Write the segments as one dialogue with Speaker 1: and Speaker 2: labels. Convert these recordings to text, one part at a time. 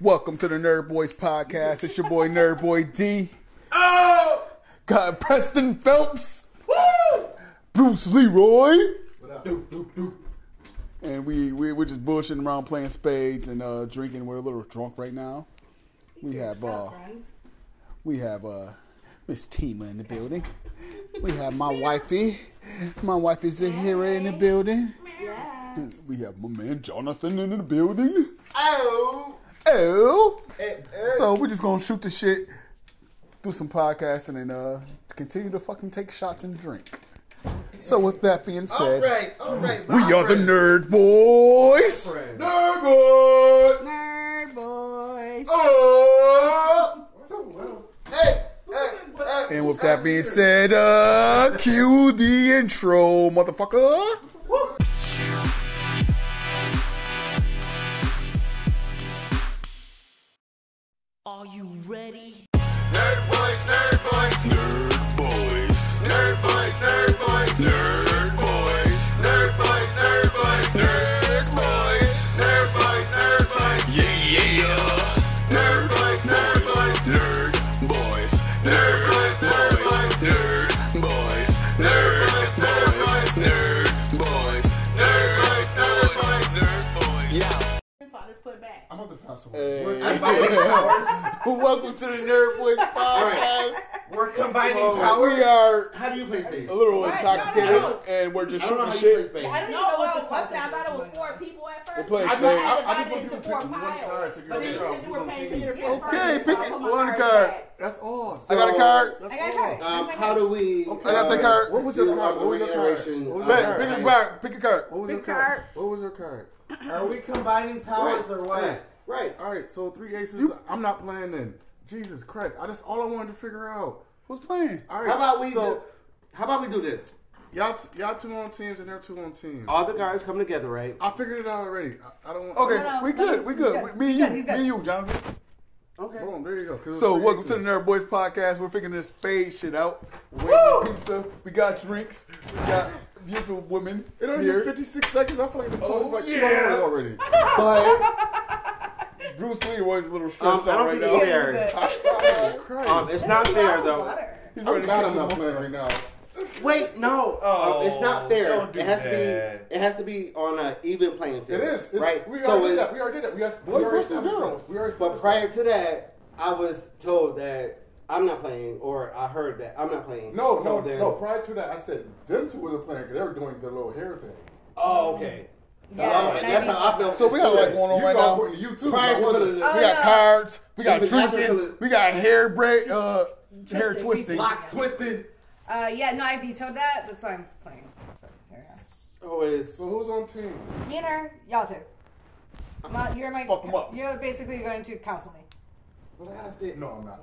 Speaker 1: Welcome to the Nerd Boys podcast. It's your boy Nerd Boy D.
Speaker 2: Oh!
Speaker 1: Got Preston Phelps,
Speaker 2: Woo!
Speaker 1: Bruce Leroy,
Speaker 2: What up? Doop, doop, doop.
Speaker 1: and we, we we're just bullshitting around playing spades and uh, drinking. We're a little drunk right now. We have uh, we have uh, Miss Tima in the building. We have my wifey. My wife is here in the building.
Speaker 3: Yeah.
Speaker 1: We have my man Jonathan in the building.
Speaker 2: Oh!
Speaker 1: Oh.
Speaker 2: Eh, eh.
Speaker 1: So we're just gonna shoot the shit, do some podcasting, and uh, continue to fucking take shots and drink. So with that being
Speaker 2: all
Speaker 1: said,
Speaker 2: right, all right.
Speaker 1: we are the Nerd Boys.
Speaker 2: Nerd boy.
Speaker 3: Nerd boys.
Speaker 2: Oh! Hey, hey, hey.
Speaker 1: And with that being said, uh, cue the intro, motherfucker.
Speaker 2: Woo.
Speaker 4: Are you ready?
Speaker 5: Nerd boys, nerd boys, nerd boys, nerd boys, nerd boys, nerd boys, nerd boys, nerd boys, nerd boys, nerd boys, nerd boys, yeah yeah yeah, nerd boys, nerd boys, nerd boys, nerd boys, nerd boys, nerd boys, nerd boys, nerd boys, nerd boys, yeah.
Speaker 3: So I just put it back.
Speaker 6: I'm about to pass away.
Speaker 1: Hey. Welcome to the Nerd Boys podcast.
Speaker 2: We're combining
Speaker 6: Whoa.
Speaker 2: power.
Speaker 1: We are
Speaker 6: How do you play space?
Speaker 1: a little
Speaker 3: What? No,
Speaker 1: intoxicated,
Speaker 3: no, no.
Speaker 1: and we're just
Speaker 6: I don't know
Speaker 1: shooting
Speaker 6: how
Speaker 1: the
Speaker 6: you
Speaker 1: shit.
Speaker 6: play
Speaker 3: I
Speaker 6: space.
Speaker 3: didn't
Speaker 2: No,
Speaker 3: even know what
Speaker 2: I
Speaker 3: this
Speaker 2: was
Speaker 3: was.
Speaker 2: watching
Speaker 3: I thought it was
Speaker 2: this
Speaker 3: four people at first.
Speaker 1: playing
Speaker 3: I
Speaker 1: spades.
Speaker 6: I-
Speaker 3: thought
Speaker 6: I
Speaker 3: I
Speaker 6: just
Speaker 3: divided
Speaker 6: want
Speaker 3: it into
Speaker 6: people to
Speaker 3: four
Speaker 6: pick one card
Speaker 3: piles.
Speaker 6: so you
Speaker 3: But then you
Speaker 6: figure out
Speaker 3: said you were
Speaker 6: who's on
Speaker 3: paying for
Speaker 6: stage.
Speaker 3: your four first.
Speaker 1: Okay,
Speaker 3: so
Speaker 1: pick
Speaker 3: I'll put my
Speaker 1: one
Speaker 3: card
Speaker 1: card.
Speaker 3: back.
Speaker 6: That's all.
Speaker 1: I got a card.
Speaker 3: I got
Speaker 2: Uh,
Speaker 3: hurt.
Speaker 7: Um, how do we?
Speaker 6: Okay.
Speaker 1: I got the
Speaker 7: uh,
Speaker 1: card.
Speaker 6: What was your card? What was your
Speaker 7: Reiteration.
Speaker 6: card? What was
Speaker 7: Bet,
Speaker 6: your
Speaker 1: Pick
Speaker 6: card?
Speaker 1: pick a card. Pick a card.
Speaker 6: What was your
Speaker 3: Big
Speaker 6: card?
Speaker 3: card.
Speaker 6: What was your card?
Speaker 2: Are we combining powers or
Speaker 6: Right.
Speaker 2: what?
Speaker 7: Right.
Speaker 6: All right. So three aces. I'm not playing then. Jesus Christ! I just all I wanted to figure out.
Speaker 1: Who's playing?
Speaker 6: All right.
Speaker 7: How about we?
Speaker 6: So
Speaker 7: do, how about we do this?
Speaker 6: y'all, t- y'all two on teams and they're two on teams.
Speaker 7: All the guards come together, right?
Speaker 6: I figured it out already. I, I don't want.
Speaker 1: Okay,
Speaker 3: no,
Speaker 1: we
Speaker 3: no,
Speaker 1: good.
Speaker 3: he's
Speaker 1: We good. We-
Speaker 3: good.
Speaker 1: Me and
Speaker 3: He's
Speaker 1: you.
Speaker 3: good,
Speaker 1: Me
Speaker 3: he's good.
Speaker 1: and you, Jonathan.
Speaker 7: Okay.
Speaker 6: Boom. There you go. 'cause it was
Speaker 1: So
Speaker 6: three
Speaker 1: welcome to the
Speaker 6: aces.
Speaker 1: Nerd Boys podcast. We're figuring this fade shit out. We're waiting on pizza. We got drinks. We got beautiful women
Speaker 6: It only took
Speaker 1: here.
Speaker 6: 56 seconds. I feel like the
Speaker 1: Oh,
Speaker 6: pause like two
Speaker 1: yeah.
Speaker 6: hours already.
Speaker 1: But Bruce Leroy's a little
Speaker 7: Um,
Speaker 1: stressed
Speaker 7: I
Speaker 1: out
Speaker 7: don't
Speaker 1: right
Speaker 7: think
Speaker 1: now.
Speaker 7: it's
Speaker 3: Yeah,
Speaker 7: fair.
Speaker 3: you're good.
Speaker 1: Oh,
Speaker 6: Christ.
Speaker 7: Um, it's not fair though.
Speaker 3: Butter.
Speaker 1: He's ready
Speaker 6: I'm
Speaker 1: to
Speaker 6: glad
Speaker 1: kick
Speaker 6: I'm
Speaker 1: some
Speaker 6: not
Speaker 1: more.
Speaker 6: playing right now.
Speaker 7: Wait, no. um, it's not fair.
Speaker 2: Oh, don't do
Speaker 7: it has to
Speaker 2: that.
Speaker 7: be. It has to be on an even playing
Speaker 6: It
Speaker 7: field.
Speaker 6: is. It's,
Speaker 7: right.
Speaker 6: We
Speaker 7: so
Speaker 6: already did
Speaker 7: it's.
Speaker 6: that. We already did that. We asked
Speaker 1: Boys
Speaker 6: we already
Speaker 1: versus
Speaker 6: established
Speaker 1: girls.
Speaker 6: that. We already
Speaker 7: But
Speaker 6: established
Speaker 7: prior to that, I was told that I'm not playing, or I heard that I'm not playing.
Speaker 6: that. No,
Speaker 7: so
Speaker 6: no,
Speaker 7: then,
Speaker 6: no. Prior to that, I said them two were playing because they were doing their little hair thing.
Speaker 7: Oh, okay.
Speaker 3: Yeah,
Speaker 7: Oh, and that's how I felt.
Speaker 1: So we got like one on
Speaker 6: you
Speaker 1: right
Speaker 6: thought
Speaker 1: now.
Speaker 6: according to you too.
Speaker 7: Prior
Speaker 6: but
Speaker 7: to
Speaker 6: wasn't.
Speaker 7: the-
Speaker 1: We
Speaker 3: Oh,
Speaker 1: got
Speaker 3: no.
Speaker 1: cards. We got
Speaker 7: Even after
Speaker 1: drinking.
Speaker 7: the-
Speaker 1: We got hair braid. Uh, hair
Speaker 3: Twisted.
Speaker 1: twisting.
Speaker 3: Locks
Speaker 1: twisted.
Speaker 3: Uh, yeah, no, I vetoed that. That's why I'm playing. So, there
Speaker 7: So it's.
Speaker 6: So who's on team?
Speaker 3: we go. Me and her, y'all two. My, you're my.
Speaker 1: Uh-huh. Fuck 'em up.
Speaker 3: You're basically going to counsel me.
Speaker 6: Well, I gotta say, no, I'm not.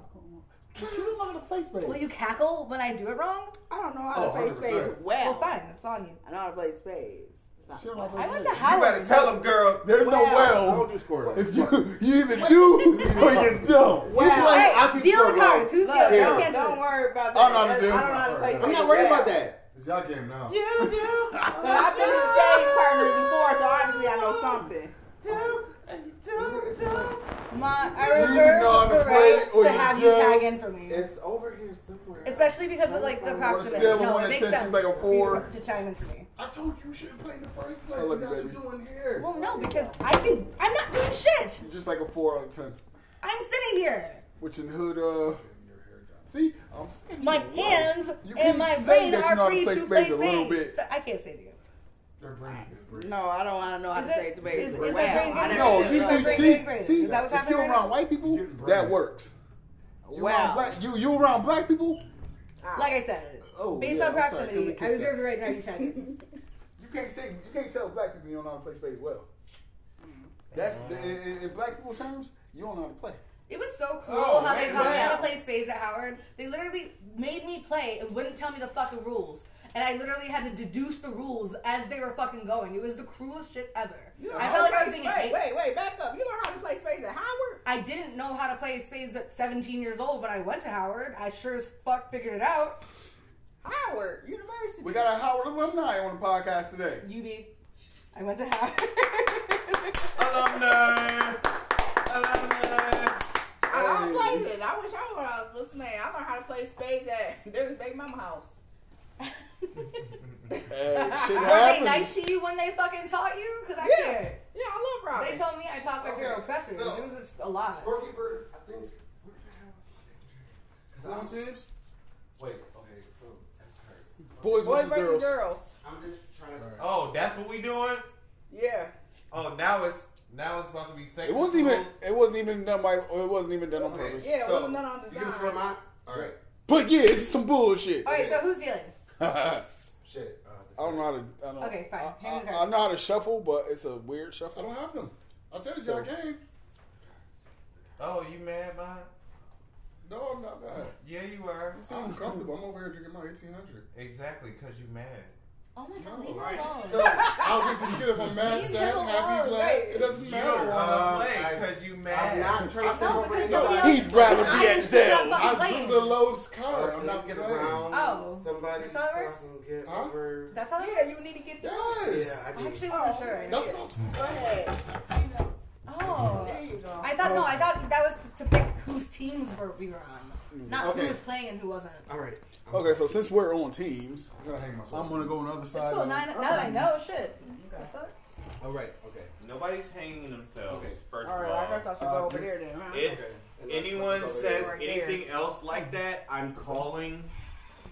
Speaker 6: But you don't know how to play space.
Speaker 3: Will you cackle when I do it wrong?
Speaker 8: I don't know how to
Speaker 6: Oh,
Speaker 8: play
Speaker 6: 100%.
Speaker 8: spades well.
Speaker 3: Well, fine, that's on you.
Speaker 8: I know how to play spades. It's not
Speaker 6: Sure, my
Speaker 8: fun.
Speaker 6: boy.
Speaker 3: I went to
Speaker 2: You
Speaker 3: Howard.
Speaker 2: better tell them, girl.
Speaker 1: There's no
Speaker 3: Well,
Speaker 1: well.
Speaker 6: I don't do scoring.
Speaker 1: If you you either do or you don't.
Speaker 8: Well,
Speaker 3: Hey,
Speaker 7: I keep
Speaker 3: deal the
Speaker 7: scoring wrong.
Speaker 3: cards. Who's
Speaker 8: look,
Speaker 3: dealing?
Speaker 7: here.
Speaker 3: You
Speaker 8: don't,
Speaker 3: can't do
Speaker 8: don't
Speaker 3: this.
Speaker 8: worry about that.
Speaker 7: Oh,
Speaker 1: I'm not
Speaker 8: That's-
Speaker 1: doing
Speaker 8: I don't know how to play
Speaker 6: it.
Speaker 8: spades.
Speaker 7: I'm not worried
Speaker 8: well.
Speaker 7: about that.
Speaker 6: It's y'all game now.
Speaker 8: You do. But I've been with Jade partners before, so obviously I know something.
Speaker 3: My, I
Speaker 1: You know
Speaker 3: reserve
Speaker 1: the
Speaker 3: the right
Speaker 1: play or
Speaker 3: to
Speaker 1: you
Speaker 3: have you
Speaker 1: don't.
Speaker 3: tag in for me,
Speaker 7: It's over here somewhere.
Speaker 3: especially because of like the
Speaker 1: Wanna
Speaker 3: proximity.
Speaker 1: steal
Speaker 3: No,
Speaker 1: one
Speaker 3: it
Speaker 1: and
Speaker 3: makes
Speaker 1: send you
Speaker 3: sense
Speaker 1: like a
Speaker 3: for you
Speaker 1: four.
Speaker 3: to chime in for me.
Speaker 6: I told you you should play in the first place.
Speaker 1: I love
Speaker 6: That's
Speaker 1: you,
Speaker 6: what
Speaker 1: baby.
Speaker 6: you doing here.
Speaker 3: Well, no, because I can. I'm not doing shit.
Speaker 1: Just like a four out of ten.
Speaker 3: I'm sitting here.
Speaker 1: Which in hood, uh, see, I'm saying
Speaker 3: My
Speaker 1: you
Speaker 3: hands
Speaker 1: You keep
Speaker 3: and my
Speaker 1: saying
Speaker 3: brain
Speaker 1: that you know how
Speaker 3: are
Speaker 1: to
Speaker 3: free
Speaker 1: play
Speaker 3: to
Speaker 1: spades
Speaker 3: play
Speaker 1: a little bit.
Speaker 3: spades. I can't say to you.
Speaker 6: Their brain is great.
Speaker 8: No, I don't want to know how
Speaker 3: Is
Speaker 8: to
Speaker 3: it-
Speaker 8: play spades
Speaker 3: is-
Speaker 8: well.
Speaker 3: is my brain
Speaker 8: I
Speaker 3: getting-
Speaker 8: never
Speaker 3: No,
Speaker 8: did
Speaker 3: you
Speaker 8: those.
Speaker 3: think-
Speaker 1: see,
Speaker 3: brain,
Speaker 1: see,
Speaker 3: brain, brain.
Speaker 1: see,
Speaker 3: Is that what's
Speaker 1: if
Speaker 3: happening
Speaker 1: you
Speaker 3: right
Speaker 1: around
Speaker 3: now?
Speaker 1: white people,
Speaker 6: You're getting
Speaker 1: that
Speaker 6: brain.
Speaker 1: works. You around
Speaker 8: Wow.
Speaker 1: black, you you around black people,
Speaker 3: Like I said,
Speaker 1: Ah. Oh,
Speaker 3: based
Speaker 1: yeah,
Speaker 3: on
Speaker 1: I'm sorry. Can we
Speaker 3: proximity,
Speaker 1: kiss
Speaker 3: I reserve the right now you tag in.
Speaker 1: you can't say you can't tell black people you don't know how to play spades well. That's the, in, in- in black people terms, you don't know how to play.
Speaker 3: It was so cool
Speaker 1: Oh,
Speaker 3: how they
Speaker 1: man,
Speaker 3: taught me how
Speaker 1: man.
Speaker 3: to play spades at Howard. They literally made me play and wouldn't tell me the fucking rules. And I literally had to deduce the rules as they were fucking going. It was the cruelest shit ever. I felt like I was
Speaker 8: Wait,
Speaker 3: being
Speaker 8: wait, wait, wait, back up. You learned how to play spades at Howard?
Speaker 3: I didn't know how to play spades at 17 years old, but I went to Howard. I sure as fuck figured it out.
Speaker 8: Howard University.
Speaker 1: We got a Howard alumni on the podcast today.
Speaker 3: UB. I went to Howard.
Speaker 2: Alumni. Alumni.
Speaker 8: played spades at Derry's baby mama house.
Speaker 1: Hey, shit
Speaker 3: Were they
Speaker 1: happens.
Speaker 3: nice to you when they fucking taught you? Because I
Speaker 8: Yeah.
Speaker 3: cared.
Speaker 8: Yeah, I love Robin.
Speaker 3: They told me I talked like they were
Speaker 9: Okay,
Speaker 3: oppressors.
Speaker 9: so-
Speaker 3: It was just a lie.
Speaker 9: Porky Bird, I think. Where the hell? Is that on Tubes? Wait, okay, so that's her.
Speaker 1: Boys,
Speaker 8: Boys
Speaker 1: versus girls.
Speaker 8: versus girls.
Speaker 7: I'm just trying to.
Speaker 9: Oh, that's what we doing?
Speaker 8: Yeah.
Speaker 9: Oh, now it's now it's about to be sex.
Speaker 1: It wasn't even. It wasn't even done by. It wasn't even done on purpose.
Speaker 8: Yeah, it wasn't none on
Speaker 7: Oh, You can
Speaker 8: design.
Speaker 7: swear mine?
Speaker 9: Alright,
Speaker 1: But yeah, it's some bullshit.
Speaker 3: All right, so who's dealing?
Speaker 1: I
Speaker 9: shit. Uh,
Speaker 1: don't know how to. I don't,
Speaker 3: Okay, fine.
Speaker 1: I,
Speaker 3: Hand me the
Speaker 1: I, I know how to shuffle, but it's a weird
Speaker 2: I
Speaker 1: shuffle.
Speaker 2: don't have them. I said it's your game.
Speaker 9: Oh, you mad, man?
Speaker 2: No, I'm not mad.
Speaker 9: Yeah, you are.
Speaker 2: You sound comfortable. I'm over here drinking my 1800.
Speaker 9: Exactly, cause you mad.
Speaker 3: Oh my
Speaker 2: No,
Speaker 3: god, leave me
Speaker 2: alright.
Speaker 3: alone.
Speaker 7: So,
Speaker 2: I'll get to the kid if I'm mad,
Speaker 3: Leave
Speaker 2: sad,
Speaker 3: him
Speaker 2: happy,
Speaker 3: alone,
Speaker 2: glad.
Speaker 3: right.
Speaker 2: It doesn't
Speaker 9: You don't
Speaker 2: matter. Um,
Speaker 9: wanna
Speaker 7: Uh,
Speaker 9: play
Speaker 7: I-
Speaker 9: cause you
Speaker 7: I'm
Speaker 9: mad.
Speaker 7: not trying to step
Speaker 3: No,
Speaker 7: over
Speaker 3: because
Speaker 7: anybody.
Speaker 3: somebody
Speaker 1: He'd rather be
Speaker 3: I
Speaker 1: at
Speaker 3: didn't see them
Speaker 1: Zell's.
Speaker 3: fucking
Speaker 2: I
Speaker 3: playing.
Speaker 2: drew the lowest card.
Speaker 7: I'm
Speaker 2: I'm not
Speaker 7: not getting
Speaker 2: playing.
Speaker 7: around
Speaker 3: Oh.
Speaker 7: somebody
Speaker 3: That's
Speaker 7: so
Speaker 3: how it
Speaker 7: I
Speaker 3: works?
Speaker 7: can get
Speaker 2: Huh?
Speaker 7: over.
Speaker 3: That's how they
Speaker 8: Yeah, you need to get that.
Speaker 2: Yes.
Speaker 7: yeah, I
Speaker 3: I
Speaker 7: do.
Speaker 3: actually wasn't
Speaker 8: Oh,
Speaker 3: sure.
Speaker 2: That's what I'm
Speaker 8: Go ahead.
Speaker 3: Oh.
Speaker 8: There you go.
Speaker 3: I thought, no, I thought that was to pick whose teams were we were on. Not
Speaker 2: Okay.
Speaker 3: who was playing and who wasn't.
Speaker 7: All right.
Speaker 1: Okay, so since we're on teams,
Speaker 2: I'm gonna hang myself.
Speaker 1: I'm gonna go on the other
Speaker 3: It's
Speaker 1: side.
Speaker 3: cool.
Speaker 1: of-
Speaker 3: Now, I- now that I know, shit.
Speaker 8: Okay.
Speaker 3: The fuck?
Speaker 7: All right. Okay.
Speaker 9: Nobody's hanging themselves.
Speaker 7: Okay.
Speaker 9: First
Speaker 8: All right, I guess I should go over there then. Huh?
Speaker 9: If
Speaker 7: Okay.
Speaker 9: anyone
Speaker 7: So
Speaker 9: says
Speaker 7: there you
Speaker 8: are.
Speaker 9: anything else like that, I'm calling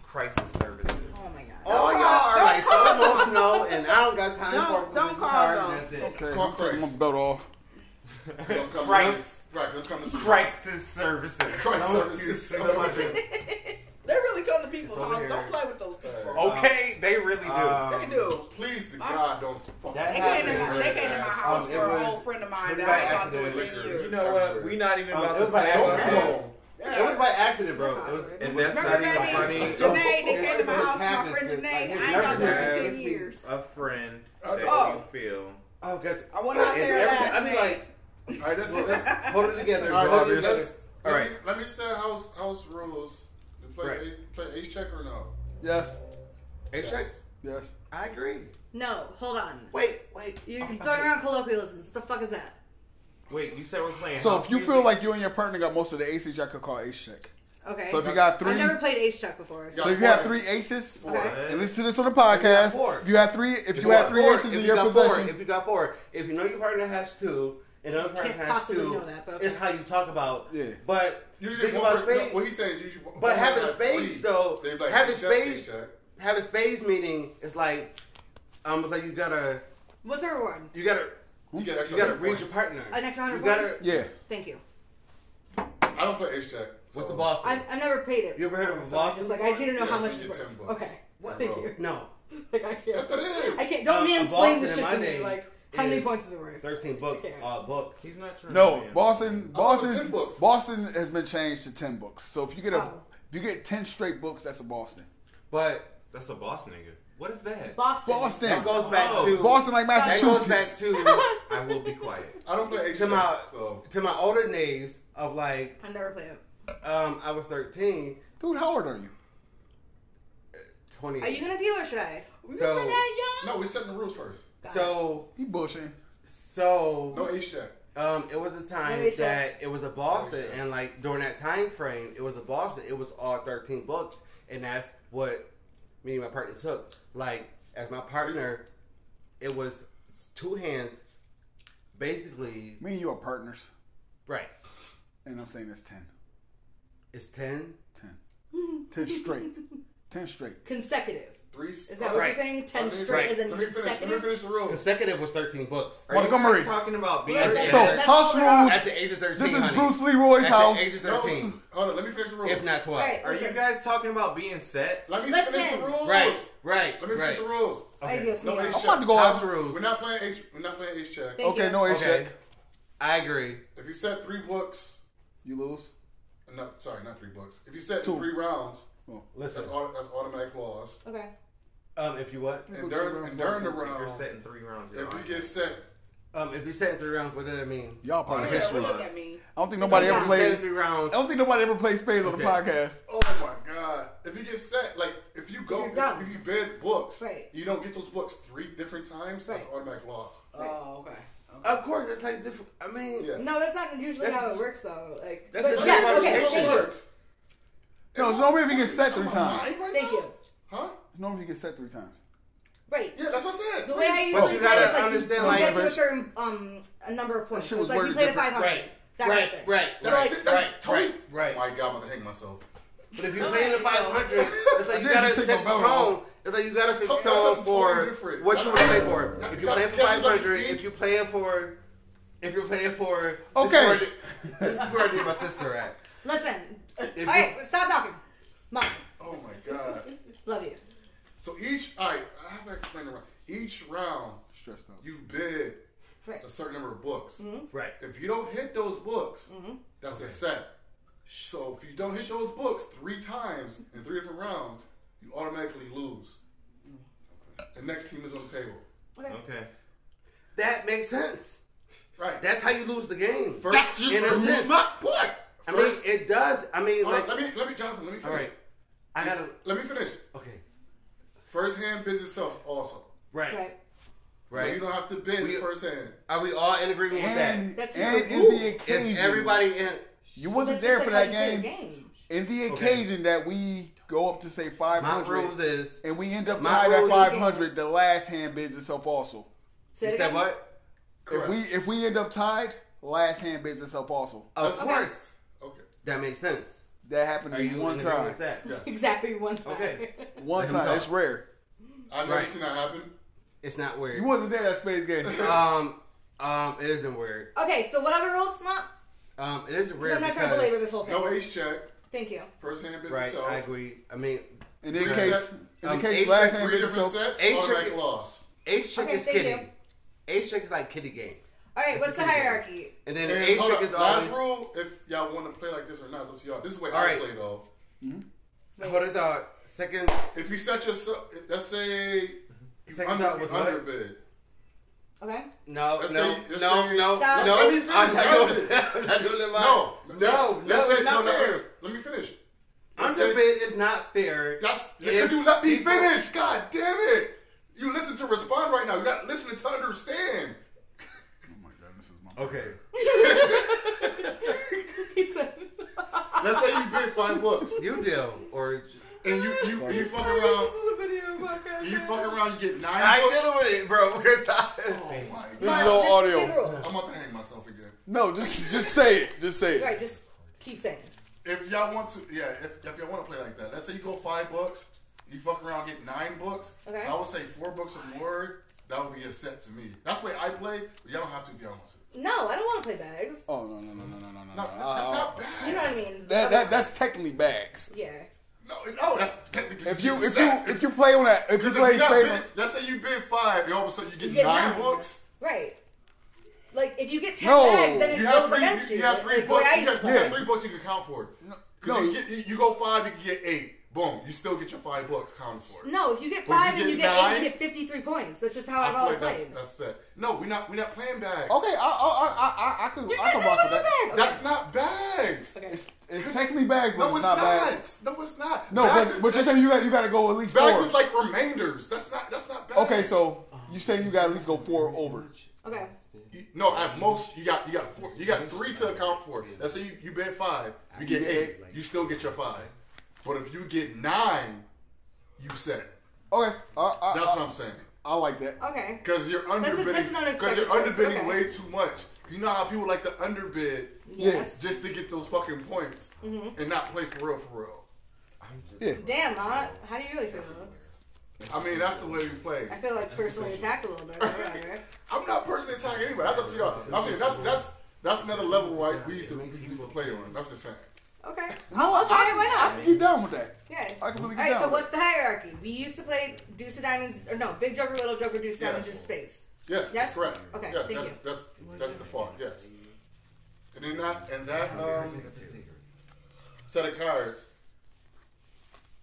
Speaker 9: crisis services.
Speaker 3: Oh my god.
Speaker 7: All y'all are like so emotional, and I don't got time
Speaker 8: Don't-
Speaker 7: for
Speaker 8: don't
Speaker 7: this
Speaker 8: call
Speaker 7: part,
Speaker 8: them.
Speaker 7: and That's it.
Speaker 1: Okay,
Speaker 2: Call
Speaker 1: I'm taking my
Speaker 2: Christ.
Speaker 1: belt off.
Speaker 2: Don't come
Speaker 9: Christ.
Speaker 2: To, right, don't come to
Speaker 9: Crisis services.
Speaker 2: Christ
Speaker 9: Don't
Speaker 2: services.
Speaker 9: you say that much.
Speaker 8: They really come to people's
Speaker 9: It's over
Speaker 8: houses. Don't
Speaker 9: here.
Speaker 8: play with those people.
Speaker 9: Okay, they really do.
Speaker 7: Uh,
Speaker 8: They
Speaker 7: um,
Speaker 8: do.
Speaker 2: Please to God, don't fuck
Speaker 9: That
Speaker 8: They came,
Speaker 9: happened.
Speaker 8: in my, they came in my house
Speaker 7: Um,
Speaker 8: for an
Speaker 7: everybody-
Speaker 8: old friend of mine that
Speaker 7: everybody
Speaker 8: I talked to
Speaker 7: acted
Speaker 8: in
Speaker 7: liquor.
Speaker 8: 10
Speaker 9: you
Speaker 8: years.
Speaker 9: know what? We're not even
Speaker 7: Um,
Speaker 9: about
Speaker 7: it was
Speaker 9: to
Speaker 7: by
Speaker 9: play
Speaker 2: Don't
Speaker 7: accident.
Speaker 9: about this.
Speaker 2: come.
Speaker 7: It was by accident, bro. It was,
Speaker 9: And that's
Speaker 8: Remember
Speaker 9: not even
Speaker 8: that
Speaker 9: funny.
Speaker 8: name?
Speaker 7: Don't-
Speaker 8: Janae, they came to my
Speaker 7: It's
Speaker 8: house, my
Speaker 7: happened.
Speaker 8: friend
Speaker 7: It's
Speaker 8: Janae. I
Speaker 7: like,
Speaker 8: ain't
Speaker 7: it's
Speaker 8: talked to her in
Speaker 9: nervous.
Speaker 8: 10 years.
Speaker 9: A friend
Speaker 2: Oh,
Speaker 9: that
Speaker 8: no.
Speaker 9: you feel.
Speaker 7: Oh, guys.
Speaker 8: I went out
Speaker 7: And
Speaker 8: there
Speaker 7: everything-
Speaker 8: last
Speaker 7: I'd be
Speaker 8: night.
Speaker 7: like,
Speaker 2: All right, that's that's.
Speaker 7: hold it together.
Speaker 2: All right,
Speaker 7: hold it
Speaker 2: that's,
Speaker 7: together.
Speaker 2: that's, all
Speaker 9: All right.
Speaker 2: right. Let me set house house rules. You Play
Speaker 7: Right.
Speaker 2: eight, play ace check or no?
Speaker 1: Yes,
Speaker 7: Hey,
Speaker 2: Yes.
Speaker 7: check.
Speaker 1: yes.
Speaker 7: I agree.
Speaker 3: No, hold on.
Speaker 7: Wait, wait.
Speaker 3: You're throwing around colloquialisms. The fuck is that?
Speaker 9: Wait, you said we're playing.
Speaker 1: So
Speaker 9: house
Speaker 1: if you
Speaker 9: music?
Speaker 1: feel like you and your partner got most of the aces, y'all could call ace check.
Speaker 3: Okay.
Speaker 1: So if you got
Speaker 3: I've
Speaker 1: three,
Speaker 3: never played Ace Check before.
Speaker 1: so if you have three aces,
Speaker 3: Okay.
Speaker 1: and listen to this on the
Speaker 7: got
Speaker 1: podcast.
Speaker 7: four.
Speaker 1: If you have three, if you
Speaker 7: Four,
Speaker 1: have three
Speaker 7: four,
Speaker 1: aces
Speaker 7: if
Speaker 1: in
Speaker 7: you
Speaker 1: your
Speaker 7: got four,
Speaker 1: possession,
Speaker 7: if you got four, if you know your partner has two, and the other partner
Speaker 3: Can't
Speaker 7: has
Speaker 3: possibly
Speaker 7: two,
Speaker 3: know that, but
Speaker 7: it's
Speaker 3: okay.
Speaker 7: how you talk about.
Speaker 1: Yeah.
Speaker 7: But
Speaker 2: Usually,
Speaker 7: think
Speaker 2: one
Speaker 7: about
Speaker 2: person, no,
Speaker 7: spades.
Speaker 2: what he's saying is usually. one
Speaker 7: But
Speaker 2: person
Speaker 7: having
Speaker 2: has
Speaker 7: spades,
Speaker 2: three.
Speaker 7: though,
Speaker 2: They be like,
Speaker 7: having
Speaker 2: ace check, ace
Speaker 7: spades-
Speaker 2: check.
Speaker 7: having spades meeting is like almost like you gotta
Speaker 3: What's the reward?
Speaker 7: you gotta
Speaker 2: You get
Speaker 7: you
Speaker 2: extra
Speaker 7: gotta
Speaker 2: hundred
Speaker 7: read your
Speaker 2: points.
Speaker 7: partner.
Speaker 3: An extra
Speaker 7: You
Speaker 3: hundred
Speaker 7: gotta.
Speaker 3: points.
Speaker 1: yeah,
Speaker 3: Thank you.
Speaker 2: I don't play ace check.
Speaker 7: What's
Speaker 2: so-
Speaker 7: the boss?
Speaker 3: I've, I've never played it.
Speaker 7: You ever heard of a
Speaker 3: before, so I'm
Speaker 7: Boston
Speaker 3: Just like I
Speaker 7: before?
Speaker 3: didn't know
Speaker 2: Yeah,
Speaker 3: how
Speaker 2: you
Speaker 3: much
Speaker 2: get
Speaker 3: it was.
Speaker 2: 10 bucks.
Speaker 3: Okay.
Speaker 7: What?
Speaker 3: Thank you.
Speaker 7: No,
Speaker 3: Like I
Speaker 2: That's
Speaker 3: can't.
Speaker 2: what it is.
Speaker 3: I can't. Don't
Speaker 7: Um, a
Speaker 3: mansplain
Speaker 7: Boston
Speaker 3: this shit to
Speaker 7: in my
Speaker 3: me.
Speaker 7: name
Speaker 3: Like how many
Speaker 7: is-
Speaker 3: points is it worth?
Speaker 7: thirteen books.
Speaker 3: Yeah.
Speaker 7: Uh, books.
Speaker 9: he's not trying.
Speaker 1: no.
Speaker 9: to win.
Speaker 1: Boston,
Speaker 7: Oh,
Speaker 2: thought it was
Speaker 1: Boston,
Speaker 2: 10 books.
Speaker 1: Boston has been changed to ten books. So if you get a,
Speaker 3: Oh.
Speaker 1: if you get ten straight books, that's a Boston.
Speaker 7: But
Speaker 9: That's a boss nigga. What is that?
Speaker 3: Boston.
Speaker 1: Boston.
Speaker 7: that goes back
Speaker 9: Oh.
Speaker 7: to
Speaker 1: Boston, like
Speaker 7: That goes back
Speaker 1: Massachusetts.
Speaker 7: to
Speaker 9: I will be quiet.
Speaker 2: I don't play ace
Speaker 7: to
Speaker 2: check.
Speaker 7: my
Speaker 2: So
Speaker 7: to my older days of like
Speaker 3: I never played it.
Speaker 7: um I was 13,
Speaker 1: Dude, how old are you?
Speaker 7: 20.
Speaker 3: Are you gonna deal or should I?
Speaker 7: so
Speaker 2: no, we're setting the rules first.
Speaker 7: so
Speaker 1: He bullshitting.
Speaker 7: so
Speaker 2: No ace check.
Speaker 7: Um, it was a time
Speaker 3: Maybe so.
Speaker 7: that it was a Boston,
Speaker 2: Maybe so.
Speaker 7: and like during that time frame, it was a Boston. It was all thirteen books, and that's what me and my partner took. Like as my partner, it was two hands, basically.
Speaker 1: Me and you are partners,
Speaker 7: Right,
Speaker 1: and I'm saying that's 10.
Speaker 7: it's ten.
Speaker 1: 10. 10 straight. 10 straight.
Speaker 3: Consecutive.
Speaker 2: Three.
Speaker 3: Is that what
Speaker 7: Right.
Speaker 3: you're saying? Ten
Speaker 2: Let me-
Speaker 3: straight
Speaker 7: right.
Speaker 3: as in
Speaker 2: Let me finish. Let me
Speaker 3: consecutive.
Speaker 2: finish the rules.
Speaker 7: Consecutive was thirteen books.
Speaker 9: Are you
Speaker 1: Montgomery.
Speaker 9: guys talking about being
Speaker 3: Well,
Speaker 1: So,
Speaker 3: that's-
Speaker 9: together?
Speaker 3: that's
Speaker 1: house
Speaker 3: all I got.
Speaker 1: rules.
Speaker 7: At the age of thirteen,
Speaker 1: This is
Speaker 7: honey.
Speaker 1: Bruce Leroy's
Speaker 7: At
Speaker 1: house.
Speaker 7: the age of
Speaker 2: No,
Speaker 7: thirteen,
Speaker 2: hold on. Let me finish the rules.
Speaker 7: if not twelve.
Speaker 3: Right.
Speaker 9: Are you guys talking about being set?
Speaker 2: Let me
Speaker 3: Listen.
Speaker 2: finish the rules.
Speaker 7: Right, right,
Speaker 2: Let me
Speaker 7: right.
Speaker 2: finish the rules.
Speaker 3: I guess
Speaker 2: No
Speaker 3: me
Speaker 2: ace
Speaker 1: I'm
Speaker 3: out.
Speaker 2: check.
Speaker 1: about to go
Speaker 7: House
Speaker 1: out.
Speaker 7: rules.
Speaker 2: We're not playing ace. We're not playing ace check.
Speaker 3: Thank
Speaker 1: Okay,
Speaker 3: you.
Speaker 1: no ace
Speaker 7: Okay.
Speaker 1: check.
Speaker 7: I agree.
Speaker 2: If you set three books,
Speaker 1: You lose.
Speaker 2: no, sorry, not three books. If you set
Speaker 1: Two.
Speaker 2: three rounds,
Speaker 7: Listen,
Speaker 2: that's au- that's automatic loss.
Speaker 3: Okay.
Speaker 7: um, if you what?
Speaker 2: And during and during the
Speaker 9: If you're
Speaker 2: round,
Speaker 9: setting three rounds, you're
Speaker 2: if you
Speaker 9: on.
Speaker 2: get set,
Speaker 7: Um, if you set in three rounds, what did I mean?
Speaker 1: Y'all part of
Speaker 2: Yeah,
Speaker 1: history.
Speaker 8: What
Speaker 1: I
Speaker 8: does that mean?
Speaker 1: don't think nobody ever
Speaker 3: Yeah.
Speaker 7: Set in
Speaker 1: played.
Speaker 7: three rounds.
Speaker 1: I don't think nobody ever played spades on the
Speaker 7: Okay.
Speaker 1: podcast.
Speaker 2: oh my god! If you get set, like if you go,
Speaker 3: You're
Speaker 2: if,
Speaker 3: done.
Speaker 2: you bid books,
Speaker 3: Right.
Speaker 2: you don't get those books three different times. That's
Speaker 3: Right.
Speaker 2: automatic loss.
Speaker 8: Oh, okay.
Speaker 7: Of course, it's like different. I mean,
Speaker 2: Yeah,
Speaker 3: No, that's not usually how
Speaker 7: That's-
Speaker 3: it works though. Like,
Speaker 7: That's
Speaker 3: but
Speaker 7: a
Speaker 3: yes,
Speaker 7: different
Speaker 3: okay.
Speaker 7: thing.
Speaker 3: Thank you.
Speaker 2: works.
Speaker 1: No, it's only if you get set three
Speaker 2: I'm
Speaker 1: times.
Speaker 2: lying right
Speaker 3: Thank
Speaker 2: now?
Speaker 3: you.
Speaker 2: Huh?
Speaker 1: It's only if you get set three times.
Speaker 3: Right.
Speaker 2: Yeah, that's what I said.
Speaker 3: The way I
Speaker 7: But
Speaker 3: usually
Speaker 7: you
Speaker 3: play
Speaker 7: gotta
Speaker 3: is like
Speaker 7: understand,
Speaker 3: you,
Speaker 7: like,
Speaker 3: you get to a
Speaker 7: verse-
Speaker 3: certain um a number of points.
Speaker 1: shit
Speaker 3: So
Speaker 1: was
Speaker 3: it's like you
Speaker 1: worded
Speaker 3: play to
Speaker 1: different.
Speaker 3: five hundred.
Speaker 7: Right.
Speaker 3: That
Speaker 7: right,
Speaker 3: kind of thing.
Speaker 7: right,
Speaker 2: That's,
Speaker 7: right,
Speaker 2: that's
Speaker 7: right,
Speaker 2: totally-
Speaker 7: right, right.
Speaker 2: My God, I'm about to hang myself.
Speaker 7: But if you play in the 500, it's like you
Speaker 1: Then
Speaker 7: gotta
Speaker 1: you take my
Speaker 7: set the
Speaker 1: belt off.
Speaker 7: tone. It's like you gotta set the
Speaker 2: That's something
Speaker 7: tone for
Speaker 2: totally different.
Speaker 7: what you wanna play for.
Speaker 2: That-
Speaker 7: If you
Speaker 2: that-
Speaker 7: play it for
Speaker 2: that is
Speaker 7: 500,
Speaker 2: like
Speaker 7: if you play it for, if you're playing for, this is
Speaker 1: Okay.
Speaker 7: where I did- This is where I did my sister at.
Speaker 3: Listen.
Speaker 7: you-
Speaker 3: All right, stop talking. Mom,
Speaker 2: Oh my God.
Speaker 3: love you.
Speaker 2: So each, all right, I have to explain it right. Each round,
Speaker 1: Stressed out.
Speaker 2: you bid
Speaker 3: Right.
Speaker 2: a certain number of books.
Speaker 7: Right.
Speaker 2: If you don't hit those books, that's a set. So if you don't hit those books three times in three different rounds, you automatically lose. The next team is on the table.
Speaker 7: Okay. That makes sense.
Speaker 2: Right.
Speaker 7: That's how you lose the game.
Speaker 2: first.
Speaker 7: in a sense.
Speaker 2: What?
Speaker 7: I mean,
Speaker 2: First-
Speaker 7: it does. I mean,
Speaker 2: Hold on,
Speaker 7: like,
Speaker 2: let me, let me, Jonathan, let me
Speaker 7: all
Speaker 2: finish.
Speaker 7: right. I gotta.
Speaker 2: Let me finish.
Speaker 7: Okay.
Speaker 2: First hand bids itself also.
Speaker 7: Right.
Speaker 3: Right.
Speaker 2: So
Speaker 7: Right.
Speaker 2: you don't have to bid
Speaker 7: We-
Speaker 2: first hand.
Speaker 7: Are we all in agreement with that?
Speaker 1: And,
Speaker 3: That's
Speaker 1: and
Speaker 3: just a
Speaker 1: in
Speaker 3: rule.
Speaker 1: the
Speaker 3: It's
Speaker 1: occasion,
Speaker 7: Is everybody in?
Speaker 1: you
Speaker 3: That's
Speaker 1: wasn't
Speaker 3: just
Speaker 1: there
Speaker 3: like
Speaker 1: for
Speaker 3: how
Speaker 1: that
Speaker 3: you play the
Speaker 1: game. In the occasion that we go up to say
Speaker 7: My rules
Speaker 1: 500
Speaker 7: is.
Speaker 1: and we end up
Speaker 7: my
Speaker 1: tied at
Speaker 7: rules is-
Speaker 1: 500, the last hand bids itself also.
Speaker 3: Say it
Speaker 7: You
Speaker 3: again.
Speaker 7: said what?
Speaker 1: If
Speaker 2: Correct.
Speaker 1: we if we end up tied, last hand bids itself also.
Speaker 7: Of
Speaker 2: Okay.
Speaker 7: course.
Speaker 2: okay.
Speaker 7: That makes sense.
Speaker 1: That happened
Speaker 7: Are you
Speaker 1: one
Speaker 7: in agreement
Speaker 1: time.
Speaker 7: with that?
Speaker 3: Exactly one time.
Speaker 7: Okay.
Speaker 1: One
Speaker 7: Let him
Speaker 1: time.
Speaker 7: talk.
Speaker 1: It's rare.
Speaker 2: I've never
Speaker 7: Right.
Speaker 2: seen that happen.
Speaker 7: It's not
Speaker 1: You
Speaker 7: weird.
Speaker 1: wasn't there that space game.
Speaker 7: Um, um, it isn't weird.
Speaker 3: Okay, so what other rules, Mom?
Speaker 7: Um, it is
Speaker 3: Because
Speaker 7: weird
Speaker 3: I'm not
Speaker 7: because.
Speaker 3: trying to belabor this whole thing.
Speaker 2: No ace check.
Speaker 3: Thank you.
Speaker 2: First hand bids
Speaker 7: Right.
Speaker 2: itself.
Speaker 7: I agree. I mean,
Speaker 1: In this
Speaker 7: Right.
Speaker 1: case, in the
Speaker 7: Um,
Speaker 1: case
Speaker 7: eight
Speaker 1: last
Speaker 7: check,
Speaker 1: hand
Speaker 2: Three
Speaker 1: bids
Speaker 2: different
Speaker 1: itself.
Speaker 2: sets,
Speaker 7: Ace
Speaker 2: automatic
Speaker 7: check-
Speaker 2: loss.
Speaker 7: H check
Speaker 3: Okay,
Speaker 7: is
Speaker 3: thank you.
Speaker 7: kidding. H check is like kitty game,
Speaker 3: All right,
Speaker 7: It's
Speaker 3: what's
Speaker 7: a
Speaker 3: the
Speaker 7: video.
Speaker 3: hierarchy?
Speaker 7: and then
Speaker 2: And
Speaker 7: H
Speaker 2: hold
Speaker 7: check
Speaker 2: up,
Speaker 7: is always.
Speaker 2: last rule, if y'all want to play like this or not, it's up to y'all. This is the way
Speaker 7: All
Speaker 2: I
Speaker 7: right.
Speaker 2: play though.
Speaker 7: Hold it thought. Second,
Speaker 2: If you set yourself, let's say you
Speaker 7: second
Speaker 2: under,
Speaker 7: thought was
Speaker 2: you
Speaker 7: what?
Speaker 2: underbid.
Speaker 3: Okay.
Speaker 7: No,
Speaker 2: Let's
Speaker 7: no,
Speaker 2: say- let's
Speaker 7: no,
Speaker 2: say-
Speaker 7: no,
Speaker 3: Stop.
Speaker 7: no.
Speaker 2: Let me finish.
Speaker 7: I'm not doing that. I'm not doing that.
Speaker 2: No,
Speaker 7: no, no,
Speaker 2: let's say-
Speaker 7: it's not
Speaker 2: no,
Speaker 7: fair.
Speaker 2: let's- Let me finish. Let's say-
Speaker 7: Underbid is not fair.
Speaker 2: That's
Speaker 7: If
Speaker 2: could you let me
Speaker 7: people-
Speaker 2: finish? God damn it! You listen to respond right now. You got listening to understand.
Speaker 7: Okay.
Speaker 3: He said,
Speaker 2: Let's say you bid five bucks
Speaker 7: You deal or
Speaker 2: and you you you fuck around. You fuck around. You get nine
Speaker 7: I
Speaker 2: bucks.
Speaker 7: deal with it, bro. Because I,
Speaker 2: Oh my
Speaker 1: This
Speaker 2: god!
Speaker 1: is all audio.
Speaker 3: Rule.
Speaker 2: I'm about to hang myself again.
Speaker 1: No, just just say it. Just say
Speaker 3: Right,
Speaker 1: it.
Speaker 3: just keep saying.
Speaker 2: If y'all want to, yeah. If, if y'all want to play like that, let's say you go five bucks. You fuck around, get nine books.
Speaker 3: Okay.
Speaker 2: So I would say four books a word. That would be a set to me. That's the way I play. But y'all don't have to if y'all want to.
Speaker 3: No, I don't want to play bags.
Speaker 1: Oh no no no no no no no.
Speaker 2: No,
Speaker 1: no.
Speaker 2: that's
Speaker 1: Uh,
Speaker 2: not
Speaker 3: You know what I
Speaker 2: bad.
Speaker 3: mean?
Speaker 1: that, that that's technically bags.
Speaker 3: Yeah.
Speaker 2: No, no, that's technically
Speaker 1: If you if you
Speaker 2: set.
Speaker 1: if you play on that if you
Speaker 2: Because if
Speaker 1: play
Speaker 2: you got
Speaker 1: space.
Speaker 2: bid, let's say you bid five, and all of a sudden you get,
Speaker 3: You get
Speaker 2: nine,
Speaker 3: nine.
Speaker 2: books.
Speaker 3: Right. Like, if you get 10
Speaker 1: No.
Speaker 3: bags, then it
Speaker 2: You
Speaker 3: goes
Speaker 2: have three.
Speaker 3: against
Speaker 2: You,
Speaker 3: you.
Speaker 2: you have three
Speaker 3: like, the way
Speaker 2: books.
Speaker 3: I
Speaker 2: You
Speaker 3: used
Speaker 2: got,
Speaker 3: to
Speaker 2: you
Speaker 3: play.
Speaker 2: got three books you can count for. Because
Speaker 1: no,
Speaker 2: you, get- you- you go five, you can get eight. Boom, you still get your five books counted for.
Speaker 3: No, if you get
Speaker 2: But if
Speaker 3: five
Speaker 2: you
Speaker 3: and you
Speaker 2: get
Speaker 3: get
Speaker 2: nine-
Speaker 3: eight, you get 53 points. That's just how
Speaker 2: I
Speaker 3: I've
Speaker 2: feel
Speaker 3: always
Speaker 2: like that's,
Speaker 3: played.
Speaker 2: that's set. No, we're not. We're not playing bags.
Speaker 1: Okay, I I I I, I could I
Speaker 3: You just
Speaker 1: could
Speaker 3: said
Speaker 1: rock with
Speaker 3: put it
Speaker 1: that.
Speaker 3: back.
Speaker 2: That's not bags.
Speaker 3: Okay.
Speaker 1: It's it's technically bags, but
Speaker 2: No,
Speaker 1: it's
Speaker 2: it's
Speaker 1: not,
Speaker 2: not.
Speaker 1: bags.
Speaker 2: No, it's not.
Speaker 1: No,
Speaker 2: bags
Speaker 1: but, but you're saying you got you got to go at least
Speaker 2: bags
Speaker 1: four.
Speaker 2: is like remainders. That's not. That's not bags.
Speaker 1: okay, so you say you got to at least go four over.
Speaker 3: Okay.
Speaker 2: You- no, at most you got you got four, you got three to account for. Let's say you, you bid five, you get eight, you still get your five. But if you get nine, you set.
Speaker 1: Okay, I I,
Speaker 2: That's what I'm saying.
Speaker 1: I like that.
Speaker 3: Okay.
Speaker 2: Because you're
Speaker 3: a- that's
Speaker 2: underbidding.
Speaker 3: an unexpected
Speaker 2: Because you're
Speaker 3: choice,
Speaker 2: underbidding
Speaker 3: okay.
Speaker 2: way too much. You know how people like to underbid
Speaker 3: Yes. Mm-hmm.
Speaker 2: just to get those fucking points and not play for real, for real.
Speaker 3: Damn, Ma. How do you really feel?
Speaker 2: I mean, that's the way we play.
Speaker 3: I feel like personally attacked a little bit. but Whatever.
Speaker 2: I'm not personally attacking anybody. That's up to y'all. I'm saying that's that's that's another level where we used to we used to play on. I'm just saying.
Speaker 3: Okay. Oh, okay.
Speaker 1: I
Speaker 3: Why
Speaker 1: can
Speaker 3: not?
Speaker 1: get down with that.
Speaker 3: Yeah.
Speaker 1: I can really get
Speaker 3: All right,
Speaker 1: down.
Speaker 3: so
Speaker 1: with
Speaker 3: what's the hierarhy? We used to play Deuce of Diamonds, or no, Big Joker, Little Joker, Deuce of Diamonds,
Speaker 2: Yes.
Speaker 3: just space.
Speaker 2: Yes, that's
Speaker 3: Yes?
Speaker 2: correct.
Speaker 3: Okay,
Speaker 2: yes,
Speaker 3: thank
Speaker 2: that's,
Speaker 3: you.
Speaker 2: that's that's the fault. Yes, and then that and that um, set of cards.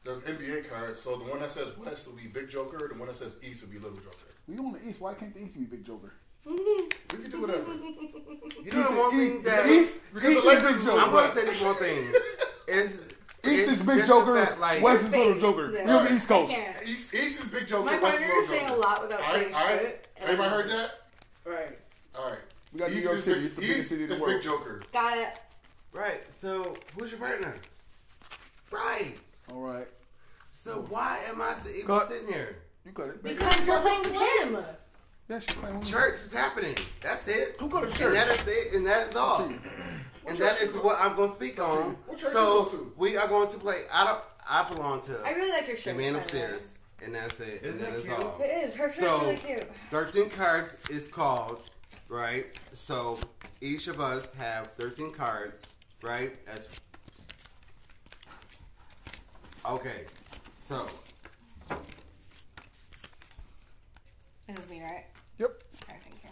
Speaker 2: There's NBA cards. So the one that says West will be Big Joker. The one that says East will be Little Joker.
Speaker 1: it. We on the East. Why can't the East be Big Joker?
Speaker 2: We can do whatever.
Speaker 7: you know the one thing
Speaker 1: East,
Speaker 7: that
Speaker 1: East, East,
Speaker 2: because
Speaker 1: is
Speaker 2: the Lakers
Speaker 1: Big
Speaker 2: is-
Speaker 7: I'm
Speaker 1: Joker.
Speaker 7: gonna say this one thing. It's,
Speaker 1: East
Speaker 7: it's
Speaker 1: is Big
Speaker 7: just the
Speaker 1: Joker.
Speaker 7: fact, like,
Speaker 1: West is
Speaker 3: Space,
Speaker 1: Little Joker.
Speaker 3: yeah.
Speaker 1: We on the East Coast.
Speaker 3: Can't.
Speaker 2: East, East is Big Joker.
Speaker 3: My
Speaker 2: West is
Speaker 3: partner is
Speaker 2: Little
Speaker 3: saying a
Speaker 2: Joker.
Speaker 3: lot without
Speaker 2: All right,
Speaker 3: saying
Speaker 2: all right.
Speaker 3: shit. and
Speaker 2: Everybody
Speaker 3: I'm-
Speaker 2: heard that?
Speaker 8: Right.
Speaker 2: All Um, right.
Speaker 1: We got New
Speaker 2: East
Speaker 1: York
Speaker 2: is
Speaker 1: City.
Speaker 2: Big-
Speaker 1: It's the biggest
Speaker 2: East
Speaker 1: city in the
Speaker 2: is
Speaker 1: world.
Speaker 2: Big Joker.
Speaker 3: Got it.
Speaker 7: Right. So who's your partner? Right.
Speaker 1: All right.
Speaker 7: So why am I s- even
Speaker 1: Cut.
Speaker 7: sitting here?
Speaker 1: You cut it. baby.
Speaker 3: Because you're playing with him.
Speaker 1: Yes, you playing with me.
Speaker 7: Church is happening. That's it.
Speaker 1: Who go to
Speaker 7: And that
Speaker 1: church?
Speaker 7: is it. And that is all. And that is what I'm going to speak on.
Speaker 2: What church you go
Speaker 7: So
Speaker 2: to?
Speaker 7: we are going to play. I don't. I belong to.
Speaker 3: I really like your shirt.
Speaker 7: the man
Speaker 3: by the way.
Speaker 7: upstairs, and that's it.
Speaker 9: Isn't
Speaker 7: and that
Speaker 9: that
Speaker 7: is
Speaker 9: cute?
Speaker 7: all.
Speaker 3: It is. Her shirt's
Speaker 7: So-
Speaker 3: really cute.
Speaker 7: Thirteen cards is called right. So each of us have thirteen cards, right? As okay. So
Speaker 3: It is me, right?
Speaker 1: Yep.
Speaker 3: Alright, thank you.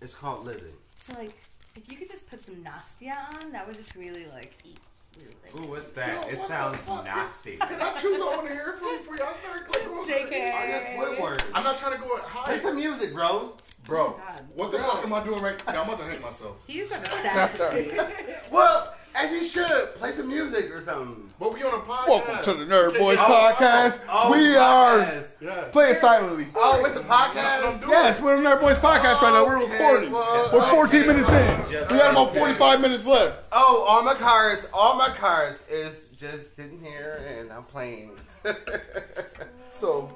Speaker 7: it's called living.
Speaker 3: So like, if you could just put some Nastia on, that would just really like eat. Really.
Speaker 9: Ooh, what's that? It sounds nasty.
Speaker 2: Can I choose what I want to hear from before y'all start clicking on
Speaker 3: JK.
Speaker 7: Oh, that's Woodward.
Speaker 2: I'm not trying to go
Speaker 7: Play
Speaker 2: high.
Speaker 7: some music, bro.
Speaker 2: Bro, what the fuck am I doing right now? I'm about to hate myself.
Speaker 3: He's got a status.
Speaker 7: Well, as you should. Play some music or something.
Speaker 2: But we on a podcast.
Speaker 1: Welcome to the Nerd Boys
Speaker 7: Oh, oh,
Speaker 1: podcast.
Speaker 7: oh,
Speaker 1: we are
Speaker 7: podcast.
Speaker 2: Yes.
Speaker 1: playing silently.
Speaker 7: Oh, it's a
Speaker 2: That's what I'm
Speaker 7: podcast.
Speaker 2: doing.
Speaker 1: Yes, we're on Nerd Boys podcast right now. We're
Speaker 7: Okay,
Speaker 1: recording.
Speaker 7: well,
Speaker 1: We're 14
Speaker 7: okay.
Speaker 1: minutes in.
Speaker 9: Just
Speaker 1: We got about
Speaker 9: okay.
Speaker 1: 45 minutes left.
Speaker 7: Oh, all my cards, all my cards is just sitting here and I'm playing.
Speaker 1: So,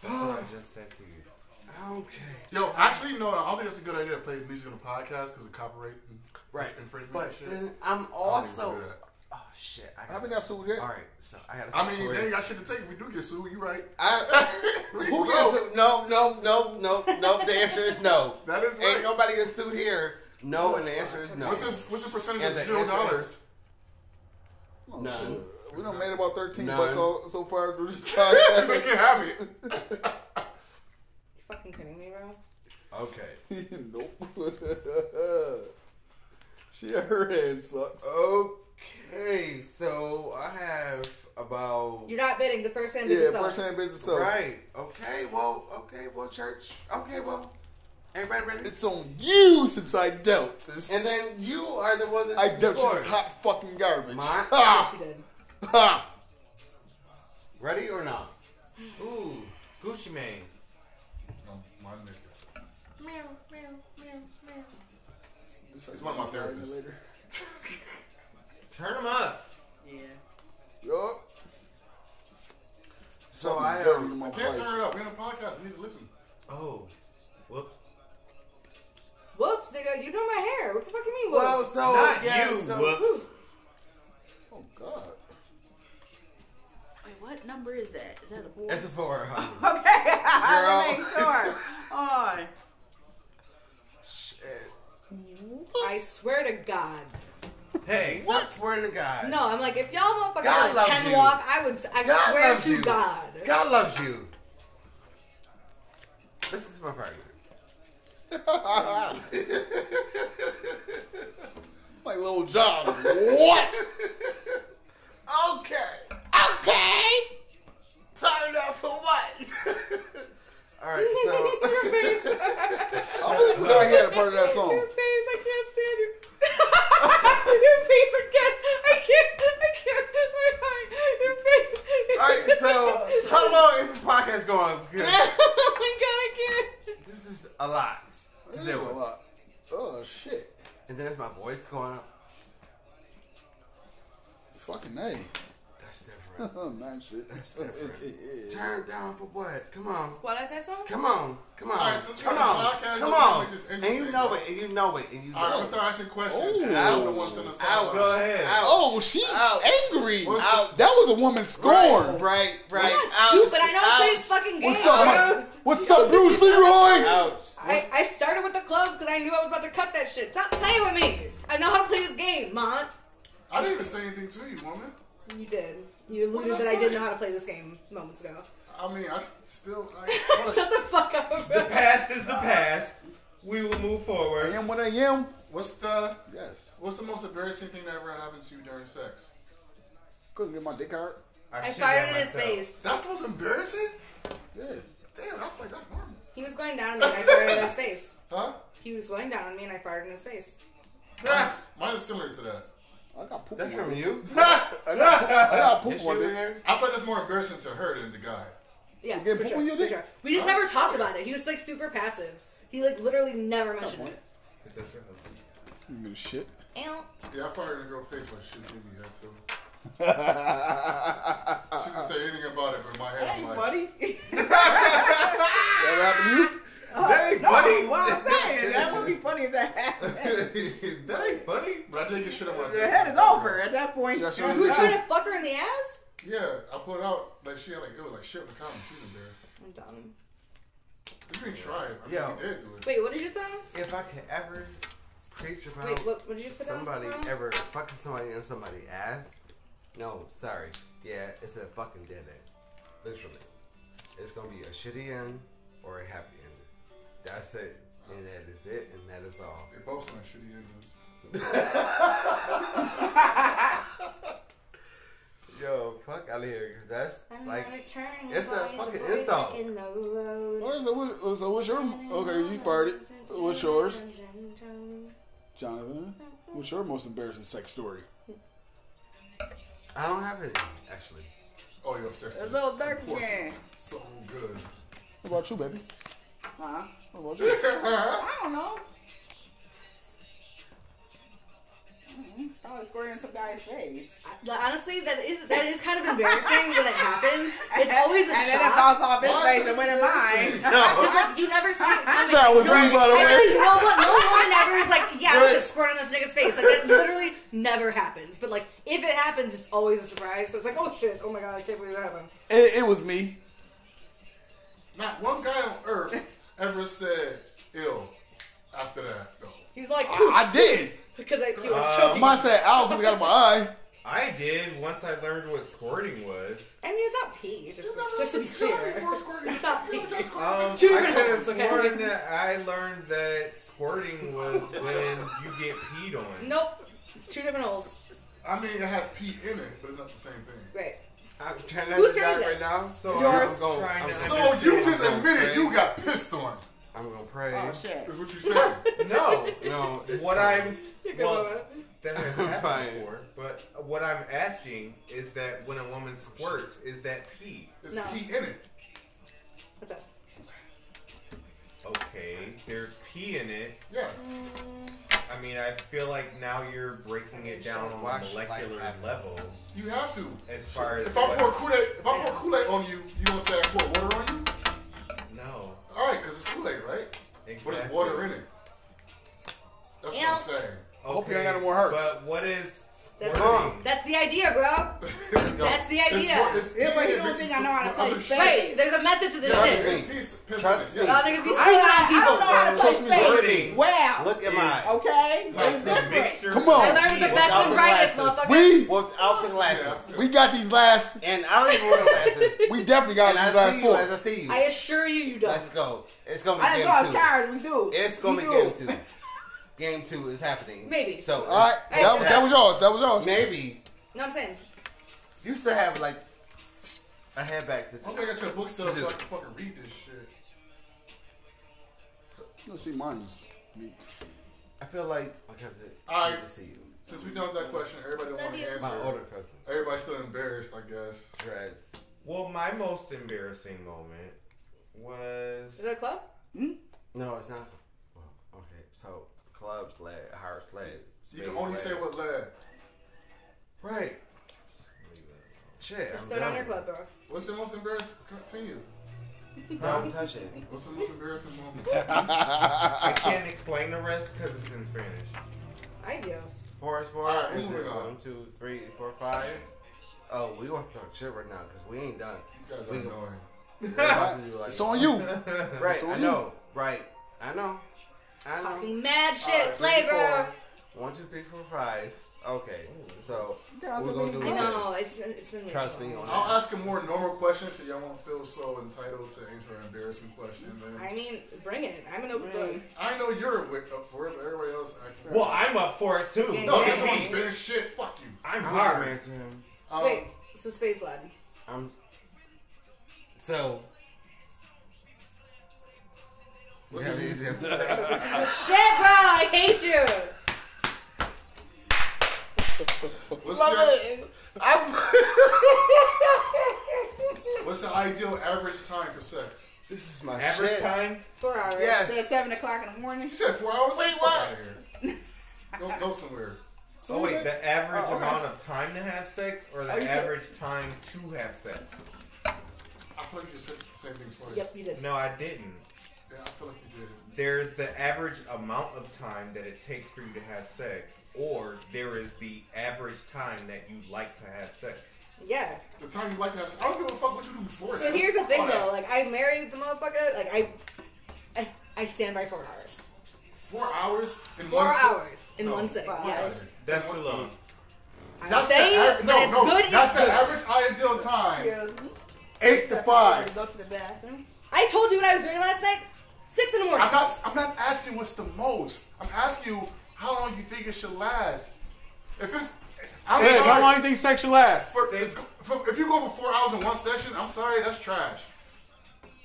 Speaker 9: That's what I just said to you.
Speaker 7: okay.
Speaker 2: Yo, actually, no, I don't think that's a good idea to play music on a podcast because of copyright and
Speaker 7: Right.
Speaker 2: infringement
Speaker 7: But
Speaker 2: and shit.
Speaker 7: then I'm
Speaker 2: I don't
Speaker 7: also.
Speaker 2: even do that.
Speaker 7: Oh shit! I
Speaker 1: I
Speaker 7: got.
Speaker 1: think I sued it.
Speaker 7: All right. So I got.
Speaker 2: I mean, dang, I should have taken. If we do get sued, you right?
Speaker 7: I, who gets sued? No, no, no, no, no. The answer is no.
Speaker 2: That is
Speaker 7: Ain't
Speaker 2: right.
Speaker 7: nobody gets sued here. No, and the answer is no.
Speaker 2: What's this? What's the percentage
Speaker 7: Yeah,
Speaker 2: of
Speaker 7: the
Speaker 2: zero
Speaker 7: answer-
Speaker 2: dollars?
Speaker 1: Oh,
Speaker 7: None.
Speaker 1: shit. We done made about 13
Speaker 7: None.
Speaker 1: bucks all, so far through this
Speaker 2: They
Speaker 1: podcast.
Speaker 2: can have it.
Speaker 3: you fucking kidding me, bro?
Speaker 7: Okay.
Speaker 1: nope. she, her head sucks.
Speaker 7: Uh, Okay. So I have about.
Speaker 3: You're not bidding. The first hand is
Speaker 1: Yeah,
Speaker 3: yourself.
Speaker 1: first hand business. So,
Speaker 7: uh, Right. Okay. Well. Okay. Well, church. Okay. Well. Everybody ready?
Speaker 1: it's on you since I dealt. It's-
Speaker 7: and then you are the one that
Speaker 1: I dealt you
Speaker 7: scored.
Speaker 1: this hot fucking garbage.
Speaker 7: My-
Speaker 1: ha!
Speaker 3: She did.
Speaker 1: Ha!
Speaker 7: Ready or not? Ooh.
Speaker 9: Gucci Mane.
Speaker 2: It's one of my therapists.
Speaker 9: Turn them up.
Speaker 8: Yeah.
Speaker 1: Yup.
Speaker 7: So I um,
Speaker 1: dirty
Speaker 7: am.
Speaker 1: in my
Speaker 2: Can't
Speaker 1: place.
Speaker 2: turn it up. We're in a podcast. We need to listen.
Speaker 9: Oh. Whoop.
Speaker 3: Whoops, nigga, you doing my hair? What the fuck you mean? Whoops?
Speaker 7: Well, so
Speaker 9: Not
Speaker 7: Oh, yeah,
Speaker 9: you.
Speaker 7: so-
Speaker 9: Whoops.
Speaker 1: Oh God.
Speaker 8: Wait, what number is that? Is that a four?
Speaker 7: It's a four, huh?
Speaker 8: Okay, I
Speaker 7: Girl.
Speaker 8: make sure. On.
Speaker 3: I swear to God.
Speaker 9: Hey.
Speaker 7: What? Swear to God.
Speaker 3: No, I'm like, if y'all motherfuckers
Speaker 7: God
Speaker 3: had a
Speaker 7: loves
Speaker 3: 10
Speaker 7: you.
Speaker 3: walk, I would, I
Speaker 7: God
Speaker 3: swear
Speaker 7: loves
Speaker 3: to
Speaker 7: you.
Speaker 3: God.
Speaker 7: God loves you. Listen to my partner.
Speaker 1: Like little Oh, John. what?
Speaker 7: Okay. Okay. Tired up for what? All
Speaker 1: I
Speaker 7: right.
Speaker 1: really forgot he had a part of that song.
Speaker 3: Your face, I can't stand you. Your face, I can't, I can't, I can't. My heart, your face.
Speaker 7: So, all right. So, how long is this podcast going? Because
Speaker 3: oh my god, I can't.
Speaker 7: this is a lot. to
Speaker 1: That
Speaker 7: do.
Speaker 1: is a lot. Oh shit.
Speaker 7: And then if my voice going up,
Speaker 1: Fucking A.
Speaker 7: that's different.
Speaker 1: Oh man, shit.
Speaker 7: Turn down for what? Come on.
Speaker 3: What I said so?
Speaker 7: Come on, come on,
Speaker 2: Alright, since
Speaker 7: come
Speaker 2: we're on
Speaker 7: on,
Speaker 2: the podcast,
Speaker 7: come
Speaker 2: let me
Speaker 7: on,
Speaker 2: just end
Speaker 7: and you
Speaker 2: this
Speaker 7: know
Speaker 2: thing.
Speaker 7: it, and you know it, and you know
Speaker 2: All right, I'm
Speaker 7: it.
Speaker 2: gonna start asking questions.
Speaker 1: Oh.
Speaker 2: Out. The ones in the
Speaker 7: Out.
Speaker 2: side.
Speaker 9: Go ahead.
Speaker 1: Oh, she's
Speaker 7: Ouch.
Speaker 1: angry.
Speaker 2: What's
Speaker 1: That was a woman scorned.
Speaker 7: Right, right, right.
Speaker 3: I'm not
Speaker 7: Ouch,
Speaker 3: stupid. I know how to play
Speaker 7: ouch.
Speaker 3: this fucking game.
Speaker 1: What's up? What's up, Bruce Leroy?
Speaker 7: Ouch.
Speaker 3: I, I started with the clubs because I knew I was about to cut that shit. Stop playing with me. I know how to play this game, ma.
Speaker 2: I didn't even say anything to you, woman.
Speaker 3: You did. You alluded
Speaker 2: What
Speaker 3: that
Speaker 2: did I
Speaker 3: I didn't
Speaker 2: say?
Speaker 3: know how to play this game moments ago.
Speaker 2: I mean, I still.
Speaker 3: Shut
Speaker 2: I,
Speaker 3: the fuck up.
Speaker 9: The past is the past. We will move
Speaker 1: I
Speaker 9: forward.
Speaker 1: am what I am.
Speaker 2: what's the
Speaker 1: Yes.
Speaker 2: What's the most embarrassing thing that ever happened to you during sex?
Speaker 1: Couldn't get my dick out.
Speaker 3: I
Speaker 9: shit
Speaker 3: fired
Speaker 9: on
Speaker 3: in his
Speaker 9: myself.
Speaker 3: face.
Speaker 2: That's the most embarrassing?
Speaker 1: Yeah.
Speaker 2: Damn, I feel like that's normal.
Speaker 3: He was going down on me and I fired in his face.
Speaker 2: Huh?
Speaker 3: He was going down on me and I fired in his face.
Speaker 2: Yes. Mine is similar to that.
Speaker 1: I got poop. on
Speaker 7: That's
Speaker 1: my
Speaker 7: from
Speaker 1: dick.
Speaker 7: you.
Speaker 1: I got poop- I got poop
Speaker 7: This shit
Speaker 1: on
Speaker 7: right
Speaker 1: my dick.
Speaker 7: here.
Speaker 2: I feel like that's more embarrassing to her than the guy.
Speaker 3: Yeah,
Speaker 1: You get
Speaker 3: for
Speaker 1: poop
Speaker 3: sure,
Speaker 1: on your
Speaker 3: for
Speaker 1: dick?
Speaker 3: sure. We just never talked about it. He was like super passive. He like literally never mentioned it.
Speaker 9: Is that your husband?
Speaker 1: You mean shit?
Speaker 2: Yeah, I fired in a girl's face when she did me that too. She didn't say anything about it, but in my head, I'm
Speaker 8: Hey, buddy.
Speaker 2: like,
Speaker 1: That ever happened to you?
Speaker 9: That ain't
Speaker 8: Oh, No,
Speaker 9: funny.
Speaker 8: well, I'm saying that would be funny if that happened.
Speaker 9: That ain't funny.
Speaker 2: But I did get shit on my
Speaker 8: The head is over at that point.
Speaker 1: That's what
Speaker 3: Who
Speaker 1: Yeah.
Speaker 3: tried to fuck her in the ass?
Speaker 2: Yeah, I pulled it out. Like she had like it was like shit on the condom. She was embarrassed.
Speaker 3: I'm done.
Speaker 2: You didn't try it. I mean,
Speaker 7: Yo.
Speaker 2: you did do it.
Speaker 3: Wait, what did you say?
Speaker 7: If I could ever preach about
Speaker 3: Wait, what, what did you say?
Speaker 7: somebody
Speaker 3: Ron?
Speaker 7: ever fucking somebody in somebody's ass, no, sorry. Yeah, it's a fucking dead end. Literally. It's gonna be a shitty end or a happy end. That's it. And that is it, and that is all.
Speaker 2: They both sound shitty endings.
Speaker 7: Yo, fuck out of here, cause that's
Speaker 3: I'm
Speaker 7: like,
Speaker 3: not returning
Speaker 7: it's a
Speaker 3: by the
Speaker 7: fucking
Speaker 3: voice
Speaker 7: insult.
Speaker 3: in the road.
Speaker 1: Well, so, what, so what's your okay? You fired it. What's yours, Jonathan? What's your most embarrassing sex story?
Speaker 7: I don't have any actually.
Speaker 2: Oh, yo, sex.
Speaker 8: It's
Speaker 2: is
Speaker 8: a little dirty
Speaker 2: important.
Speaker 8: again.
Speaker 2: So good.
Speaker 1: What about you, baby?
Speaker 8: Huh?
Speaker 1: What about you?
Speaker 8: I don't know. Mm-mm. Mm-hmm. Probably squirted in some guy's face.
Speaker 3: Like, honestly, that is that is kind of embarrassing when it happens. It's always a
Speaker 8: and then it bounced
Speaker 3: shock.
Speaker 8: off his face and went in mine.
Speaker 3: Because like you never see it coming.
Speaker 1: That was
Speaker 3: no,
Speaker 1: me, by the
Speaker 3: and,
Speaker 1: way.
Speaker 3: like, you know what? No woman ever is like, yeah, I'm gonna squirt on this nigga's face. Like that literally never happens. But like if it happens, it's always a surprise. So it's like, oh shit, oh my god, I can't believe that happened.
Speaker 1: It, it was me.
Speaker 2: Not one guy on earth ever said ill after that. No.
Speaker 3: He's like,
Speaker 1: I did.
Speaker 3: because I, he was
Speaker 9: Uh,
Speaker 3: choking.
Speaker 1: Mine said out because it got in my eye.
Speaker 9: I did once I learned what squirting was.
Speaker 3: I mean, it's not pee. Just, just to be clear, it's not pee. Children
Speaker 9: Um, I could have
Speaker 3: help, okay?
Speaker 9: sworn that I learned that squirting was when you get peed on.
Speaker 3: Nope. Two different holes.
Speaker 2: I mean, it has pee in it, but it's not the same thing.
Speaker 3: Right.
Speaker 7: I'm trying not
Speaker 3: Whose
Speaker 7: to
Speaker 3: turn
Speaker 7: die
Speaker 3: is it?
Speaker 7: right now, so
Speaker 9: Yours.
Speaker 7: I'm going.
Speaker 9: Trying
Speaker 7: I'm,
Speaker 9: to
Speaker 2: So
Speaker 9: understand.
Speaker 2: you just
Speaker 7: I'm gonna
Speaker 2: admitted
Speaker 7: pray.
Speaker 2: you got pissed on.
Speaker 7: I'm gonna pray.
Speaker 8: Oh, shit.
Speaker 2: Is what you said.
Speaker 9: No.
Speaker 7: No, it's
Speaker 9: What
Speaker 7: fine.
Speaker 9: I'm well, that has
Speaker 7: Fine.
Speaker 9: happened before, but what I'm asking is that when a woman squirts, is that pee?
Speaker 2: It's
Speaker 3: No.
Speaker 2: pee in it.
Speaker 3: That's us.
Speaker 9: Okay, there's pee in it.
Speaker 2: Yeah.
Speaker 9: I mean, I feel like now you're breaking it down on a
Speaker 7: Watch
Speaker 9: molecular
Speaker 7: life happen.
Speaker 9: level
Speaker 2: You have to.
Speaker 9: as far as
Speaker 2: If I pour
Speaker 9: what,
Speaker 2: Kool-Aid, if I pour Kool-Aid on you, you gonna say I pour water on you?
Speaker 9: no,
Speaker 2: All right, because it's Kool-Aid, right? But
Speaker 9: exactly.
Speaker 2: there's water in it. That's what I'm saying.
Speaker 9: Okay,
Speaker 1: hope you ain't got no more hurts.
Speaker 9: But what is
Speaker 3: That's-
Speaker 9: squirting?
Speaker 3: That's the idea, bro. That's the idea.
Speaker 2: It's, it's
Speaker 8: Yeah, but
Speaker 2: pee
Speaker 8: you
Speaker 2: in it
Speaker 8: don't
Speaker 2: mixed
Speaker 8: think I know how to
Speaker 2: with
Speaker 8: play
Speaker 2: other shit.
Speaker 8: spades.
Speaker 3: Right. There's a method to this
Speaker 2: Yeah,
Speaker 3: shit.
Speaker 2: it's piece- piss in
Speaker 7: Trust
Speaker 2: it,
Speaker 7: me.
Speaker 2: yeah.
Speaker 3: Y'all niggas be sleeping
Speaker 8: I,
Speaker 3: on
Speaker 8: I, I
Speaker 3: people.
Speaker 8: don't know how to play
Speaker 1: Trust me,
Speaker 8: spades.
Speaker 9: Squirting
Speaker 8: Wow.
Speaker 7: Look at mine.
Speaker 8: Okay?
Speaker 9: Like the
Speaker 8: it's different.
Speaker 9: mixture.
Speaker 1: Come on.
Speaker 3: I learned it the best and brightest, motherfucker.
Speaker 1: We
Speaker 7: Without the
Speaker 2: Yeah, I
Speaker 7: glasses,
Speaker 2: feel
Speaker 1: we got these last.
Speaker 7: and I don't even wear glasses.
Speaker 1: We definitely got
Speaker 7: and
Speaker 1: these
Speaker 7: I see
Speaker 1: last
Speaker 7: you as I
Speaker 1: four.
Speaker 7: see you.
Speaker 3: I assure you, you don't.
Speaker 7: Let's go. It's gonna be
Speaker 8: I didn't
Speaker 7: game
Speaker 8: go as
Speaker 7: two.
Speaker 8: tired. We do.
Speaker 7: It's gonna
Speaker 8: we
Speaker 7: be
Speaker 8: do.
Speaker 7: game two. Game two is happening.
Speaker 3: Maybe.
Speaker 7: So
Speaker 1: All right, that was that was yours. That was yours.
Speaker 7: maybe
Speaker 3: You know what I'm saying?
Speaker 7: you used to have like a head back to
Speaker 2: I hope I got your book set up so I can fucking read this shit.
Speaker 1: Let's see, mine is meek.
Speaker 7: I feel like I have to,
Speaker 2: All right.
Speaker 7: to see you.
Speaker 2: Since we done that question, everybody don't want
Speaker 3: Love you.
Speaker 2: to
Speaker 7: My
Speaker 2: answer.
Speaker 7: older cousin.
Speaker 2: Everybody's still embarrassed, I guess.
Speaker 7: Dreads.
Speaker 9: Well, my most embarrassing moment was
Speaker 3: Is that a club?
Speaker 7: No, it's not. Well, okay. So club sled, higher sled.
Speaker 2: You can only say what lad.
Speaker 7: Right. Shit. I'm
Speaker 3: Throw down
Speaker 7: done.
Speaker 3: your club, bro.
Speaker 2: What's the most embarrassing? Continue.
Speaker 7: Don't touch it.
Speaker 2: What's the most embarrassing moment?
Speaker 9: I can't explain the rest because it's in Spanish.
Speaker 3: Ideos.
Speaker 7: Four is four.
Speaker 2: All right,
Speaker 7: is
Speaker 2: moving
Speaker 7: it
Speaker 2: on.
Speaker 7: one, two, three, four, five? Oh, we want to talk shit right now because we ain't done.
Speaker 2: You guys are
Speaker 7: We-
Speaker 2: annoying.
Speaker 7: we're about to do like-
Speaker 1: It's on you.
Speaker 7: Right.
Speaker 1: It's on
Speaker 7: I
Speaker 1: you.
Speaker 7: know. Right. I know. I know.
Speaker 3: Fucking mad shit,
Speaker 2: Alright,
Speaker 3: play, bro.
Speaker 7: Four. One, two, three, four, five. Okay. So
Speaker 8: Girls
Speaker 7: we're
Speaker 8: are
Speaker 7: gonna
Speaker 8: being
Speaker 7: do
Speaker 3: I
Speaker 7: this.
Speaker 3: know. It's been, it's been
Speaker 7: Trust me
Speaker 3: miserable.
Speaker 7: on
Speaker 2: I'll
Speaker 7: that.
Speaker 2: ask a more normal question so y'all won't feel so entitled to answer an embarrassing question. Man.
Speaker 3: I mean, bring it. I'm an open book.
Speaker 2: I know you're wi- up for it, but everybody else. I can't.
Speaker 9: Well, I'm up for it too.
Speaker 3: Yeah,
Speaker 2: no,
Speaker 9: Look
Speaker 2: you
Speaker 9: at
Speaker 2: don't
Speaker 9: me.
Speaker 2: spin shit. Fuck you.
Speaker 9: I'm
Speaker 7: I'm not
Speaker 9: hard.
Speaker 7: married to him.
Speaker 2: Um,
Speaker 3: Wait, so Spade's lad.
Speaker 7: I'm. So.
Speaker 2: What's
Speaker 7: Yeah,
Speaker 2: the-
Speaker 7: yeah, yeah.
Speaker 3: Shit, bro, I hate you.
Speaker 2: What's
Speaker 7: Love
Speaker 2: your, what's the ideal average time for sex? This is my
Speaker 9: Average
Speaker 2: shit.
Speaker 9: time?
Speaker 8: Four hours.
Speaker 2: Yes.
Speaker 8: At seven o'clock in the morning.
Speaker 2: You said four hours? Wait,
Speaker 9: what?
Speaker 2: Go, go somewhere.
Speaker 9: Oh wait, the average
Speaker 8: Oh, okay.
Speaker 9: amount of time to have sex or the
Speaker 7: Oh,
Speaker 8: Are you sure?
Speaker 9: average time to have sex?
Speaker 2: I feel like you said the same thing twice.
Speaker 8: Yep, you did.
Speaker 9: No, I didn't.
Speaker 2: Yeah, I feel like you did.
Speaker 9: There's the average amount of time that it takes for you to have sex, or there is the average time that you like to have sex.
Speaker 8: Yeah.
Speaker 2: The time you like to have sex. I don't give a fuck what you do before
Speaker 3: So
Speaker 2: that.
Speaker 3: here's the
Speaker 2: Fuck
Speaker 3: thing
Speaker 2: all that.
Speaker 3: though, like I married the motherfucker, like I, I, I stand by four hours.
Speaker 2: Four hours in
Speaker 3: Four
Speaker 2: one sit-
Speaker 3: hours in
Speaker 2: No,
Speaker 3: one sitting.
Speaker 2: fuck
Speaker 3: Yes.
Speaker 2: that.
Speaker 9: That's too long.
Speaker 3: I'm saying,
Speaker 2: the, aver-
Speaker 3: but
Speaker 2: no,
Speaker 3: it's
Speaker 2: no,
Speaker 3: good.
Speaker 2: That's
Speaker 3: it's
Speaker 2: the
Speaker 3: good.
Speaker 2: average ideal time. Eight to
Speaker 8: Step
Speaker 2: five.
Speaker 8: over, Go to the bathroom.
Speaker 3: I told you what I was doing last night. Six in the morning.
Speaker 2: I'm not. I'm not asking what's the most. I'm asking you how long you think it should last. If it's, I'm
Speaker 1: Hey,
Speaker 2: sorry.
Speaker 1: how long you think sex should last?
Speaker 2: For, if, for- if you go for four hours in one session, I'm sorry, that's trash.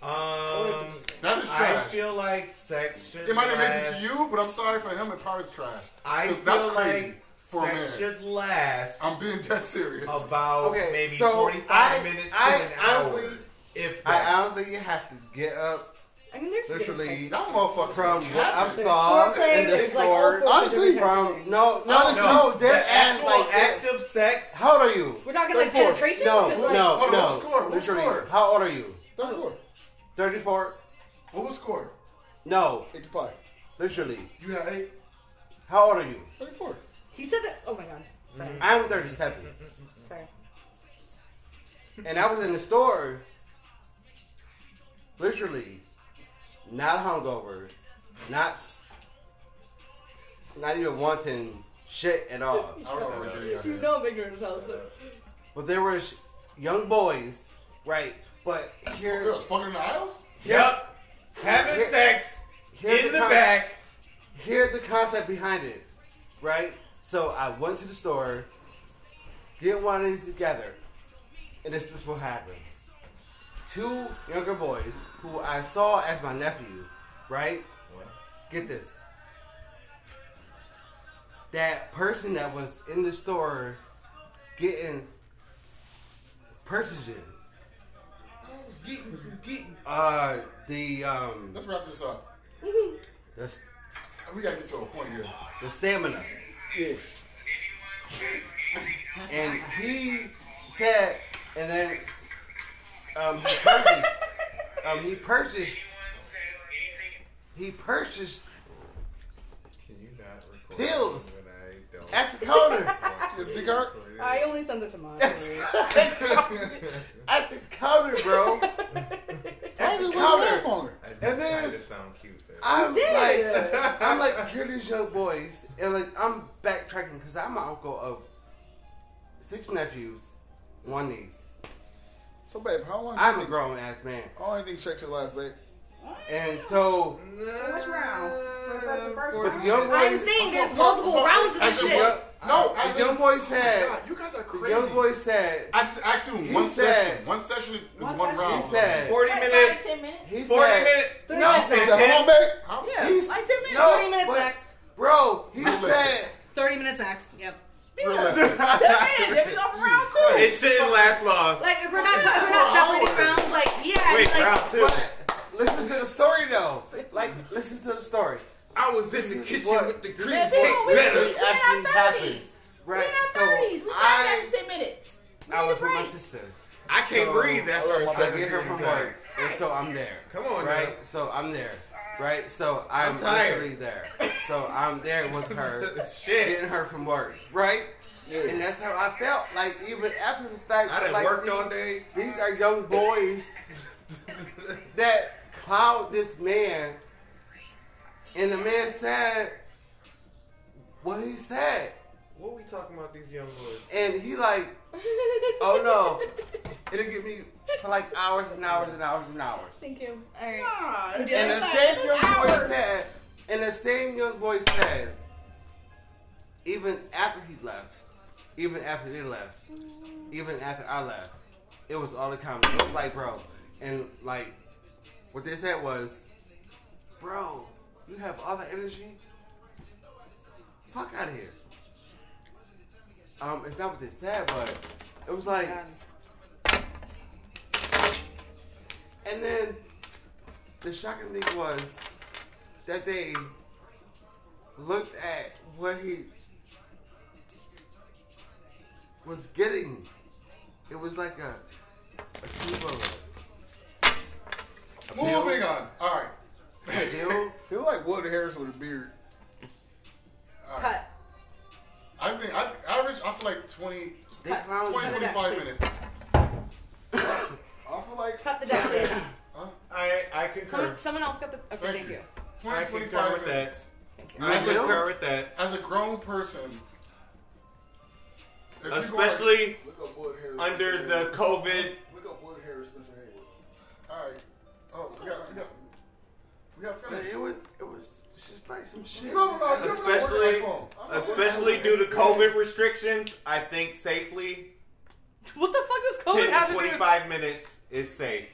Speaker 9: Um,
Speaker 2: That is
Speaker 9: I
Speaker 2: trash.
Speaker 9: feel like sex should.
Speaker 2: it might not make sense
Speaker 9: last-
Speaker 2: to you, but I'm sorry for him. It part is trash.
Speaker 9: I
Speaker 2: 'Cause
Speaker 9: feel
Speaker 2: that's crazy
Speaker 9: like
Speaker 2: for a man.
Speaker 9: sex should last
Speaker 2: I'm being dead serious.
Speaker 7: Oh,
Speaker 9: about
Speaker 7: Okay,
Speaker 9: maybe
Speaker 7: so
Speaker 9: 45
Speaker 7: I-
Speaker 9: minutes
Speaker 7: I
Speaker 9: to an
Speaker 7: honestly-
Speaker 9: hour. If that.
Speaker 7: I honestly have to get up
Speaker 3: I mean, there's different
Speaker 7: literally
Speaker 3: types.
Speaker 2: Y'all motherfuckers
Speaker 7: from
Speaker 2: is
Speaker 7: what I
Speaker 2: capping.
Speaker 7: saw
Speaker 3: Foreplay,
Speaker 7: in the
Speaker 3: there's, like, all
Speaker 7: store.
Speaker 3: sorts of
Speaker 1: Honestly,
Speaker 3: different types of
Speaker 7: From
Speaker 3: things.
Speaker 7: no, no, no,
Speaker 9: no,
Speaker 7: dead
Speaker 9: the
Speaker 7: ass
Speaker 9: actual
Speaker 7: like that.
Speaker 9: active sex.
Speaker 7: How old are you?
Speaker 3: We're talking like
Speaker 7: 34.
Speaker 3: penetration?
Speaker 7: No,
Speaker 3: 'Cause,
Speaker 7: no,
Speaker 3: like-
Speaker 2: Hold on,
Speaker 7: no.
Speaker 2: what score? What
Speaker 7: Literally,
Speaker 2: score?
Speaker 7: how old are you?
Speaker 1: Third floor.
Speaker 7: Thirty-four.
Speaker 2: What was score?
Speaker 7: No,
Speaker 1: 85.
Speaker 7: literally.
Speaker 2: You had eight.
Speaker 7: How old are you?
Speaker 1: 34.
Speaker 3: He said that. Oh my god. Sorry.
Speaker 2: Mm-hmm.
Speaker 7: I'm 37,
Speaker 3: Sorry.
Speaker 7: and I was in the store. Literally, not hungover, not, not even wanting shit at all.
Speaker 2: I don't know what you
Speaker 3: You know I'm ignorant as hell. So.
Speaker 7: But there were sh- young boys, right? But here,
Speaker 2: Girls fucking in the aisles.
Speaker 9: Yep. Having
Speaker 7: Here-
Speaker 9: sex
Speaker 7: here's
Speaker 9: in the
Speaker 7: con-
Speaker 9: back.
Speaker 7: Here's the concept behind it, right? So I went to the store, get one of these together, and this is what happened. Two younger boys who I saw as my nephew, right? Get this. That person that was in the store getting purchasing, uh, the um,
Speaker 2: Let's wrap this up.
Speaker 7: the,
Speaker 2: We gotta get to a point here.
Speaker 7: the stamina. And he said, and then um, he purchased. um, he purchased. He purchased
Speaker 9: Can you not record
Speaker 7: Pills.
Speaker 9: when I don't
Speaker 7: at the counter.
Speaker 1: Your dick hurt?
Speaker 9: record
Speaker 8: I only sent it to mom.
Speaker 7: at the counter, bro.
Speaker 1: Why
Speaker 7: the
Speaker 1: does it last
Speaker 7: counter.
Speaker 1: longer?
Speaker 9: I did
Speaker 7: And then-
Speaker 9: kinda sound cute there.
Speaker 7: I'm
Speaker 3: did.
Speaker 7: like, I'm like, here these young boys, and like, I'm backtracking because I'm an uncle of six nephews, one niece.
Speaker 1: So, babe, how long do you
Speaker 7: I'm a
Speaker 1: think,
Speaker 7: grown ass man,
Speaker 1: how long do you think sex should last, babe?
Speaker 7: and so
Speaker 8: Which round? For the first- the first
Speaker 7: with
Speaker 8: round?
Speaker 7: the young boys,
Speaker 3: I'm saying there's multiple rounds of this
Speaker 2: Actually,
Speaker 3: shit.
Speaker 2: what- No,
Speaker 7: the
Speaker 2: actually-
Speaker 7: young boy
Speaker 2: Oh my
Speaker 7: said,
Speaker 2: God, you guys are
Speaker 7: the
Speaker 2: crazy.
Speaker 7: young boy said,
Speaker 2: Actually, actually
Speaker 7: He
Speaker 2: one session.
Speaker 7: said-
Speaker 2: One session is, is one,
Speaker 8: One session.
Speaker 2: round.
Speaker 7: he said,
Speaker 9: 40
Speaker 8: Like,
Speaker 9: minutes.
Speaker 8: five, ten minutes?
Speaker 7: he
Speaker 9: 40
Speaker 7: said,
Speaker 9: minutes.
Speaker 7: no,
Speaker 1: He said, how long, babe?
Speaker 2: How-
Speaker 8: Yeah,
Speaker 7: He's-
Speaker 8: like ten minutes.
Speaker 7: no,
Speaker 3: 30 minutes
Speaker 7: but-
Speaker 3: max.
Speaker 7: bro, he
Speaker 2: Realistic.
Speaker 7: said,
Speaker 3: 30 minutes max. Yep.
Speaker 2: Realistic.
Speaker 8: Ten minutes. If you go for round two.
Speaker 9: It shouldn't last long.
Speaker 3: Like if we're not ta- if we're not separating rounds, like yeah,
Speaker 9: Wait,
Speaker 3: like
Speaker 9: round two.
Speaker 7: but listen to the story though, like, listen to the story.
Speaker 9: I was in the
Speaker 7: This is
Speaker 9: kitchen
Speaker 7: what-
Speaker 9: with the grease
Speaker 8: Yeah,
Speaker 9: kick
Speaker 8: people, we-
Speaker 9: better.
Speaker 8: we- in our
Speaker 7: happened,
Speaker 8: thirties.
Speaker 7: right?
Speaker 8: We're in our thirties. We
Speaker 7: so
Speaker 8: time
Speaker 7: I,
Speaker 8: after ten minutes. We
Speaker 7: I
Speaker 8: need
Speaker 7: was
Speaker 8: a
Speaker 7: with my
Speaker 8: break.
Speaker 7: sister.
Speaker 9: I can't
Speaker 7: So,
Speaker 9: breathe after
Speaker 7: I
Speaker 9: a
Speaker 7: love- I
Speaker 9: second
Speaker 7: get her
Speaker 9: period
Speaker 7: from
Speaker 9: of
Speaker 7: work,
Speaker 9: time.
Speaker 7: and so I'm there.
Speaker 9: Come on,
Speaker 7: right?
Speaker 9: now.
Speaker 7: So I'm there, right? So I'm,
Speaker 9: tired.
Speaker 7: literally there. So I'm there with her,
Speaker 9: Shit.
Speaker 7: getting her from work, right? And that's how I felt. Like even after the fact,
Speaker 9: I done
Speaker 7: like,
Speaker 9: worked
Speaker 7: these-
Speaker 9: all day.
Speaker 7: These are young boys that cloud this man, and the man said what he said,
Speaker 9: What we talking about these young boys?
Speaker 7: and he like Oh no. It'll get me for like hours and hours and hours and hours.
Speaker 3: Thank you. All right.
Speaker 8: Nah, dude,
Speaker 7: And the
Speaker 8: it's
Speaker 7: same
Speaker 8: like
Speaker 7: young boy
Speaker 8: hours.
Speaker 7: said, and the same young boy said, even after he left, even after they left, even after I left, it was all the comedy. It was like, bro, and like, what they said was, bro, you have all that energy? Fuck out of here. Um, it's not what they said, but it was like,
Speaker 8: God.
Speaker 7: And then The shocking thing was that they looked at what he was getting. It was like a, a Tebow.
Speaker 2: Moving on. All right.
Speaker 7: Bill?
Speaker 1: He look like Wood Harris with a beard.
Speaker 2: All right.
Speaker 3: Cut.
Speaker 2: I think I average. I feel like 20,
Speaker 7: They clown
Speaker 2: 20
Speaker 3: Cut it out,
Speaker 2: 25
Speaker 3: please.
Speaker 2: minutes.
Speaker 1: I feel like
Speaker 3: Cut the deck, please.
Speaker 9: I I concur.
Speaker 3: Someone, someone else got the. Okay,
Speaker 2: Thank
Speaker 3: thank
Speaker 2: you.
Speaker 3: you.
Speaker 2: 20,
Speaker 9: I
Speaker 2: 25
Speaker 9: concur with that.
Speaker 2: minutes.
Speaker 9: I
Speaker 2: As a,
Speaker 9: concur with that.
Speaker 2: as a grown person, if you go on-
Speaker 9: Especially
Speaker 1: look up Wood Harris.
Speaker 9: under the COVID.
Speaker 1: Look up Wood Harris, Spencer Haywood.
Speaker 2: all right. Oh, we got, we got, we got
Speaker 7: Like,
Speaker 2: finished.
Speaker 7: It was it was just like some shit.
Speaker 2: No, no, no,
Speaker 9: Especially, especially due to COVID restrictions, I think safely
Speaker 3: What the fuck does
Speaker 9: 10
Speaker 3: COVID have
Speaker 9: to
Speaker 3: to do with
Speaker 9: 25 minutes is safe.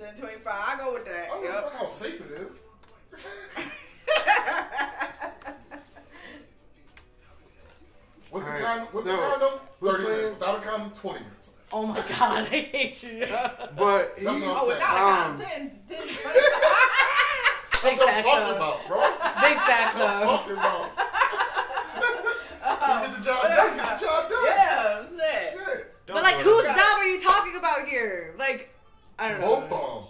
Speaker 8: 10, 25. I go with that.
Speaker 2: I don't know
Speaker 8: Yep.
Speaker 2: fuck how safe it is. What's the
Speaker 7: All right,
Speaker 2: condom? What's the
Speaker 7: so,
Speaker 2: condom?
Speaker 7: we're
Speaker 2: Thirty minutes.
Speaker 7: playing-
Speaker 2: Without a condom, twenty minutes.
Speaker 3: Oh my god, I hate you. That's
Speaker 7: But he,
Speaker 2: That's what I'm
Speaker 8: Oh,
Speaker 2: saying.
Speaker 8: without
Speaker 7: Um,
Speaker 8: um, 10, 10, 25.
Speaker 2: That's what I'm talking about, bro. That's
Speaker 3: Big facts
Speaker 2: what I'm
Speaker 3: though.
Speaker 2: talking about. You get the job done. Get the job done.
Speaker 8: yeah, I'm saying.
Speaker 2: Shit.
Speaker 9: Don't
Speaker 3: But like,
Speaker 9: go to-
Speaker 3: whose job are you talking about here? Like, I don't know.
Speaker 2: Both of them.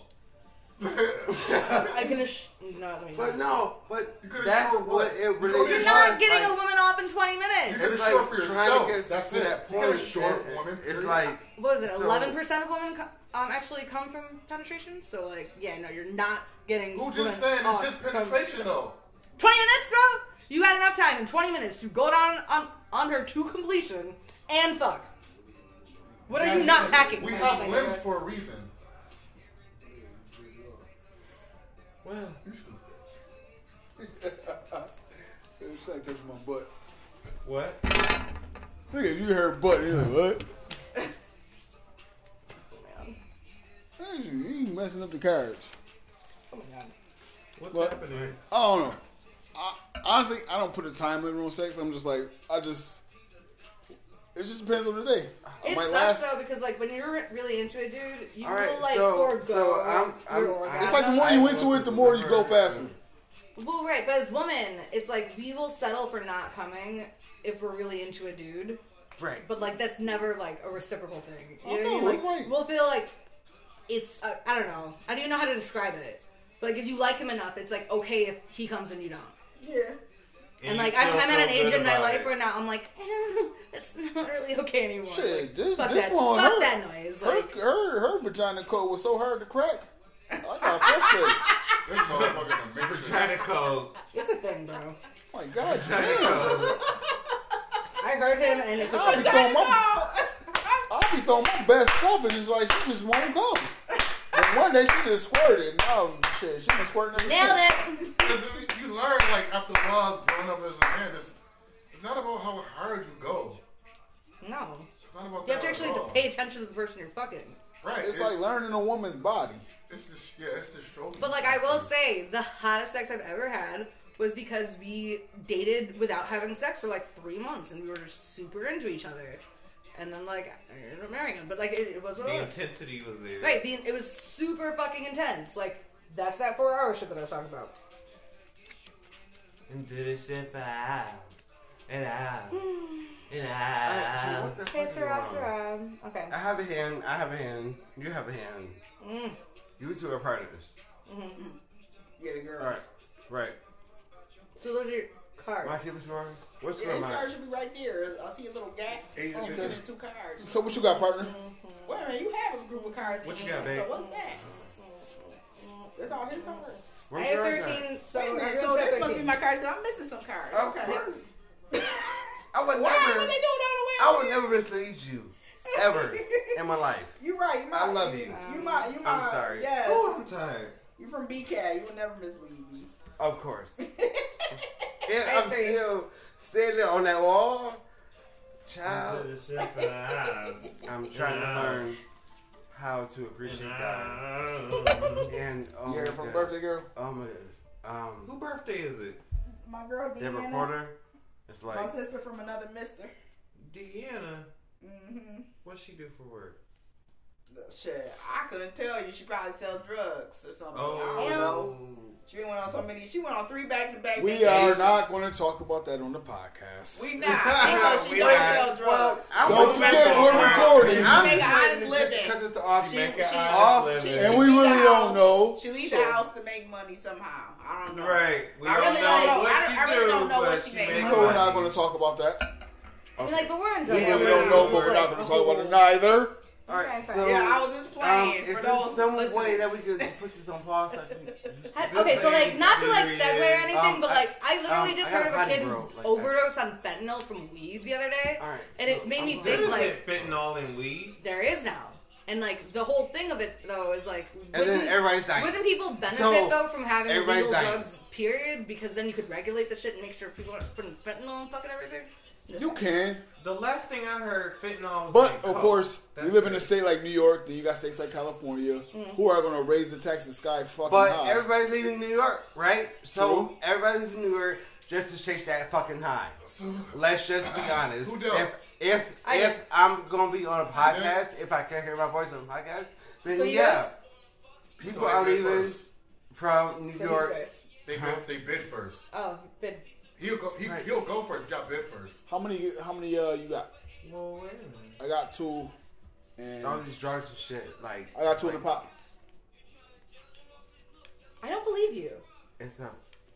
Speaker 3: I'm gonna. Sh- no, no,
Speaker 7: but
Speaker 3: no.
Speaker 7: no, but
Speaker 2: You could've
Speaker 7: that's
Speaker 2: sure
Speaker 7: what
Speaker 2: was.
Speaker 7: it really
Speaker 2: could've
Speaker 3: You're
Speaker 7: was.
Speaker 3: not getting
Speaker 7: like,
Speaker 3: a woman off in 20
Speaker 2: You
Speaker 3: minutes.
Speaker 2: get a
Speaker 7: It's like
Speaker 2: short for
Speaker 7: trying
Speaker 2: yourself.
Speaker 7: to get
Speaker 2: That's
Speaker 7: to
Speaker 2: it.
Speaker 7: that
Speaker 2: You get a
Speaker 7: point.
Speaker 2: short
Speaker 7: and-
Speaker 2: woman.
Speaker 7: It's
Speaker 2: period.
Speaker 7: like
Speaker 3: What was it?
Speaker 7: So-
Speaker 3: 11% of women co- um, actually come from penetration. So like, yeah, no, you're not getting.
Speaker 2: Who
Speaker 3: women
Speaker 2: just saying
Speaker 3: off
Speaker 2: it's just
Speaker 3: from-
Speaker 2: penetration though?
Speaker 3: 20 minutes, bro. You got enough time in 20 minutes to go down on on her to completion and fuck. What are you not packing?
Speaker 2: We have limbs for a reason.
Speaker 9: Well,
Speaker 2: You stupid.
Speaker 1: It's like touching my butt.
Speaker 9: what?
Speaker 1: Look at you heard butt. You're like what? Andrew, you messing up the carriage.
Speaker 9: What's
Speaker 1: What?
Speaker 9: happening?
Speaker 1: I don't know. I, honestly, I don't put a time limit on sex. I'm just like, I just. It just depends on the day. I
Speaker 3: It
Speaker 1: might
Speaker 3: sucks
Speaker 1: last.
Speaker 3: though because like when you're really into it, dude, you
Speaker 7: All right,
Speaker 3: will like
Speaker 7: so-
Speaker 3: forego
Speaker 7: so I'm- I'm-
Speaker 3: your
Speaker 7: I'm-
Speaker 3: orgasm.
Speaker 1: It's like the more you into it, the more you go faster.
Speaker 3: well, right, but as women, it's like we will settle for not coming if we're really into a dude,
Speaker 7: right.
Speaker 3: but like that's never like a reciprocal thing. You
Speaker 1: I
Speaker 3: know,
Speaker 1: know,
Speaker 3: what I mean?
Speaker 1: it's
Speaker 3: like
Speaker 1: like-
Speaker 3: we'll feel like it's uh, I don't know, I don't even know how to describe it. But like if you like him enough, it's like okay if he comes and you don't.
Speaker 8: Yeah.
Speaker 3: And,
Speaker 9: you
Speaker 3: like I'm,
Speaker 9: still
Speaker 3: I'm at an
Speaker 9: feel
Speaker 3: age
Speaker 9: good
Speaker 3: in my
Speaker 9: about
Speaker 3: life
Speaker 9: it.
Speaker 3: where now I'm like, eh, it's not really okay anymore.
Speaker 1: Shit,
Speaker 3: Like,
Speaker 1: this-
Speaker 3: fuck
Speaker 1: this
Speaker 3: that,
Speaker 1: one
Speaker 3: fuck
Speaker 1: hurt.
Speaker 3: that noise.
Speaker 1: Her,
Speaker 3: Like,
Speaker 1: her, her vagina code was so hard to crack. I got frustrated.
Speaker 2: This motherfucker done mixed it.
Speaker 9: Vagina code.
Speaker 3: it's a thing, bro.
Speaker 1: I'm like, God damn.
Speaker 3: I heard him, and it's a
Speaker 1: I'll be
Speaker 3: thing.
Speaker 1: throwing my, I'll be throwing my best stuff, and it's like she just won't come. And one day she just squirted. Now shit, she been squirting ever
Speaker 3: Nailed
Speaker 1: since.
Speaker 3: it.
Speaker 2: Because you you learn, like, after a while, growing up as a man, it's, it's not about how hard you go.
Speaker 3: No,
Speaker 2: It's not about
Speaker 3: you
Speaker 2: that
Speaker 3: have
Speaker 2: at
Speaker 3: to actually
Speaker 2: all.
Speaker 3: pay attention to the person you're fucking.
Speaker 2: Right.
Speaker 1: It's like learning a woman's body.
Speaker 2: it's just, yeah, it's just strolling.
Speaker 3: But like I will say, the hottest sex I've ever had was because we dated without having sex for like three months, and we were just super into each other. And then like I ended up marrying him, but like it, it was what it
Speaker 9: The
Speaker 3: was.
Speaker 9: intensity was there.
Speaker 3: Right, being, it was super fucking intense. Like, that's that four hour shit that I was talking about.
Speaker 9: And did it sit for hours and hours and
Speaker 2: uh,
Speaker 7: I, so
Speaker 9: hours.
Speaker 7: what the fuck is going on?
Speaker 3: Okay.
Speaker 7: I have a hand. I have a hand. You have a hand.
Speaker 3: Mm.
Speaker 7: You two are partners.
Speaker 8: Get a girl.
Speaker 7: All right, right.
Speaker 3: So those are your cards.
Speaker 7: Am I keeping score? What's
Speaker 8: Yeah,
Speaker 7: going
Speaker 8: this card
Speaker 7: on?
Speaker 8: should be right there. I see a little gap
Speaker 2: Eight
Speaker 8: between
Speaker 2: minutes.
Speaker 8: the two cards.
Speaker 1: So what you got, partner?
Speaker 8: Wait a minute, you have a group of cards.
Speaker 9: What you
Speaker 8: in
Speaker 9: got,
Speaker 8: there,
Speaker 9: babe?
Speaker 8: So what's that? That's all his cards.
Speaker 3: I
Speaker 7: Where's
Speaker 3: have
Speaker 7: yours at?
Speaker 3: 13, so
Speaker 8: Wait a
Speaker 3: I
Speaker 8: minute,
Speaker 3: switched
Speaker 8: so
Speaker 3: up
Speaker 8: this must be
Speaker 3: 13.
Speaker 8: my cards because I'm missing some cards.
Speaker 7: Of
Speaker 8: Okay.
Speaker 7: course. I would
Speaker 8: Why
Speaker 7: Oh, never.
Speaker 8: would they do it all
Speaker 7: I
Speaker 8: the way?
Speaker 7: would never mislead you, ever in my life.
Speaker 8: You're right. You
Speaker 7: I
Speaker 8: my,
Speaker 7: love you.
Speaker 8: You my, you my.
Speaker 7: I'm sorry.
Speaker 8: Yes.
Speaker 9: Oh, I'm tired.
Speaker 8: You from BK. You will never mislead me.
Speaker 7: Of course. and
Speaker 3: I
Speaker 7: I'm
Speaker 3: agree.
Speaker 7: still standing on that wall,
Speaker 9: And
Speaker 7: child.
Speaker 9: did it sit for hours
Speaker 7: I'm trying to
Speaker 9: Yeah.
Speaker 7: learn how to appreciate
Speaker 9: and
Speaker 7: God.
Speaker 9: hours.
Speaker 7: And oh
Speaker 1: Yeah,
Speaker 7: my
Speaker 1: from
Speaker 7: God.
Speaker 1: birthday girl.
Speaker 7: Oh my God. Um,
Speaker 9: Who birthday is it?
Speaker 8: My girl
Speaker 7: that
Speaker 8: Deanna.
Speaker 7: reporter. It's like
Speaker 8: my sister from another mister.
Speaker 9: Deanna.
Speaker 8: Mm-hmm.
Speaker 9: What's she do for work?
Speaker 8: Shit, I couldn't tell you. She probably sells drugs or something.
Speaker 1: Oh.
Speaker 8: I don't know. She went on so many. She went on three back to back.
Speaker 1: We are not going to talk about that on the podcast.
Speaker 8: We not. Because she don't sell drugs.
Speaker 1: Don't forget we're recording,
Speaker 8: I'm make an honest living.
Speaker 7: Because it's the off,
Speaker 8: She- she-
Speaker 7: off,
Speaker 8: she-
Speaker 1: and we really don't know.
Speaker 8: She leave the house to make money somehow. I don't know.
Speaker 9: Right. We
Speaker 8: I
Speaker 9: don't
Speaker 8: really
Speaker 9: know
Speaker 8: don't know.
Speaker 9: what
Speaker 8: I,
Speaker 9: she
Speaker 8: don't- I really
Speaker 9: do,
Speaker 8: don't know
Speaker 9: but
Speaker 8: what she
Speaker 9: she
Speaker 8: made.
Speaker 9: makes
Speaker 1: So we're not going to talk about that.
Speaker 3: I mean, like, but we're in
Speaker 1: We really
Speaker 3: Delaware.
Speaker 1: don't know, but we're not going to talk about Um, it neither.
Speaker 7: All right,
Speaker 3: Okay,
Speaker 7: so
Speaker 8: Yeah, I was just
Speaker 7: um,
Speaker 8: playing
Speaker 7: is
Speaker 8: for
Speaker 7: there
Speaker 8: those.
Speaker 7: some way that we could put this on pause? So I can,
Speaker 3: Ha- Okay, so like not to like segue or anything,
Speaker 7: Um,
Speaker 3: but
Speaker 7: I-
Speaker 3: like I literally
Speaker 7: um,
Speaker 3: just
Speaker 7: I got
Speaker 3: heard of
Speaker 7: a
Speaker 3: a
Speaker 7: honey
Speaker 3: kid
Speaker 7: bro, like, I-
Speaker 3: overdose on fentanyl from weed the other day,
Speaker 7: Alright,
Speaker 3: and
Speaker 7: so
Speaker 3: it made me
Speaker 7: I'm
Speaker 3: think
Speaker 9: There's
Speaker 3: like
Speaker 9: that fentanyl in weed.
Speaker 3: there is now, and like the whole thing of it though is like
Speaker 7: and
Speaker 3: wouldn't-
Speaker 7: then everybody's dying.
Speaker 3: Wouldn't people benefit
Speaker 7: So,
Speaker 3: though from having
Speaker 7: everybody's
Speaker 3: legal
Speaker 7: dying.
Speaker 3: drugs? Period, because then you could regulate the shit and make sure people aren't putting fentanyl in fucking everything. Just-
Speaker 1: You can,
Speaker 9: The last thing I heard, fentanyl. Was
Speaker 1: but
Speaker 9: like
Speaker 1: of
Speaker 9: coke.
Speaker 1: course,
Speaker 9: That's
Speaker 1: you live in
Speaker 9: good.
Speaker 1: a state like New York, then you got states like California
Speaker 8: Mm.
Speaker 1: who are going to raise the taxes sky fucking
Speaker 7: But
Speaker 1: high.
Speaker 7: everybody's leaving New York, right? So
Speaker 1: True.
Speaker 7: everybody's leaving New York just to chase that fucking high. Let's just be honest.
Speaker 2: Who don't?
Speaker 7: if if
Speaker 3: I-
Speaker 7: if I'm gonna be on a podcast, if I can't hear my voice on a podcast, then
Speaker 3: So you
Speaker 7: yeah,
Speaker 3: guys-
Speaker 7: people
Speaker 2: So they
Speaker 7: are
Speaker 2: bid
Speaker 7: leaving
Speaker 2: first.
Speaker 7: from New
Speaker 3: So he
Speaker 7: York.
Speaker 3: says-
Speaker 2: They bid, they bid first.
Speaker 3: Oh, good.
Speaker 2: He'll go. He,
Speaker 7: Right.
Speaker 2: He'll go first. Drop bid first.
Speaker 1: how many? How many? Uh, you got?
Speaker 9: Well, wait a minute.
Speaker 1: I got two, and
Speaker 7: All
Speaker 1: I
Speaker 7: these drugs and shit, like
Speaker 1: got two in the pot.
Speaker 3: I don't believe you.
Speaker 7: it's a.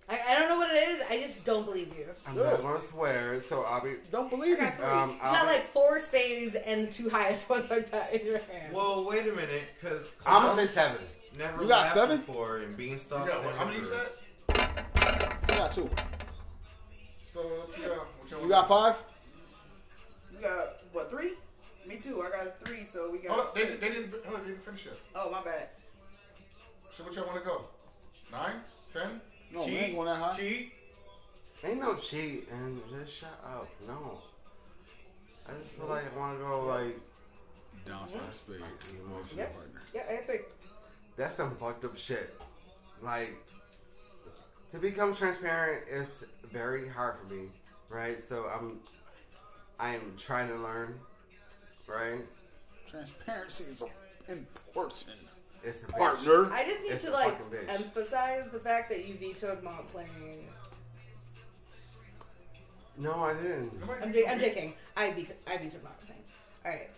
Speaker 3: I, I don't know what it is. I just don't believe you.
Speaker 7: I'm
Speaker 1: Good.
Speaker 7: not gonna swear, so I'll be.
Speaker 1: Don't believe me.
Speaker 7: Um,
Speaker 3: You
Speaker 7: I'll
Speaker 3: got
Speaker 7: be
Speaker 3: like four spades and the two highest ones like that in your hand.
Speaker 9: Well, wait a minute, because
Speaker 7: I'm gonna say seven.
Speaker 9: Never
Speaker 1: You got
Speaker 9: laughed
Speaker 1: seven?
Speaker 9: before, and
Speaker 2: You
Speaker 9: Beanstalk.
Speaker 2: got what? How many you
Speaker 9: never-
Speaker 2: said?
Speaker 1: I got two.
Speaker 2: So what you got? What
Speaker 1: You got five?
Speaker 8: You got what three? Me too. I got three, so we got.
Speaker 2: Hold up. They, they didn't. Hold up. They didn't finish it.
Speaker 8: Oh my bad.
Speaker 2: So what y'all want to go? Nine? Ten?
Speaker 1: No, we ain't going that high.
Speaker 9: Cheat.
Speaker 7: Ain't no cheat and just shut up. No. I just feel like I want to go like
Speaker 1: Downside spades.
Speaker 3: Yes. Yeah, I agree.
Speaker 7: that's some fucked up shit. Like to become transparent is very hard for me, right? So I'm I am trying to learn, right?
Speaker 1: Transparency is important,
Speaker 7: It's the
Speaker 1: partner.
Speaker 3: I just need
Speaker 7: It's
Speaker 3: to
Speaker 7: a
Speaker 3: like
Speaker 7: fucking bitch.
Speaker 3: emphasize the fact that you vetoed Mont playing.
Speaker 7: No, I didn't.
Speaker 3: I'm, di- I'm dicking. I vetoed, I vetoed Mont playing. All right.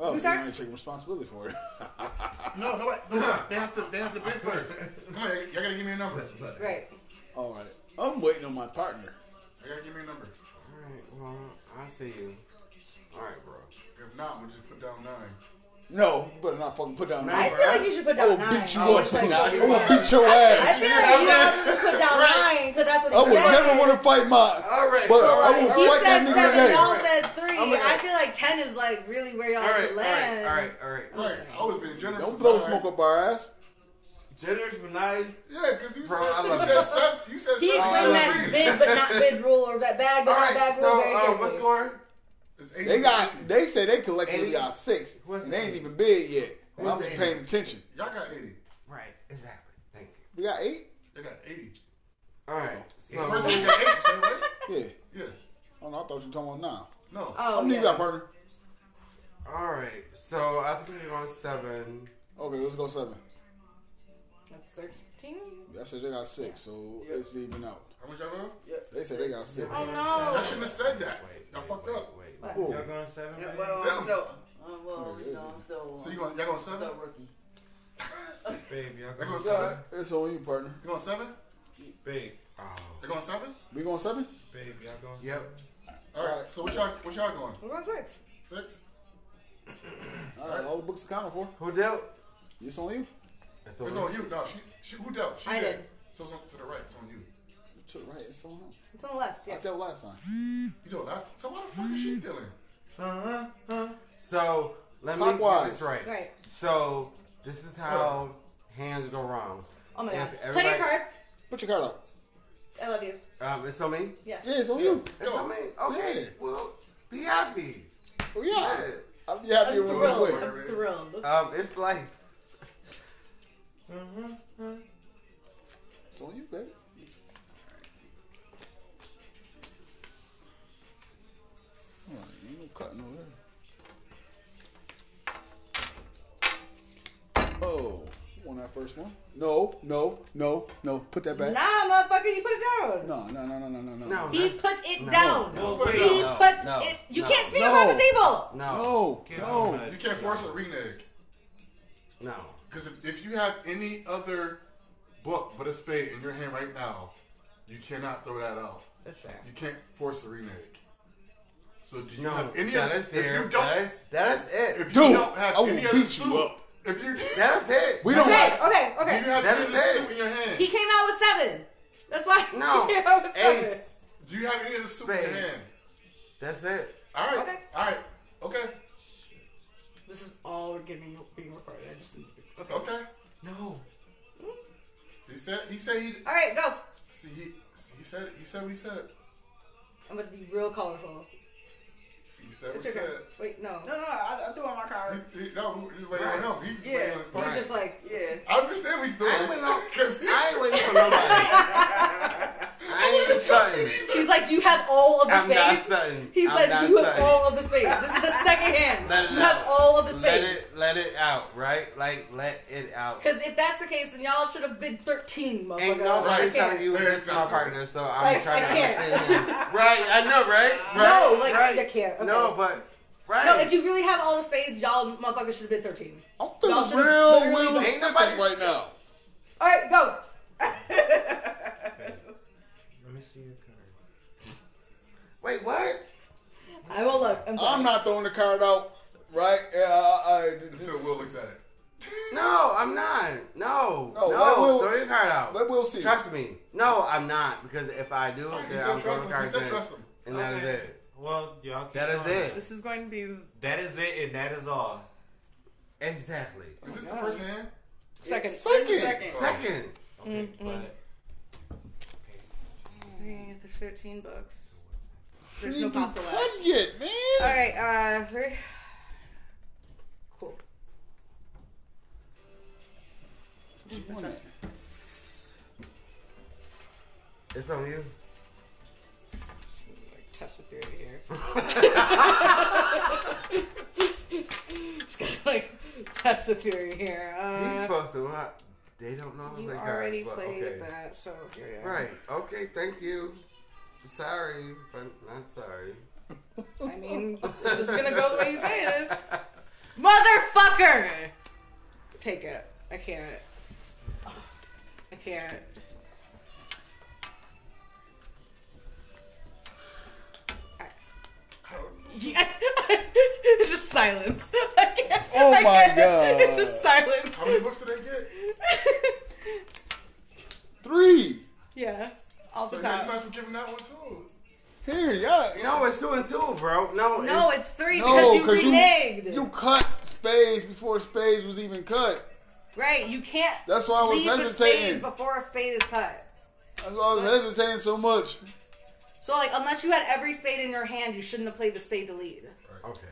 Speaker 1: Oh,
Speaker 3: Who's
Speaker 1: you're
Speaker 3: our-
Speaker 1: not taking responsibility for it.
Speaker 2: No, no, wait, no. wait. They have to. They have to bid first. Come on. Y'all gotta give me a number. Y'all
Speaker 3: Right.
Speaker 1: All right. I'm waiting on my partner.
Speaker 2: gotta give me a number.
Speaker 7: Alright, well, I see you. Alright, bro.
Speaker 2: If not, we just put down nine.
Speaker 1: No, you better not fucking put down nine.
Speaker 3: I feel like you should put
Speaker 1: I will
Speaker 3: down nine.
Speaker 1: beat Oh, you
Speaker 3: I
Speaker 1: up.
Speaker 3: wish I
Speaker 1: I
Speaker 3: could.
Speaker 1: will beat your
Speaker 3: I
Speaker 1: ass.
Speaker 3: feel like you have to put down nine because that's what
Speaker 1: I
Speaker 3: he
Speaker 1: would
Speaker 3: said.
Speaker 1: never want to fight my.
Speaker 7: All right,
Speaker 1: But
Speaker 7: all
Speaker 1: I will
Speaker 7: right,
Speaker 3: He
Speaker 1: fight
Speaker 3: said
Speaker 1: that
Speaker 3: seven,
Speaker 1: nigga
Speaker 3: y'all
Speaker 1: today.
Speaker 3: said three.
Speaker 7: I'm gonna-
Speaker 3: I feel like ten is like really where y'all
Speaker 7: Alright, alright,
Speaker 3: should land.
Speaker 7: alright, alright.
Speaker 2: Right. Always been generous.
Speaker 1: Don't
Speaker 2: with
Speaker 1: blow
Speaker 2: nine.
Speaker 1: smoke up our ass.
Speaker 7: Generous but nice.
Speaker 2: Yeah, because you,
Speaker 7: Bro, I
Speaker 2: said- you
Speaker 7: love
Speaker 2: said
Speaker 7: it.
Speaker 2: seven. You said
Speaker 3: He
Speaker 2: seven.
Speaker 3: explained
Speaker 2: Three.
Speaker 3: that bid but not bid rule or that bag
Speaker 7: Uh,
Speaker 3: but not
Speaker 7: Alright,
Speaker 3: bag rule
Speaker 7: so
Speaker 3: very
Speaker 7: um, what
Speaker 3: carefully.
Speaker 7: score?
Speaker 2: It's
Speaker 1: They got. They say they collectively
Speaker 7: Eighty?
Speaker 1: got six,
Speaker 7: What's
Speaker 1: and they ain't
Speaker 7: eighty?
Speaker 1: even bid yet.
Speaker 7: What's
Speaker 1: I'm just
Speaker 7: eighty?
Speaker 1: paying attention.
Speaker 2: Y'all got eighty.
Speaker 7: Right, exactly. Thank you.
Speaker 1: We got eight.
Speaker 2: They got eighty.
Speaker 7: Alright, so.
Speaker 2: First one got eight. So right?
Speaker 1: Yeah.
Speaker 2: Yeah.
Speaker 1: Oh no, I thought you were talking about nine.
Speaker 2: No.
Speaker 1: How
Speaker 3: Oh,
Speaker 1: many
Speaker 3: yeah.
Speaker 1: you got, partner?
Speaker 7: All right, so I think we're on seven.
Speaker 1: Okay, let's go seven.
Speaker 3: That's thirteen.
Speaker 1: I said they got six, so it's even out.
Speaker 2: How much y'all go?
Speaker 1: They said they got six.
Speaker 3: Oh no.
Speaker 2: Y'all shouldn't have said that. Y'all fucked
Speaker 7: Oh.
Speaker 2: up.
Speaker 3: What?
Speaker 1: Cool.
Speaker 9: Y'all going seven?
Speaker 8: Yeah,
Speaker 9: man?
Speaker 8: well,
Speaker 2: Damn.
Speaker 8: so,
Speaker 10: Oh,
Speaker 8: uh, well, you know, so, um,
Speaker 2: So you going? Y'all going seven?
Speaker 8: so rookie.
Speaker 9: Babe, y'all
Speaker 2: Y'all going
Speaker 9: going
Speaker 2: seven?
Speaker 1: It's on you, partner.
Speaker 2: You going seven?
Speaker 9: Babe,
Speaker 7: Oh.
Speaker 2: They going seven?
Speaker 1: We going seven?
Speaker 9: babe, y'all going
Speaker 7: Yep.
Speaker 2: All right. So what y'all what y'all going?
Speaker 3: We're on six.
Speaker 2: Six.
Speaker 1: All right, all the books accounted for.
Speaker 7: Who dealt?
Speaker 1: It's on you.
Speaker 7: It's
Speaker 2: It's on you. No, she, she who dealt? She
Speaker 3: I
Speaker 2: did.
Speaker 3: did.
Speaker 2: So it's on, to the right. It's on you.
Speaker 1: To the right, it's on him.
Speaker 3: It's on the left.
Speaker 1: I
Speaker 3: Yeah.
Speaker 1: dealt last time.
Speaker 2: You know that. So why the fuck is she
Speaker 7: Mm-hmm.
Speaker 2: dealing?
Speaker 7: Uh-huh. uh-huh. So let me get
Speaker 1: Clockwise.
Speaker 7: this right.
Speaker 3: Right.
Speaker 7: So this is how hands go wrong.
Speaker 3: Oh my god.
Speaker 7: If
Speaker 3: Play your
Speaker 7: everybody-
Speaker 3: card.
Speaker 1: Put your card up.
Speaker 3: I love you.
Speaker 7: Um, it's on me.
Speaker 3: Yeah.
Speaker 1: Yeah, it's on you.
Speaker 7: It's on me. Okay.
Speaker 1: Yeah.
Speaker 7: Well, be happy.
Speaker 1: Oh, yeah.
Speaker 7: Shit.
Speaker 1: I'll be happy
Speaker 3: I'm
Speaker 1: to run
Speaker 3: thrilled.
Speaker 1: away.
Speaker 3: I'm thrilled.
Speaker 7: Um, it's like
Speaker 1: It's on you, baby. All right, ain't no cutting over there. Oh, that first one. No, no, no, no. Put that back.
Speaker 3: Nah, motherfucker, you put it down.
Speaker 1: No, no, no, no, no, no, no.
Speaker 7: No,
Speaker 3: He
Speaker 7: that's-
Speaker 3: put it
Speaker 7: no,
Speaker 3: down.
Speaker 7: no,
Speaker 3: he
Speaker 7: no,
Speaker 3: put
Speaker 7: no,
Speaker 3: it. You
Speaker 7: no,
Speaker 3: can't speak
Speaker 1: no.
Speaker 3: across the table.
Speaker 7: No,
Speaker 1: No, no.
Speaker 2: You can't force a renege.
Speaker 7: no.
Speaker 2: Because if, if you have any other book but a spade in your hand right now, you cannot throw that out.
Speaker 10: That's fair.
Speaker 2: You can't force a remake. So do you
Speaker 7: No,
Speaker 2: have any
Speaker 7: that
Speaker 2: other?
Speaker 7: is there.
Speaker 2: If you don't,
Speaker 7: That is that is it.
Speaker 2: if you
Speaker 1: Dude,
Speaker 2: don't have
Speaker 1: I will
Speaker 2: any other
Speaker 1: beat you
Speaker 2: suit,
Speaker 1: up.
Speaker 2: if you
Speaker 7: That is it.
Speaker 1: We don't.
Speaker 3: Okay, okay,
Speaker 2: do
Speaker 3: okay.
Speaker 2: you have
Speaker 7: That
Speaker 2: any
Speaker 7: is
Speaker 2: other
Speaker 7: it.
Speaker 2: suit in your hand?
Speaker 3: He came out with seven. That's why.
Speaker 7: No.
Speaker 3: He came out with seven.
Speaker 7: Ace.
Speaker 2: Do you have any other suit in your
Speaker 7: Spade.
Speaker 2: hand?
Speaker 7: That's it.
Speaker 2: All right,
Speaker 3: Okay.
Speaker 2: all right, okay,
Speaker 3: This is all we're getting being recorded. I just need to- okay.
Speaker 2: okay.
Speaker 7: No.
Speaker 2: He said he said he
Speaker 3: All right, go.
Speaker 2: see he he said it. he said what he said.
Speaker 3: I'm gonna be real colorful.
Speaker 2: He said what
Speaker 3: It's
Speaker 2: he
Speaker 3: your turn.
Speaker 2: said.
Speaker 3: Wait, no.
Speaker 8: No, no, I, I threw it on my card.
Speaker 2: He, he, no, he's like,
Speaker 7: Right.
Speaker 2: no, he's
Speaker 8: Yeah.
Speaker 2: like,
Speaker 3: He was just like,
Speaker 8: Yeah.
Speaker 2: I understand what he's doing.
Speaker 7: I ain't waiting on-
Speaker 2: Cause he,
Speaker 7: I ain't waiting for nobody. I ain't even starting.
Speaker 3: he's like, you have all of the
Speaker 7: I'm not
Speaker 3: space.
Speaker 7: starting.
Speaker 3: He's
Speaker 7: I'm
Speaker 3: like,
Speaker 7: not
Speaker 3: you have
Speaker 7: starting.
Speaker 3: all of the space. This is the second hand.
Speaker 7: Let it
Speaker 3: you
Speaker 7: out.
Speaker 3: have all of the
Speaker 7: Let
Speaker 3: space.
Speaker 7: it let it out, right? Like let it out.
Speaker 3: Because if that's the case, then y'all should have been 13, motherfucker.
Speaker 7: Ain't
Speaker 3: Like, oh I
Speaker 7: nobody
Speaker 3: can't.
Speaker 7: telling you
Speaker 2: There's
Speaker 7: this is my
Speaker 2: no-
Speaker 7: partner, so I'm
Speaker 3: Like,
Speaker 7: trying to
Speaker 3: I can't.
Speaker 7: understand him. Right, I know, right? right
Speaker 3: No, like,
Speaker 7: right.
Speaker 3: I can't. Okay.
Speaker 7: No, but right.
Speaker 3: No, if you really have all the spades, y'all motherfuckers should have been 13.
Speaker 1: I'm
Speaker 3: Y'all
Speaker 1: feeling
Speaker 3: should
Speaker 1: real
Speaker 3: literally-
Speaker 1: Will
Speaker 7: Ain't
Speaker 1: Smith
Speaker 7: nobody-
Speaker 1: right now.
Speaker 3: All right, go.
Speaker 7: Wait, what?
Speaker 3: I will look. I'm, sorry.
Speaker 1: I'm not throwing the card out. Right? Yeah, I, I, just,
Speaker 2: until Will looks at it.
Speaker 7: No, I'm not. No,
Speaker 1: No,
Speaker 7: no.
Speaker 1: let Will-
Speaker 7: throw your card out.
Speaker 1: let Will see.
Speaker 7: Trust me. No, I'm not because if I do,
Speaker 2: He
Speaker 7: then
Speaker 2: said
Speaker 7: I'm
Speaker 2: trust
Speaker 7: throwing
Speaker 2: him.
Speaker 7: the
Speaker 2: He
Speaker 7: card
Speaker 2: said
Speaker 7: in.
Speaker 2: trust him.
Speaker 7: and that is
Speaker 11: Okay.
Speaker 7: it.
Speaker 11: Well, y'all. Keep
Speaker 7: That is
Speaker 11: going.
Speaker 7: it.
Speaker 11: This is going to be
Speaker 9: That is it, and that is all.
Speaker 7: Exactly.
Speaker 2: Is this the first hand?
Speaker 3: Second.
Speaker 1: Second.
Speaker 8: Second.
Speaker 7: Second.
Speaker 11: okay,
Speaker 3: Mm-hmm.
Speaker 11: but
Speaker 3: There's 13 bucks.
Speaker 1: You
Speaker 3: There's no
Speaker 1: didn't do
Speaker 3: possible way.
Speaker 1: budget, man.
Speaker 3: All right, uh, three. Cool.
Speaker 1: Just one hand.
Speaker 7: It's on you.
Speaker 3: Like, test the theory here. Just gotta, like, test the theory here.
Speaker 7: He's
Speaker 3: Uh,
Speaker 7: fucked them up. They don't know how to
Speaker 3: you
Speaker 7: play cards.
Speaker 3: already
Speaker 7: but
Speaker 3: played
Speaker 7: okay.
Speaker 3: that, so here we are.
Speaker 7: Right. Okay. Thank you. Sorry, but not sorry.
Speaker 3: I mean, it's gonna go the way you say it is. Motherfucker! Take it. I can't. I can't. I- Yeah. it's just silence. I can't.
Speaker 1: Oh
Speaker 3: I
Speaker 1: my
Speaker 3: can't.
Speaker 1: God.
Speaker 3: It's just silence.
Speaker 2: How many books did they get?
Speaker 1: Three.
Speaker 3: yeah. Off
Speaker 2: So
Speaker 3: the
Speaker 2: you guys
Speaker 3: top.
Speaker 2: must be giving that one too.
Speaker 1: Here, yeah.
Speaker 7: No, it's two and two, bro. No.
Speaker 3: No,
Speaker 7: It's,
Speaker 3: it's three
Speaker 1: No,
Speaker 3: because
Speaker 1: 'cause
Speaker 3: you
Speaker 1: you-
Speaker 3: reneged.
Speaker 1: You cut spades before spades was even cut.
Speaker 3: right, you can't.
Speaker 1: That's why I was
Speaker 3: leave the
Speaker 1: hesitating.
Speaker 3: spades before a spade is cut.
Speaker 1: That's why I was hesitating so much.
Speaker 3: So like, unless you had every spade in your hand, you shouldn't have played the spade to lead.
Speaker 7: okay.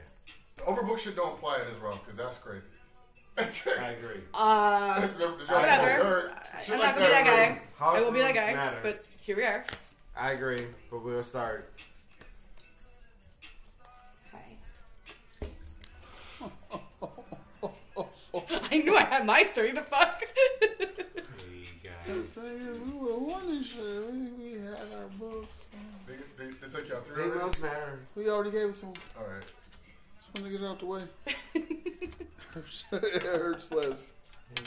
Speaker 2: The overbook shit don't apply in this realm because that's crazy.
Speaker 11: I agree.
Speaker 3: Uh, whatever. I'm not gonna be that guy.
Speaker 7: House
Speaker 3: I will be that
Speaker 7: rules
Speaker 3: guy.
Speaker 7: matters.
Speaker 3: But here we are.
Speaker 7: I agree, but we'll start.
Speaker 3: I knew I had my three. The fuck.
Speaker 11: Hey guys.
Speaker 1: Thing is, we would have won this shit. We, we had our books.
Speaker 2: They, they, they took y'all three
Speaker 7: Big
Speaker 2: already?
Speaker 7: moves matter.
Speaker 1: We already gave it to him.
Speaker 2: All right.
Speaker 1: Just want to get it out the way. Hurts- it hurts less.
Speaker 11: Hey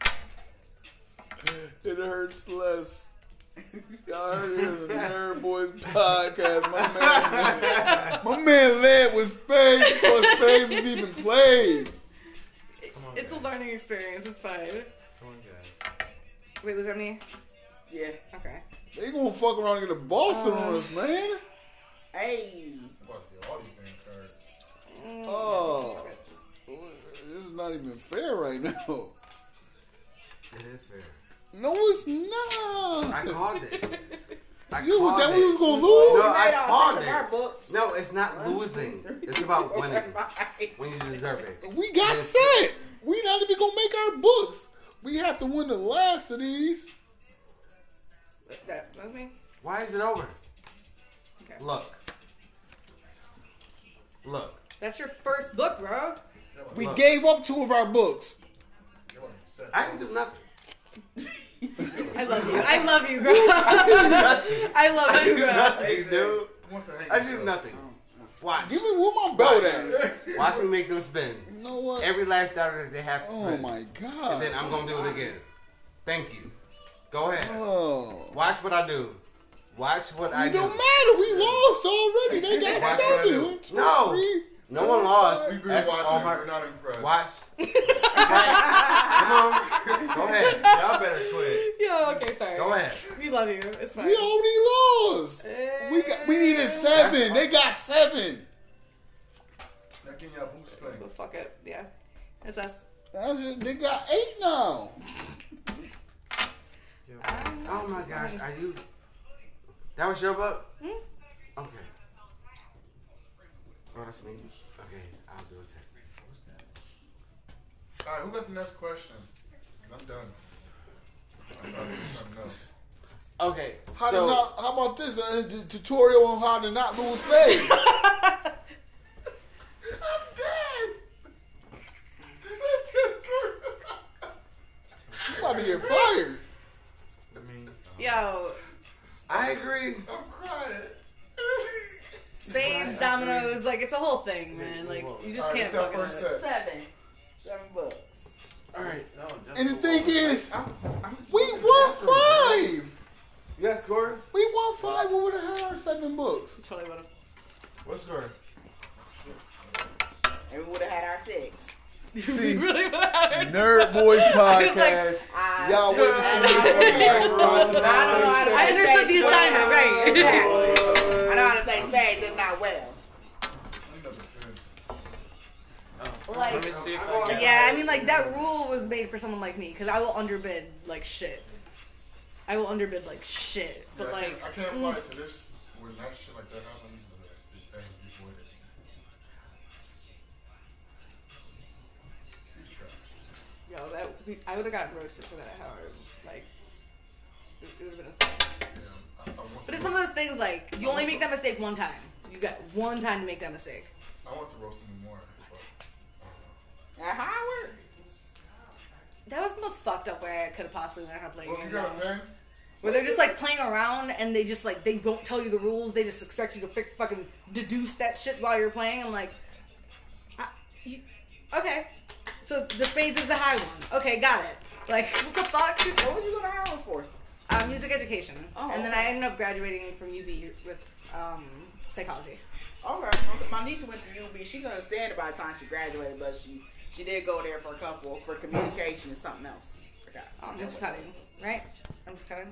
Speaker 11: guys.
Speaker 1: It hurts less. Y'all heard it on the Nerd Boys podcast. My man, my man led with spades before spades was even played.
Speaker 11: Come on,
Speaker 3: it's a
Speaker 11: guys.
Speaker 3: learning experience. It's fine.
Speaker 11: Come on, guys.
Speaker 3: Wait, was that me?
Speaker 8: Yeah.
Speaker 3: Okay.
Speaker 1: They gonna fuck around and get a Boston on us, man.
Speaker 8: Hey.
Speaker 2: Fuck you, all these damn cards.
Speaker 1: Oh, this is not even fair right now.
Speaker 7: It is fair.
Speaker 1: No, it's
Speaker 7: I
Speaker 1: not.
Speaker 7: called it. I
Speaker 1: You
Speaker 7: called
Speaker 1: that
Speaker 7: it.
Speaker 1: we was gonna lose.
Speaker 7: No, I
Speaker 8: Made all
Speaker 7: called
Speaker 8: six of our
Speaker 7: it.
Speaker 8: books.
Speaker 7: No, it's not losing. It's about winning
Speaker 8: Right.
Speaker 7: when you deserve it.
Speaker 1: We got set. We not even gonna make our books. We have to win the last of these.
Speaker 3: That was me.
Speaker 7: Why is it over?
Speaker 3: Okay.
Speaker 7: Look. Look.
Speaker 3: That's your first book, bro.
Speaker 2: Yeah,
Speaker 1: We gave up two of our books.
Speaker 7: I can do nothing.
Speaker 3: I love you. I love you, girl. I love you, girl.
Speaker 7: Nothing, dude. I do nothing. Watch.
Speaker 1: Give me where my belt at.
Speaker 7: Watch me make them spin.
Speaker 1: You know what?
Speaker 7: Every last dollar that they have to
Speaker 1: Oh
Speaker 7: spend.
Speaker 1: my God.
Speaker 7: And then I'm gonna do it again. Thank you. Go ahead.
Speaker 1: Oh.
Speaker 7: Watch what I do. Watch what I
Speaker 1: It
Speaker 7: do.
Speaker 1: don't matter. We lost already. They got
Speaker 7: Watch what I
Speaker 1: seven.
Speaker 7: do.
Speaker 1: One, two,
Speaker 7: No.
Speaker 1: three,
Speaker 7: No
Speaker 1: four,
Speaker 7: one lost.
Speaker 1: five.
Speaker 7: That's
Speaker 2: watching.
Speaker 7: all my-
Speaker 2: We're not impressed.
Speaker 7: Watch. Right. Come on. Go ahead.
Speaker 9: Y'all better quit.
Speaker 3: Yo, okay, sorry.
Speaker 7: Go ahead.
Speaker 3: We love you. It's fine.
Speaker 1: We already lost. We got. We needed seven. They got seven.
Speaker 2: Now get your boots
Speaker 3: But
Speaker 2: spanked.
Speaker 3: fuck it. Yeah. That's us.
Speaker 1: That's it. They got eight now.
Speaker 7: Oh my gosh, are you? That was your book?
Speaker 3: Mhm.
Speaker 7: Okay. Oh, that's me. Okay, I'll do it.
Speaker 2: All right, who got the next question? I'm done. I'm done with something else.
Speaker 7: Okay,
Speaker 1: How to
Speaker 7: so
Speaker 1: not? How about this? A t- tutorial on how to not lose face. I'm about to get fired.
Speaker 3: Yo,
Speaker 7: I agree.
Speaker 2: I'm crying.
Speaker 3: spades, dominoes, like it's a whole thing, man. Like you just
Speaker 2: All right, it's
Speaker 3: can't
Speaker 2: our
Speaker 3: fucking.
Speaker 2: first
Speaker 3: do it.
Speaker 2: set.
Speaker 8: Seven. Seven books.
Speaker 7: All right,
Speaker 1: And the thing is, we won five.
Speaker 7: you got score?
Speaker 1: We won five. We would have had our seven books.
Speaker 3: Totally would've.
Speaker 7: What score?
Speaker 8: And we would have had our six.
Speaker 1: See,
Speaker 3: really would have.
Speaker 1: Nerd Boys Podcast.
Speaker 8: I-
Speaker 1: Y'all went to
Speaker 8: I don't
Speaker 1: see
Speaker 8: know how to play
Speaker 3: I understood the
Speaker 8: spades well.
Speaker 3: assignment, right.
Speaker 8: Exactly. I know how to play spades, just not well.
Speaker 11: Let me
Speaker 3: Like,
Speaker 11: see if I can.
Speaker 3: yeah, I mean, like that rule was made for someone like me because I will underbid like shit. I will underbid like shit,
Speaker 2: Yeah,
Speaker 3: but
Speaker 2: I
Speaker 3: like mm.
Speaker 2: can't- I can't apply it to this when that shit like that happened. but That that has to be voided. You try.
Speaker 3: Yo, that we, I would have gotten roasted for that. Howard, like, it, it would have been. A,
Speaker 2: Yeah, I, I want
Speaker 3: but
Speaker 2: to
Speaker 3: it's one of
Speaker 2: roast-
Speaker 3: those things like you only make that mistake one time. You got one time to make that mistake.
Speaker 2: I want to roast him more. But
Speaker 8: At Howard?
Speaker 3: That was the most fucked up way I could have possibly learned how to play
Speaker 2: well, you
Speaker 3: a game.
Speaker 2: got a
Speaker 3: though.
Speaker 2: thing?
Speaker 3: Where they're just like playing around and they just like they don't tell you the rules. They just expect you to fi- fucking deduce that shit while you're playing. I'm like, I, you, okay. So the spades is the high one. Okay, got it. Like what the fuck?
Speaker 8: What was you going to Howard for?
Speaker 3: Uh, music education.
Speaker 8: Oh,
Speaker 3: and then
Speaker 8: okay.
Speaker 3: I ended up graduating from UB with um, psychology.
Speaker 8: All right. Oh, My niece went to UB. She couldn't stand it by the time she graduated, but she she did go there for a couple for communication and something else. Forgot.
Speaker 3: I'm just cutting, right? I'm just cutting.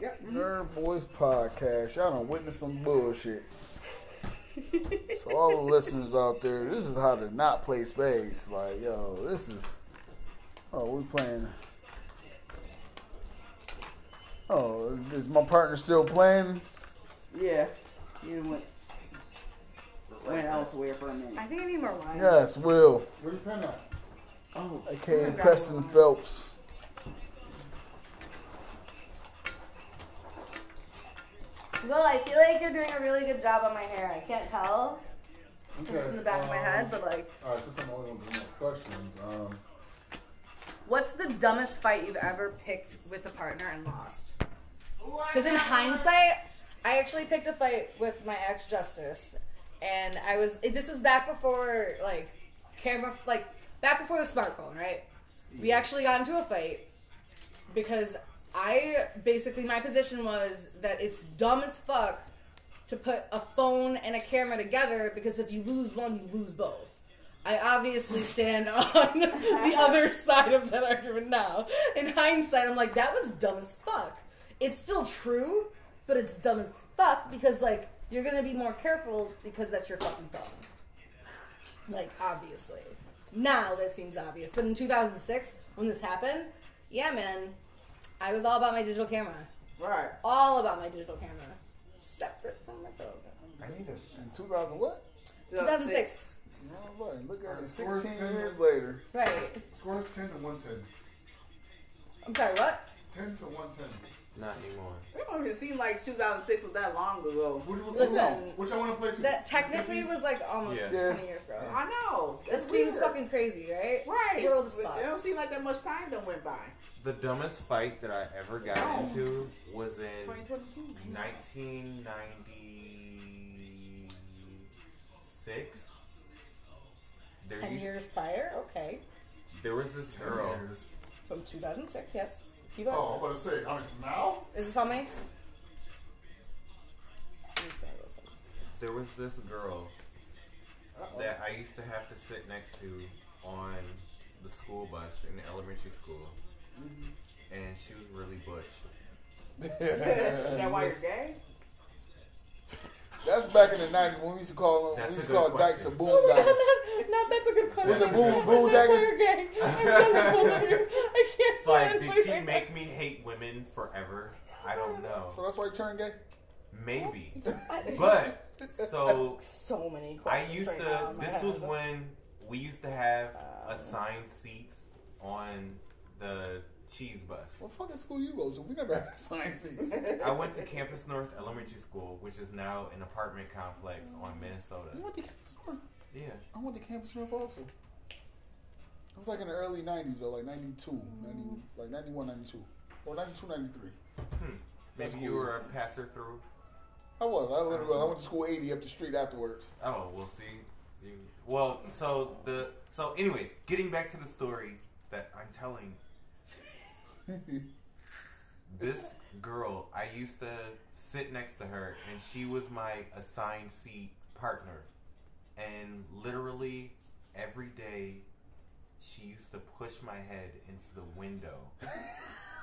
Speaker 8: Yep.
Speaker 1: Nerd Boys Podcast. Y'all done witnessed some bullshit. so all the listeners out there, this is how to not play space. Like, yo, this is. Oh, we playing. Oh, is my partner still playing?
Speaker 8: Yeah. You went went elsewhere for a minute.
Speaker 3: I think I need more wine.
Speaker 1: Yes, Will,
Speaker 2: Where you pen at?
Speaker 1: aka Preston Phelps.
Speaker 3: Well, I feel like you're doing a really good job on my hair. I can't tell
Speaker 2: Okay. um,
Speaker 3: like,
Speaker 2: All right, since I'm only gonna do more questions, um,
Speaker 3: what's the dumbest fight you've ever picked with a partner and lost? Because in hindsight, I actually picked a fight with my ex Justice, and I was it- this was back before like camera like back before the smartphone, right? We actually got into a fight because I basically my position was that it's dumb as fuck to put a phone and a camera together because if you lose one, you lose both. I obviously stand on the other side of that argument now. In hindsight, I'm like, that was dumb as fuck. It's still true, but it's dumb as fuck because, like, you're gonna be more careful because that's your fucking phone. Like, obviously. Now that seems obvious, but in 2006, when this happened, yeah, man, I was all about my digital camera.
Speaker 8: Right.
Speaker 3: All about my digital camera. Separate from my phone.
Speaker 1: In 2000, what?
Speaker 3: 2006.
Speaker 1: No, what? Look at it.
Speaker 2: Alright, four,
Speaker 1: 16
Speaker 2: ten.
Speaker 1: years later.
Speaker 3: Right.
Speaker 2: score is ten to one ten.
Speaker 3: I'm sorry, what?
Speaker 2: ten to one ten.
Speaker 7: Not anymore.
Speaker 8: It don't even seem like 2006 was that long ago.
Speaker 3: Listen.
Speaker 2: Which I want to play to.
Speaker 3: That technically was like almost
Speaker 2: Yeah. Yeah.
Speaker 3: 20 years ago.
Speaker 8: I know.
Speaker 3: That
Speaker 8: It's
Speaker 3: seems
Speaker 8: weird.
Speaker 3: fucking crazy, right?
Speaker 8: Right.
Speaker 3: World is
Speaker 8: But
Speaker 3: fucked.
Speaker 8: It don't seem like that much time done went by.
Speaker 9: The dumbest fight that I ever got
Speaker 8: No.
Speaker 9: into was in
Speaker 8: 2022.
Speaker 9: 1996. There,
Speaker 3: Ten
Speaker 9: used-
Speaker 3: years prior, okay.
Speaker 9: there was this girl.
Speaker 3: From 2006, yes. Keep on.
Speaker 2: Oh, I'm about to say. I mean, now.
Speaker 3: Is this on me?
Speaker 9: There was this girl that I used to have to sit next to on the school bus in elementary school, and she was really butch.
Speaker 8: Is that why
Speaker 9: She
Speaker 8: you're
Speaker 9: was-
Speaker 8: gay?
Speaker 1: That's back in the nineties when we used to call them.
Speaker 9: That's
Speaker 1: we
Speaker 9: a
Speaker 1: used to
Speaker 9: good
Speaker 1: call
Speaker 9: question.
Speaker 1: dykes a boom dagger.
Speaker 3: No, that's a good
Speaker 1: Was it boom boom dagger?
Speaker 9: It's like, did she make me hate women forever? I don't know.
Speaker 1: So that's why you turned gay.
Speaker 9: Maybe. But so
Speaker 3: so many
Speaker 9: I
Speaker 3: questions.
Speaker 9: used
Speaker 3: right now
Speaker 9: to
Speaker 3: in my
Speaker 9: this was
Speaker 3: head.
Speaker 9: when we used to have assigned seats on the cheese bus.
Speaker 1: What fucking school you go to? We never had science seats.
Speaker 9: I went to Campus North Elementary School, which is now an apartment complex on Minnesota.
Speaker 1: You went to campus north.
Speaker 9: Yeah.
Speaker 1: I went to campus north also. It was like in the early nineties though, like 92, 90, like 91, 92. or 92, 93.
Speaker 9: Maybe you were a passer through.
Speaker 1: I was. I literally I went to school eighty up the street afterwards.
Speaker 9: Oh, we'll see. You, well, so the so anyways, getting back to the story that I'm telling. this girl, I used to sit next to her, and she was my assigned seat partner. And literally every day, she used to push my head into the window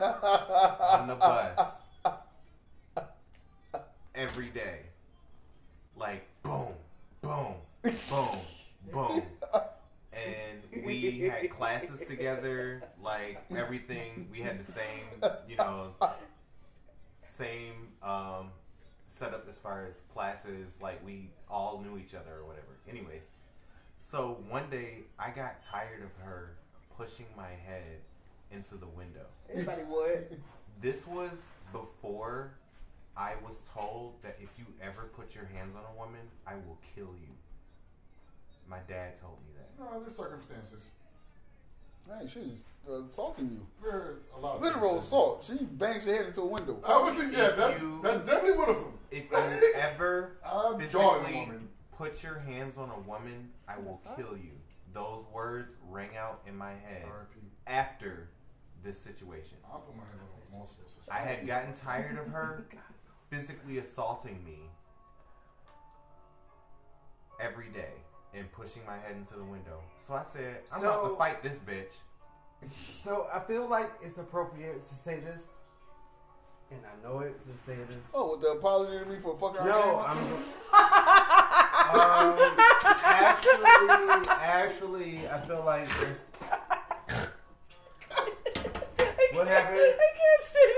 Speaker 9: on the bus every day. Like, boom, boom, boom, boom. And we had classes together, like everything. We had the same, you know, same um, setup as far as classes. Like we all knew each other or whatever. Anyways, so one day I got tired of her pushing my head into the window.
Speaker 8: Everybody would.
Speaker 9: This was before I was told that if you ever put your hands on a woman, I will kill you. My dad told me that.
Speaker 2: No, there's circumstances.
Speaker 1: Man, she was uh, assaulting you.
Speaker 2: There's a lot. Of
Speaker 1: Literal assault. She banged your head into a window.
Speaker 2: I would think, yeah, that, that's definitely one of them.
Speaker 9: If you ever
Speaker 2: I'm drawing a
Speaker 9: physically
Speaker 2: woman.
Speaker 9: put your hands on a woman, I will kill you. Those words rang out in my head after this situation.
Speaker 2: I'll put my hand on a muscle.
Speaker 9: I had gotten tired
Speaker 10: Oh
Speaker 9: of her physically assaulting me every day and pushing my head into the window. So I said, I'm about
Speaker 10: So-
Speaker 9: to fight this bitch.
Speaker 10: So I feel like it's appropriate to say this, and I know it to say this.
Speaker 1: Oh, with the apology to me for fucking
Speaker 10: No,
Speaker 1: around.
Speaker 10: I'm. um, actually, actually, I feel like
Speaker 9: Oh.
Speaker 10: this. What happened?
Speaker 3: I can't sit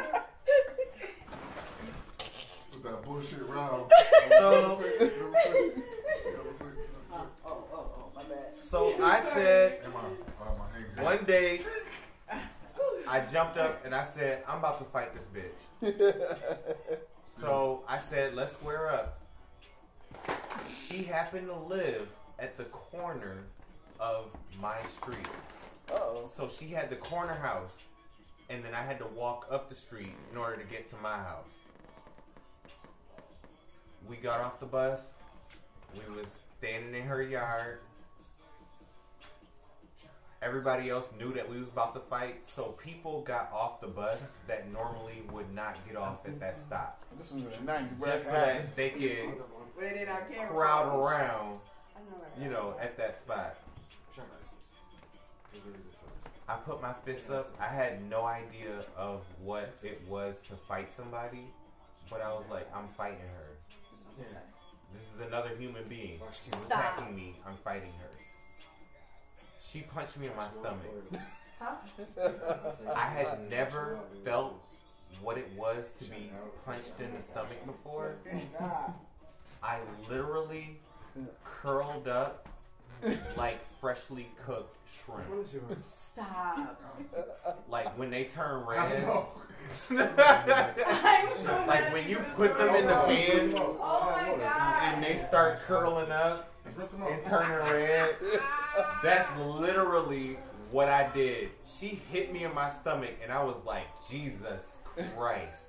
Speaker 3: here.
Speaker 2: With that bullshit round.
Speaker 9: So,
Speaker 8: Oh, oh, oh, my bad.
Speaker 9: so I said,
Speaker 2: And my, uh, my hand.
Speaker 9: one day, I jumped up and I said, I'm about to fight this bitch. so I said, let's square up. She happened to live at the corner of my street.
Speaker 1: Uh-oh.
Speaker 9: So she had the corner house, and then I had to walk up the street in order to get to my house. We got off the bus. We was standing in her yard. Everybody else knew that we was about to fight, so people got off the bus that normally would not get off at that stop.
Speaker 1: This was in the nineties.
Speaker 9: Just so that they could
Speaker 8: But it out camera.
Speaker 9: crowd around, you know, at that spot. I put my fists up. I had no idea of what it was to fight somebody, but I was like, I'm fighting her. This is another human being. She's attacking me. I'm fighting her. She punched me in my stomach. I had never felt what it was to be punched in the stomach before. I literally curled up like freshly cooked shrimp.
Speaker 8: Stop.
Speaker 9: Like when they turn red.
Speaker 8: know.
Speaker 9: like when you put them in the pan
Speaker 8: Oh my god.
Speaker 9: and they start curling up and turning red. That's literally what I did. She hit me in my stomach and I was like, Jesus Christ.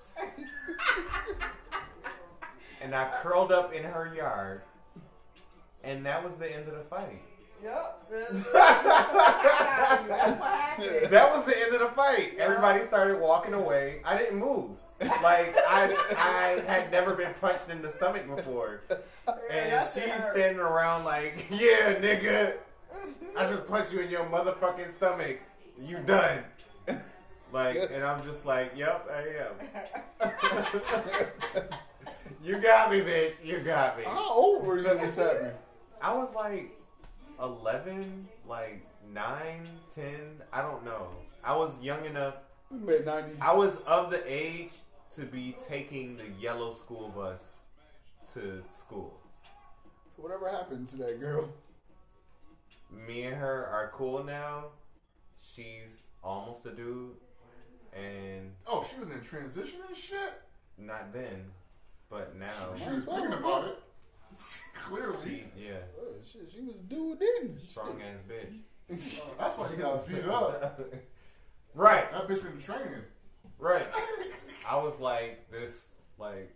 Speaker 9: and I curled up in her yard. And that was the end of the fight.
Speaker 8: Yup. That's what happened.
Speaker 9: That was the end of the fight. Everybody started walking away. I didn't move. Like I, I had never been punched in the stomach before, and
Speaker 8: that's
Speaker 9: she's
Speaker 8: her.
Speaker 9: standing around like, "Yeah, nigga, I just punched you in your motherfucking stomach. You done." Like, and I'm just like, "Yep, I am." you got me, bitch. You got me.
Speaker 1: How old were you when this happened?
Speaker 9: I was like 11, like 9, 10. I don't know. I was young enough.
Speaker 1: Mid 90s.
Speaker 9: I was of the age to be taking the yellow school bus to school.
Speaker 1: Whatever happened to that girl?
Speaker 9: Me and her are cool now. She's almost a dude. And
Speaker 2: Oh, she was in transition and shit.
Speaker 9: not then, but now.
Speaker 2: She was thinking about it. Clearly,
Speaker 9: She, yeah.
Speaker 1: Oh, shit, she was a dude then.
Speaker 9: Strong ass bitch.
Speaker 2: that's why he got beat up.
Speaker 9: Right.
Speaker 2: That bitch been training.
Speaker 9: Right. I was like this like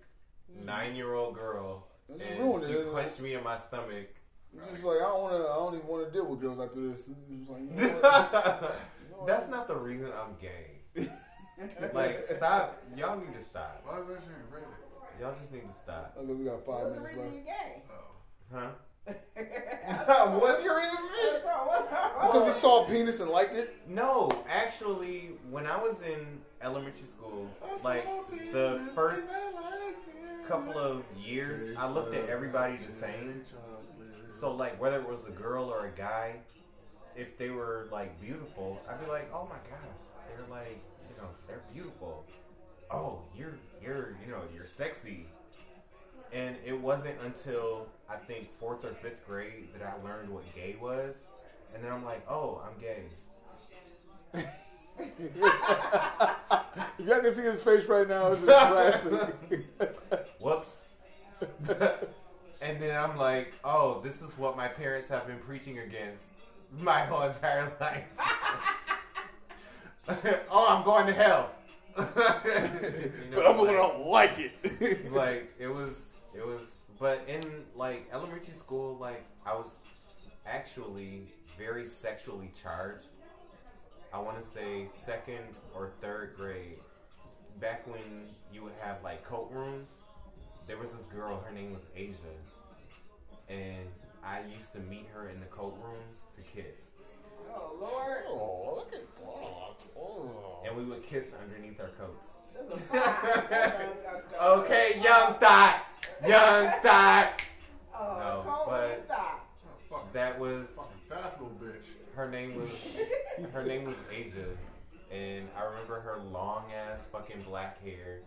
Speaker 9: nine year old girl
Speaker 1: Mm-hmm. This is
Speaker 9: and
Speaker 1: ruined
Speaker 9: she
Speaker 1: it.
Speaker 9: punched me in my stomach.
Speaker 1: It's Just like I don't wanna, I don't even want to deal with girls after this. It's like, you know what?
Speaker 9: That's not the reason I'm gay. like stop y'all need to stop.
Speaker 2: Why is that shit rated?
Speaker 9: Y'all just need to stop.
Speaker 1: Because we got five
Speaker 8: What's the
Speaker 1: minutes
Speaker 8: reason you
Speaker 1: left.
Speaker 8: gay?
Speaker 9: Huh?
Speaker 8: What's
Speaker 9: your reason for
Speaker 8: this?
Speaker 1: Because he saw a penis and liked it.
Speaker 9: No, actually when I was in elementary school, like the first couple of years I looked at everybody the same. So like whether it was a girl or a guy, if they were like beautiful, I'd be like, oh my gosh, they're like you know they're beautiful. Oh, you're you're you know you're sexy. And it wasn't until I think fourth or fifth grade that I learned what gay was, and then I'm like, oh, I'm gay.
Speaker 1: If y'all can see his face right now, it's just classic.
Speaker 9: Whoops. and then I'm like, oh, this is what my parents have been preaching against my whole entire life. oh, I'm going to hell.
Speaker 1: but I'm gonna like it.
Speaker 9: like it was it was but in like elementary school like i was actually very sexually charged i want to say second or third grade back when you would have like coat rooms there was this girl her name was asia and i used to meet her in the coat rooms to kiss
Speaker 8: Oh Lord.
Speaker 1: oh, look at that. Oh.
Speaker 9: and we would kiss underneath our coats
Speaker 8: That's a pie. That's a- a- a-
Speaker 9: okay young thought young thought
Speaker 8: a- a
Speaker 9: No,
Speaker 8: cold
Speaker 9: but-
Speaker 8: thought.
Speaker 9: that was
Speaker 2: Fucking fast little bitch.
Speaker 9: her name was her name was Asia, and I remember her long ass fucking black hair,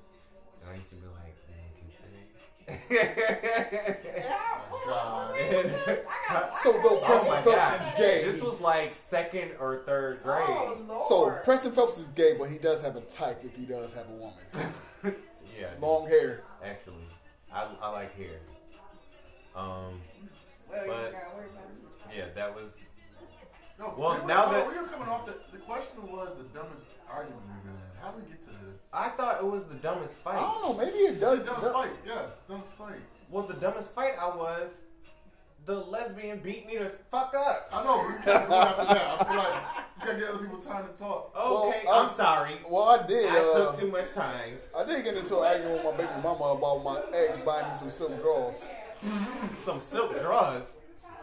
Speaker 9: and I used to be like, "Man,
Speaker 8: And
Speaker 9: this
Speaker 8: I- hold on, wait, wait, wait,
Speaker 9: thing."
Speaker 8: wait. I got-
Speaker 1: So
Speaker 8: I
Speaker 1: the
Speaker 8: got-
Speaker 1: Preston
Speaker 9: Oh my
Speaker 1: Phelps
Speaker 9: God.
Speaker 1: is gay.
Speaker 9: this was like second or third grade.
Speaker 8: Oh Lord.
Speaker 1: So Preston Phelps is gay, but he does have a type. If he does have a woman,
Speaker 9: yeah, dude,
Speaker 1: long hair.
Speaker 9: actually, I, I like hair. Um,
Speaker 8: Well, you
Speaker 9: but-
Speaker 8: gotta worry about it.
Speaker 9: yeah, that was
Speaker 2: No,
Speaker 9: Well,
Speaker 2: we were-
Speaker 9: now
Speaker 2: no,
Speaker 9: that-
Speaker 2: we were coming off the, the question was the dumbest argument we had. How did we get to the,
Speaker 9: I thought it was the dumbest fight.
Speaker 1: I
Speaker 8: Oh.
Speaker 1: don't know. Maybe it does.
Speaker 2: the dumbest
Speaker 1: does-
Speaker 2: fight? Yes, dumbest fight.
Speaker 9: Well, the dumbest fight I was. The lesbian beat me to fuck up.
Speaker 2: I know. We kept going after that. I feel like you gotta give other people time to talk.
Speaker 9: Okay,
Speaker 1: Well,
Speaker 9: I'm
Speaker 1: I'm-
Speaker 9: sorry.
Speaker 1: Well, I did.
Speaker 9: I
Speaker 1: uh,
Speaker 9: took too much time.
Speaker 1: I did get into an argument with my baby mama about my ex buying me some silk drawers.
Speaker 9: Some silk drawers.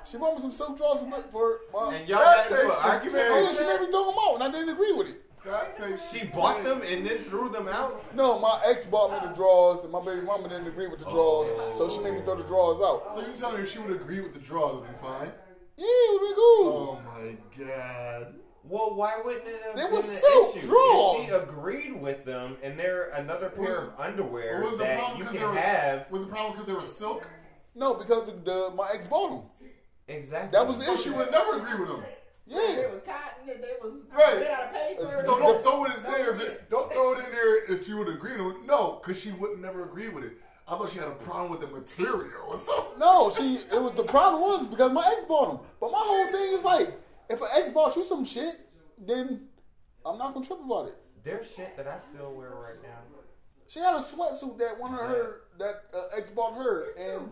Speaker 1: She bought me some silk drawers for my. For my
Speaker 9: And y'all got into
Speaker 2: takes
Speaker 9: an
Speaker 2: the
Speaker 1: oh, yeah,
Speaker 9: argument.
Speaker 1: she made me throw them out, and I didn't agree with it.
Speaker 2: That takes
Speaker 9: She bought them and then threw them out.
Speaker 1: No, my ex bought me the drawers, and my baby mama didn't agree with the drawers, so she made me throw the drawers out.
Speaker 2: So you telling me if she would agree with the draws, it'd be fine?
Speaker 1: Yeah, it would be cool.
Speaker 2: Oh my god.
Speaker 9: Well, why wouldn't it have
Speaker 1: They
Speaker 9: been
Speaker 1: were
Speaker 9: an
Speaker 1: silk
Speaker 9: issue?
Speaker 1: drawers.
Speaker 9: If she agreed with them, and they're another pair
Speaker 2: Was-
Speaker 9: of underwear
Speaker 2: was the
Speaker 9: that
Speaker 2: problem
Speaker 9: you
Speaker 2: because
Speaker 9: can
Speaker 2: there was
Speaker 9: have.
Speaker 2: was the problem because there was silk?
Speaker 1: No, because the, the my ex bought them.
Speaker 9: Exactly.
Speaker 2: That was the issue. Would never agree with him.
Speaker 8: Yeah. There was cotton. There was
Speaker 2: Right.
Speaker 8: bit out of paper.
Speaker 2: So don't throw it in there. that- Don't throw it in there if she would agree to it. No, because she would never agree with it. I thought she had a problem with the material or something.
Speaker 1: No, she. It was the problem was because my ex bought them. But my whole thing is like, if an ex bought you some shit, then I'm not gonna trip about it.
Speaker 9: There's shit that I still wear right now.
Speaker 1: She had a sweatsuit that one of her that uh, ex bought her, and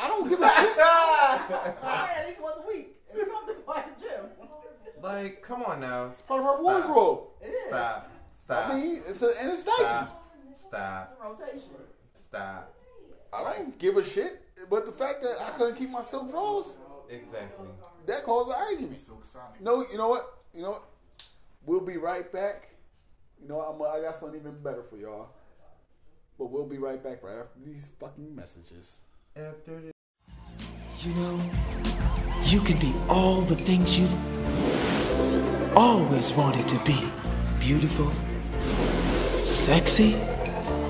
Speaker 1: I don't give a shit.
Speaker 8: at least once a week. It's comfortable at the gym.
Speaker 9: Like, come on now. It's
Speaker 1: part of her wardrobe.
Speaker 8: It is.
Speaker 9: Stop. Stop.
Speaker 1: I mean, it's a, and it's Nike.
Speaker 9: Stop. Stop.
Speaker 8: It's a rotation.
Speaker 9: Stop.
Speaker 1: I don't give a shit. But the fact that I couldn't keep my silk drawers,
Speaker 9: Exactly.
Speaker 1: that caused an argument. No, you know what? You know what? We'll be right back. You know, I'm, I got something even better for y'all. But we'll be right back right after these fucking messages.
Speaker 9: After this.
Speaker 4: You know, you can be all the things you've always wanted to be. Beautiful, sexy,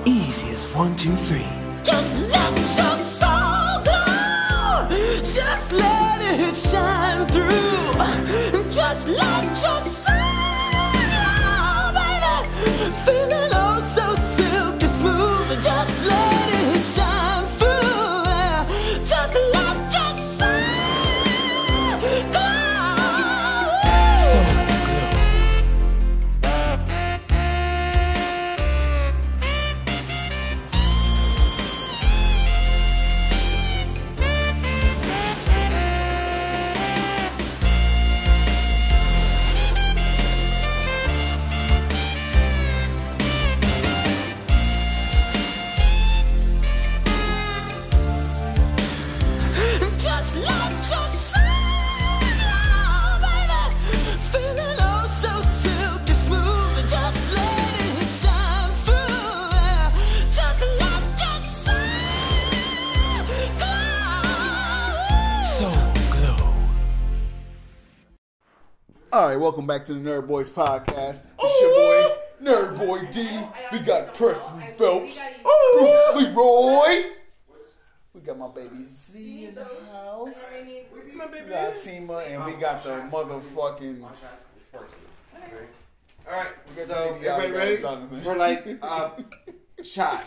Speaker 4: easy as one, two, three. Just let your soul glow. Just let it shine through. Just let your soul glow, baby. Feeling oh so silky smooth. Just let it shine through. Just let your soul glow. Just let your soul glow, baby. Feeling oh so silky smooth. Just let it shine through. Just let your soul glow.
Speaker 1: All right, welcome back to the Nerd Boys podcast. It's your boy Nerd Boy D. We got Preston Phelps, Bruce Leroy. We got my baby Z in the house. We got Tima, and we got the motherfucking.
Speaker 7: All right,
Speaker 1: get
Speaker 7: so
Speaker 1: the video out of
Speaker 7: everybody ready?
Speaker 1: Jonathan.
Speaker 7: We're like, uh, shot,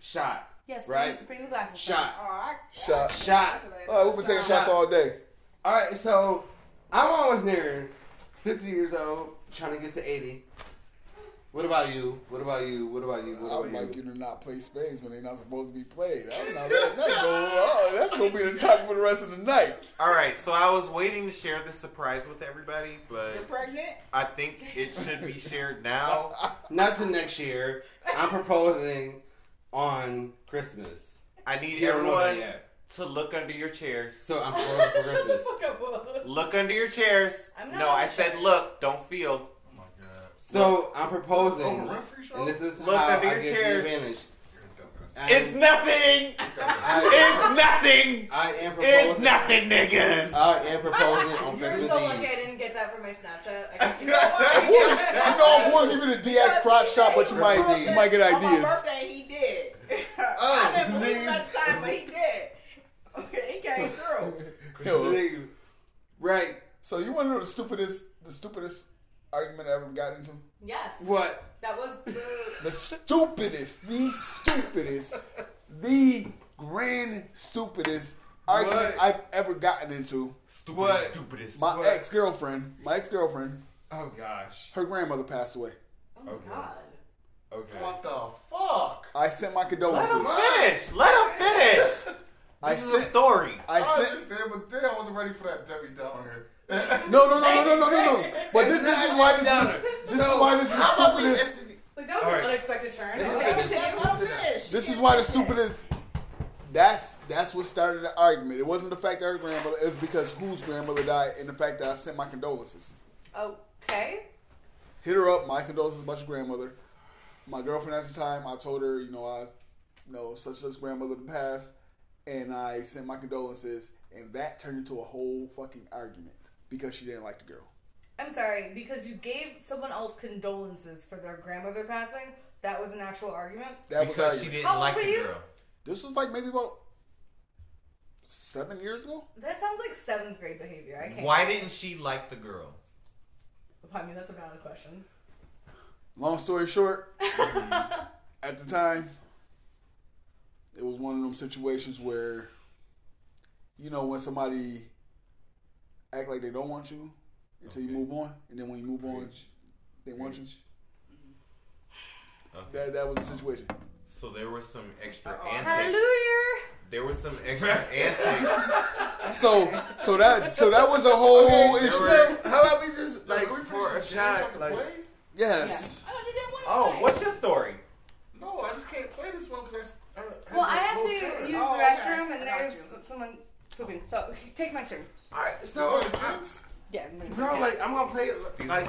Speaker 7: shot.
Speaker 3: Yes,
Speaker 7: right.
Speaker 3: bring- bring the glasses.
Speaker 7: Shot.
Speaker 8: Oh,
Speaker 1: Shot.
Speaker 7: Shot.
Speaker 1: All right, Oh, we've been taking shots all day.
Speaker 7: All right, so I'm almost near 50 years old, trying to get to 80. What about you? What about you? What about you? What
Speaker 1: I
Speaker 7: about
Speaker 1: would
Speaker 7: you?
Speaker 1: like you to not play spades when they're not supposed to be played. I'm not letting that go. Oh, that's gonna be the topic for the rest of the night.
Speaker 9: All right, so I was waiting to share this surprise with everybody, but
Speaker 8: Pregnant?
Speaker 9: I think it should be shared now.
Speaker 7: Not till next year. I'm proposing on Christmas.
Speaker 9: I need
Speaker 7: You don't know that
Speaker 9: everyone
Speaker 7: yet.
Speaker 9: to look under your chairs.
Speaker 7: So I'm proposing for Christmas.
Speaker 9: Look under your chairs.
Speaker 3: I'm not
Speaker 9: No,
Speaker 3: under
Speaker 9: I said look, don't feel.
Speaker 7: So I'm proposing, and this is
Speaker 9: Look
Speaker 7: how I
Speaker 9: under your
Speaker 7: get the
Speaker 9: chairs.
Speaker 7: advantage.
Speaker 9: It's nothing. It's nothing.
Speaker 7: I am proposing.
Speaker 9: It's nothing, niggas.
Speaker 7: I am proposing on
Speaker 3: You're
Speaker 7: Christmas
Speaker 3: so
Speaker 7: Eve.
Speaker 3: lucky I didn't get that from my Snapchat. I can't
Speaker 1: I would, you know, I would give you the DX crotch shot, but you might, you might get
Speaker 8: On
Speaker 1: ideas.
Speaker 8: my birthday, he did. I didn't believe him at the time, but he did. he came through.
Speaker 1: Yo,
Speaker 7: Right.
Speaker 1: So you want to know the stupidest, the stupidest argument I ever got into?
Speaker 3: Yes.
Speaker 7: What?
Speaker 3: That was the.
Speaker 1: The stupidest, the stupidest, the grand stupidest argument
Speaker 7: What?
Speaker 1: I've ever gotten into.
Speaker 7: What?
Speaker 9: Stupidest.
Speaker 1: My
Speaker 7: What?
Speaker 1: ex girlfriend, my ex girlfriend,
Speaker 7: Oh gosh.
Speaker 1: her grandmother passed away.
Speaker 8: Oh,
Speaker 7: Okay. Okay.
Speaker 2: What the fuck?
Speaker 1: I sent my condolences.
Speaker 9: Finish. Let him finish.
Speaker 1: I
Speaker 9: This is a
Speaker 1: sent.
Speaker 9: story.
Speaker 1: I
Speaker 2: I
Speaker 1: sent.
Speaker 2: understand, but damn, I wasn't ready for that Debbie Downer.
Speaker 1: No, no, no, no, no, no, no, no. But this, this is why this is. This is why this is the stupidest.
Speaker 3: Like, that was an unexpected turn.
Speaker 8: Let
Speaker 3: Okay.
Speaker 8: me tell you, let him finish.
Speaker 1: This is why the stupidest. That's that's what started the argument. It wasn't the fact that her grandmother. It was because whose grandmother died, and the fact that I sent my condolences.
Speaker 3: okay.
Speaker 1: Hit her up. My condolences about your grandmother. My girlfriend at the time. I told her, you know, I, you know, such and such grandmother passed, and I sent my condolences, and that turned into a whole fucking argument because she didn't like the girl.
Speaker 3: I'm sorry, because you gave someone else condolences for their grandmother passing. That was an actual argument.
Speaker 1: That was
Speaker 9: Because
Speaker 1: argument.
Speaker 9: she didn't
Speaker 3: How old
Speaker 9: like
Speaker 3: were
Speaker 9: the
Speaker 3: you?
Speaker 9: girl.
Speaker 1: This was like maybe about seven years ago.
Speaker 3: That sounds like seventh grade behavior. I can't.
Speaker 9: Why didn't she like the girl?
Speaker 3: I mean, that's a valid question.
Speaker 1: Long story short, at the time, it was one of them situations where, you know, when somebody act like they don't want you until you move on, and then when you move on, they want you.
Speaker 9: Okay.
Speaker 1: That that was the situation.
Speaker 9: So there were some extra antics.
Speaker 3: Hallelujah.
Speaker 9: There was some extra antics.
Speaker 1: So so that so that was a whole issue.
Speaker 7: How about we just like for a shot? Like,
Speaker 1: Yes.
Speaker 9: oh, what's your story?
Speaker 2: No, I just can't play this one because I. I
Speaker 3: Well, I have to use
Speaker 2: Oh,
Speaker 3: the
Speaker 2: okay.
Speaker 3: restroom,
Speaker 2: I
Speaker 3: and
Speaker 2: got
Speaker 3: there's someone pooping. So take my turn.
Speaker 7: All right, so
Speaker 3: Yeah, I'm gonna-
Speaker 7: bro, like I'm gonna play it like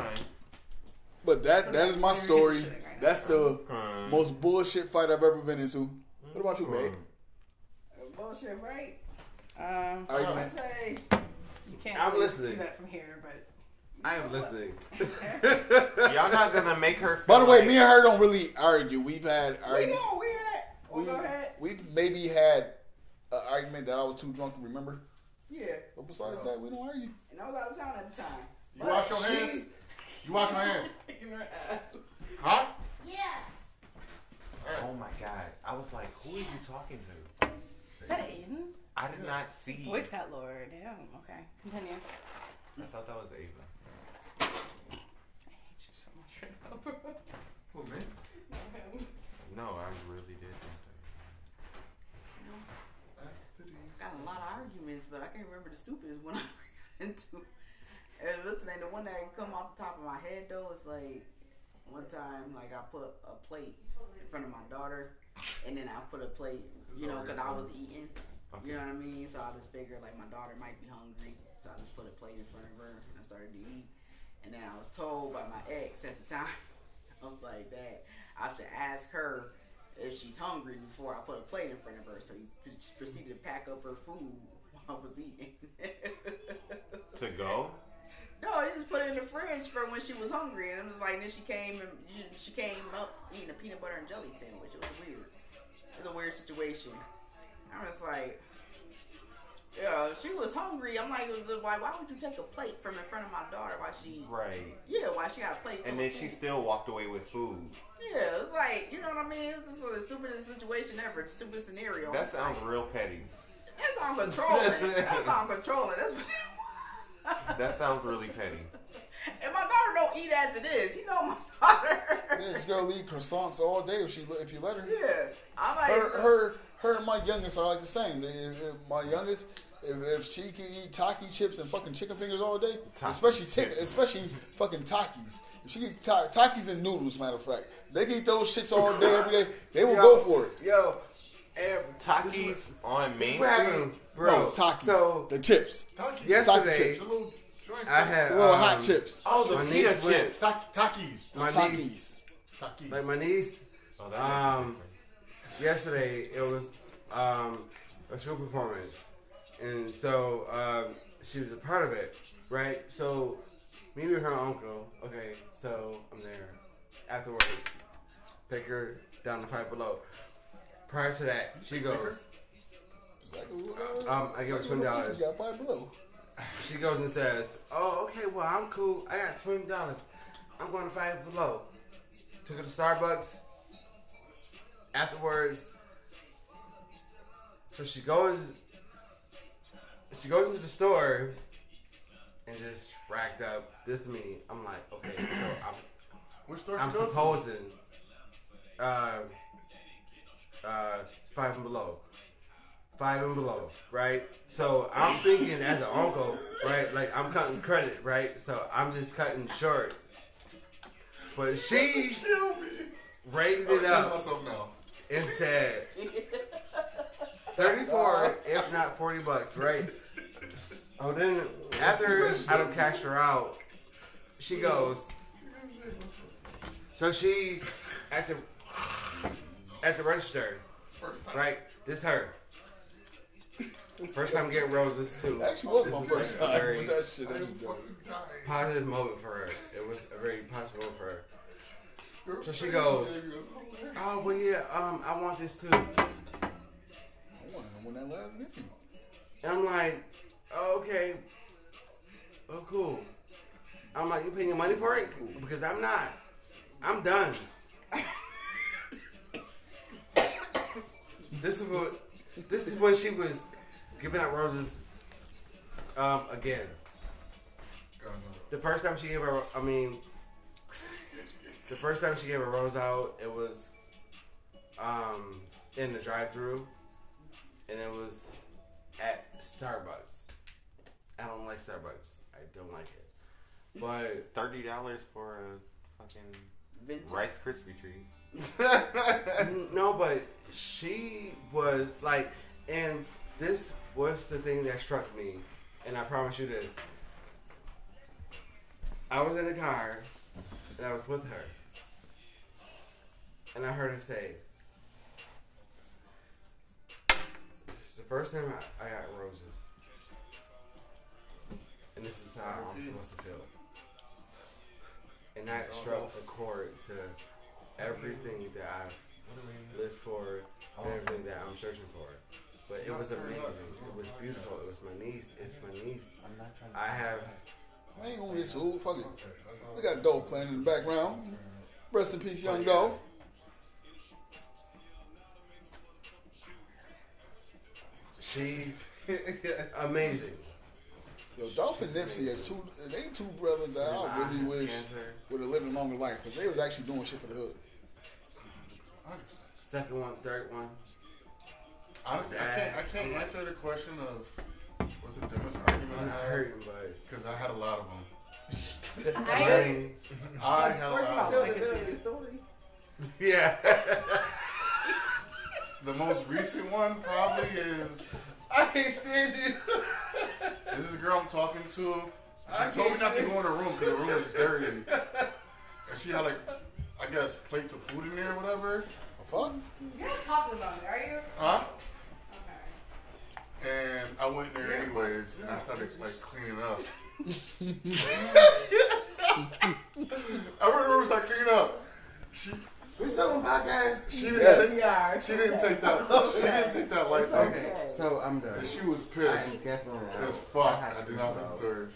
Speaker 1: But that that is my story. That's the
Speaker 9: Hmm.
Speaker 1: most bullshit fight I've ever been into. What about you, babe?
Speaker 8: Bullshit, right?
Speaker 3: Um,
Speaker 1: Are you
Speaker 8: I
Speaker 1: gonna-
Speaker 8: say,
Speaker 3: you can't
Speaker 7: I'm
Speaker 3: really
Speaker 7: listening.
Speaker 3: do that from here, but
Speaker 7: I am listening.
Speaker 9: Y'all not gonna make her.
Speaker 1: By the way, me and her don't really argue. We've had
Speaker 8: we
Speaker 1: argu-
Speaker 8: going, we at? Well,
Speaker 1: we
Speaker 8: go ahead.
Speaker 1: we've maybe had an argument that I was too drunk to remember.
Speaker 8: Yeah.
Speaker 1: But besides that, we don't argue.
Speaker 8: And I was out of town at the time.
Speaker 2: You wash your hands? You wash your hands? Huh?
Speaker 9: Oh my god! I was like, who are you talking to?
Speaker 3: is that Aiden?
Speaker 9: I did not see.
Speaker 3: Voice got lower. Damn. Okay, continue.
Speaker 9: I thought that was Ava.
Speaker 3: So much for that.
Speaker 2: Who, me?
Speaker 9: No, I really did. Think
Speaker 8: Got a lot of arguments, but I can't remember the stupidest one I got into. And listen, and the one that come off the top of my head though is like one time, like I put a plate in front of my daughter, and then I put a plate, you know, because I was eating. You know what I mean? So I just figured like my daughter might be hungry, so I just put a plate in front of her and I started to eat. And then I was told by my ex at the time, I was like that I should ask her if she's hungry before I put a plate in front of her. So he p- proceeded to pack up her food while I was eating.
Speaker 9: To go?
Speaker 8: no, he just put it in the fridge for when she was hungry, and I'm just like, then she came and she- she came up eating a peanut butter and jelly sandwich. It was weird. It was a weird situation. I was like. Yeah, she was hungry. I'm like, why? Why would you take a plate from in front of my daughter? While she,
Speaker 9: Right.
Speaker 8: yeah, why she got a plate? full
Speaker 9: And
Speaker 8: of
Speaker 9: then
Speaker 8: food?
Speaker 9: she still walked away with food.
Speaker 8: Yeah, it's like you know what I mean. It was just the stupidest situation ever, the stupidest scenario.
Speaker 9: That sounds real petty.
Speaker 8: That's on controlling. That's on controlling. That's what.
Speaker 9: That sounds really petty.
Speaker 8: And my daughter don't eat as it is. You know my daughter.
Speaker 1: Yeah, this girl eat croissants all day if she let- if you let her.
Speaker 8: Yeah, I'm like
Speaker 1: Her her her and my youngest are like the same. They- If, if my youngest, if, if she can eat Taki chips and fucking chicken fingers all day, especially tick, especially fucking Takis. If she can eat ta- Takis and noodles, matter of fact, they can eat those shits all day every day. They will
Speaker 7: Yo,
Speaker 1: go for it.
Speaker 7: Yo, and
Speaker 9: Takis on Main
Speaker 7: what
Speaker 9: Street?
Speaker 7: happened, bro?
Speaker 1: no Takis,
Speaker 7: so-
Speaker 1: the chips, Taki
Speaker 7: yesterday
Speaker 1: chips,
Speaker 7: I had
Speaker 1: the little
Speaker 7: um,
Speaker 1: hot chips.
Speaker 9: Oh, the
Speaker 7: My
Speaker 9: pita
Speaker 7: niece went-
Speaker 9: chips.
Speaker 2: Takis.
Speaker 7: my niece,
Speaker 1: Takis.
Speaker 2: Takis.
Speaker 7: like my niece.
Speaker 9: Oh, that makes a
Speaker 7: Um,
Speaker 9: difference.
Speaker 7: yesterday it was um a school performance, and so um she was a part of it, right? So me and her uncle. Okay, so I'm there. Afterwards, take her down to five below. Prior to that, she goes. Um, I give her twenty dollars.
Speaker 1: You got five below.
Speaker 7: She goes and says, "Oh, okay. Well, I'm cool. I got twenty dollars. I'm going to Five Below." Took her to Starbucks. Afterwards, so she goes. She goes into the store and just racked up. This to me, I'm like, okay, so
Speaker 2: Which store
Speaker 7: I'm, I'm
Speaker 2: she go to?
Speaker 7: supposing, uh, uh, Five and Below. Five and below, right? So I'm thinking as an uncle, right? Like I'm cutting credit, right? So I'm just cutting short. But she rated it
Speaker 2: I'm killing
Speaker 7: up
Speaker 2: myself now.
Speaker 7: and said 34, if not 40 bucks, right? Uh-huh. Oh, then after I don't cash her out, she goes. So she at the at the register, right? This her. First time getting roses too.
Speaker 1: Actually, was my
Speaker 7: This
Speaker 1: first
Speaker 7: like a
Speaker 1: time.
Speaker 7: very
Speaker 1: But that shit, that was dope.
Speaker 7: Positive moment for her. It was a very positive moment for her. So she goes, "Oh well, yeah. Um, I want this too."
Speaker 1: I wanted to win that last game.
Speaker 7: And I'm like, oh, okay, oh cool. I'm like, you paying your money for it? Cool. Because I'm not. I'm done. this is what. This is when she was giving out roses. Um, again. The first time she gave her, I mean, the first time she gave a rose out, it was um, in the drive-through, and it was at Starbucks. I don't like Starbucks. I don't like it. But
Speaker 9: thirty dollars for a fucking
Speaker 7: Vintage.
Speaker 9: Rice Krispie treat.
Speaker 7: no, but she was like, and this was the thing that struck me, and I promise you this. I was in the car, and I was with her, and I heard her say, "This is the first time I, I got roses, and this is how I'm supposed to feel." And that struck a chord to everything that I lived for and everything that I'm searching for. But it was amazing. It was beautiful. It was my niece. It's my niece. I have.
Speaker 1: I ain't gonna be so fuck it. We got Dolph playing in the background. Rest in peace, young Dolph.
Speaker 7: She amazing.
Speaker 1: Yo, Dolph and Nipsey are two. They two brothers that I really wish would have lived a longer life because they was actually doing shit for the hood.
Speaker 7: Second one, third one.
Speaker 2: Honestly, I can't, I can't answer the question of what's the dumbest argument I had because I had a lot of them.
Speaker 5: I-
Speaker 2: I had a lot
Speaker 8: I can
Speaker 2: of
Speaker 8: see this
Speaker 2: them.
Speaker 8: story.
Speaker 2: Yeah. the most recent one probably is.
Speaker 7: I can't stand you.
Speaker 2: This is a girl I'm talking to.
Speaker 5: I
Speaker 2: She told me
Speaker 5: can't
Speaker 2: not to
Speaker 5: stand
Speaker 2: go in the
Speaker 5: you.
Speaker 2: room because the room is dirty. and she had like, I guess, plates of food in there or whatever.
Speaker 1: Fuck.
Speaker 3: You're not talking about me, are you?
Speaker 2: Huh? And I went in there anyways, and I started like cleaning up. I remember started cleaning up. She, we
Speaker 7: still on podcast.
Speaker 2: She didn't
Speaker 7: Yes.
Speaker 2: take
Speaker 7: We are.
Speaker 2: She didn't take that. She didn't take that lightly.
Speaker 7: Okay, so I'm done.
Speaker 2: And she was pissed.
Speaker 7: I guess not.
Speaker 2: As fuck.
Speaker 7: I have
Speaker 2: I
Speaker 7: to
Speaker 2: did not
Speaker 7: go.
Speaker 2: listen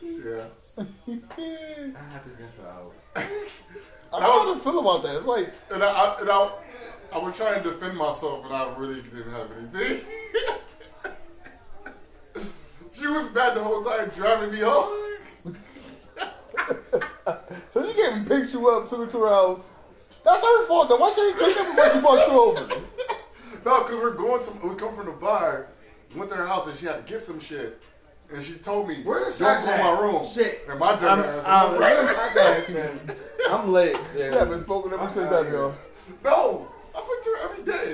Speaker 2: to her. Yeah.
Speaker 7: I have to guess out.
Speaker 1: I don't even feel about that. It's like,
Speaker 2: and I, I, and I, I was trying to defend myself, and I really didn't have anything. she was mad the whole time, driving me home.
Speaker 1: So she came and picked you up, took her to her house. That's her fault though. Why she ain't clean up before she bought you over?
Speaker 2: No, because we're going to, we come from the bar, went to her house, and she had to get some shit. And she told me,
Speaker 7: Where the
Speaker 2: don't
Speaker 7: shots
Speaker 2: go in
Speaker 7: at?
Speaker 2: my room.
Speaker 7: Shit.
Speaker 2: And my
Speaker 7: I'm-
Speaker 2: dumb ass.
Speaker 7: I'm-
Speaker 2: went-
Speaker 7: Um, I'm late. Yeah.
Speaker 1: You haven't spoken ever since that, y'all.
Speaker 2: No, I speak to her every day.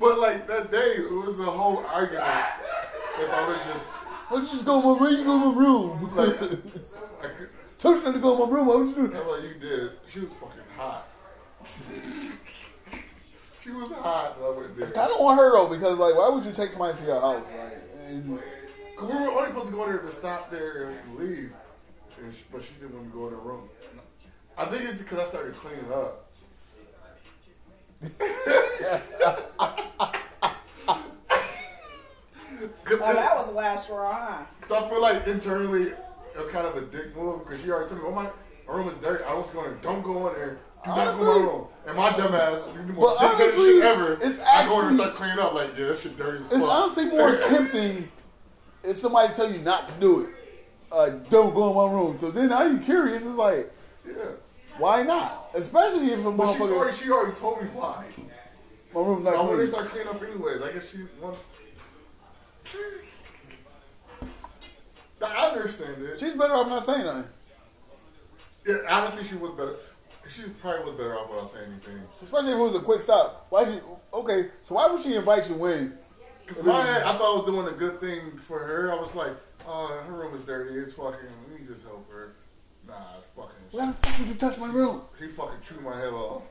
Speaker 2: but like that day, it was a whole argument. If I would just,
Speaker 1: I was just go to my room. You go to my room. Like, told you not to go to my room. I was just.
Speaker 2: that's what you did. She was fucking hot. she was hot. And I went there.
Speaker 1: It's kind of on her though, because like, why would you take somebody to your house? Like, and-
Speaker 2: 'Cause we were only supposed to go there to stop there and leave, and she, but she didn't want me to go in her room. I think it's because I started cleaning up. Cause
Speaker 8: Oh, that was the last straw, huh?
Speaker 2: Because I feel like internally it was kind of a dick move because she already told me, oh my, my room is dirty. I was going, don't go in there. Do not go in my
Speaker 1: Honestly-
Speaker 2: room. And my dumb ass, you do
Speaker 1: But
Speaker 2: more dick ass
Speaker 1: honestly,
Speaker 2: shit ever.
Speaker 1: it's
Speaker 2: I go in
Speaker 1: actually-
Speaker 2: there and start cleaning up like, yeah, that shit dirty as fuck.
Speaker 1: It's honestly more tempting if somebody tell you not to do it. Uh, don't go in my room. So then now you curious. It's like,
Speaker 2: yeah.
Speaker 1: why not? Especially if a
Speaker 2: But she
Speaker 1: motherfucker.
Speaker 2: already, she already told me why.
Speaker 1: my room's
Speaker 2: I
Speaker 1: not
Speaker 2: want to
Speaker 1: clean.
Speaker 2: start cleaning up anyways. I guess she wants. I understand it.
Speaker 1: She's better off not saying nothing.
Speaker 2: Yeah, honestly, she was better. She probably was better off without saying anything.
Speaker 1: Especially if it was a quick stop. Why she? Okay, so why would she invite you in?
Speaker 2: Because in my head, I thought I was doing a good thing for her. I was like, oh, her room is dirty. It's fucking, we can just help her. Nah, it's fucking.
Speaker 1: Why the fuck would you touch my room?
Speaker 2: She fucking chewed my head off.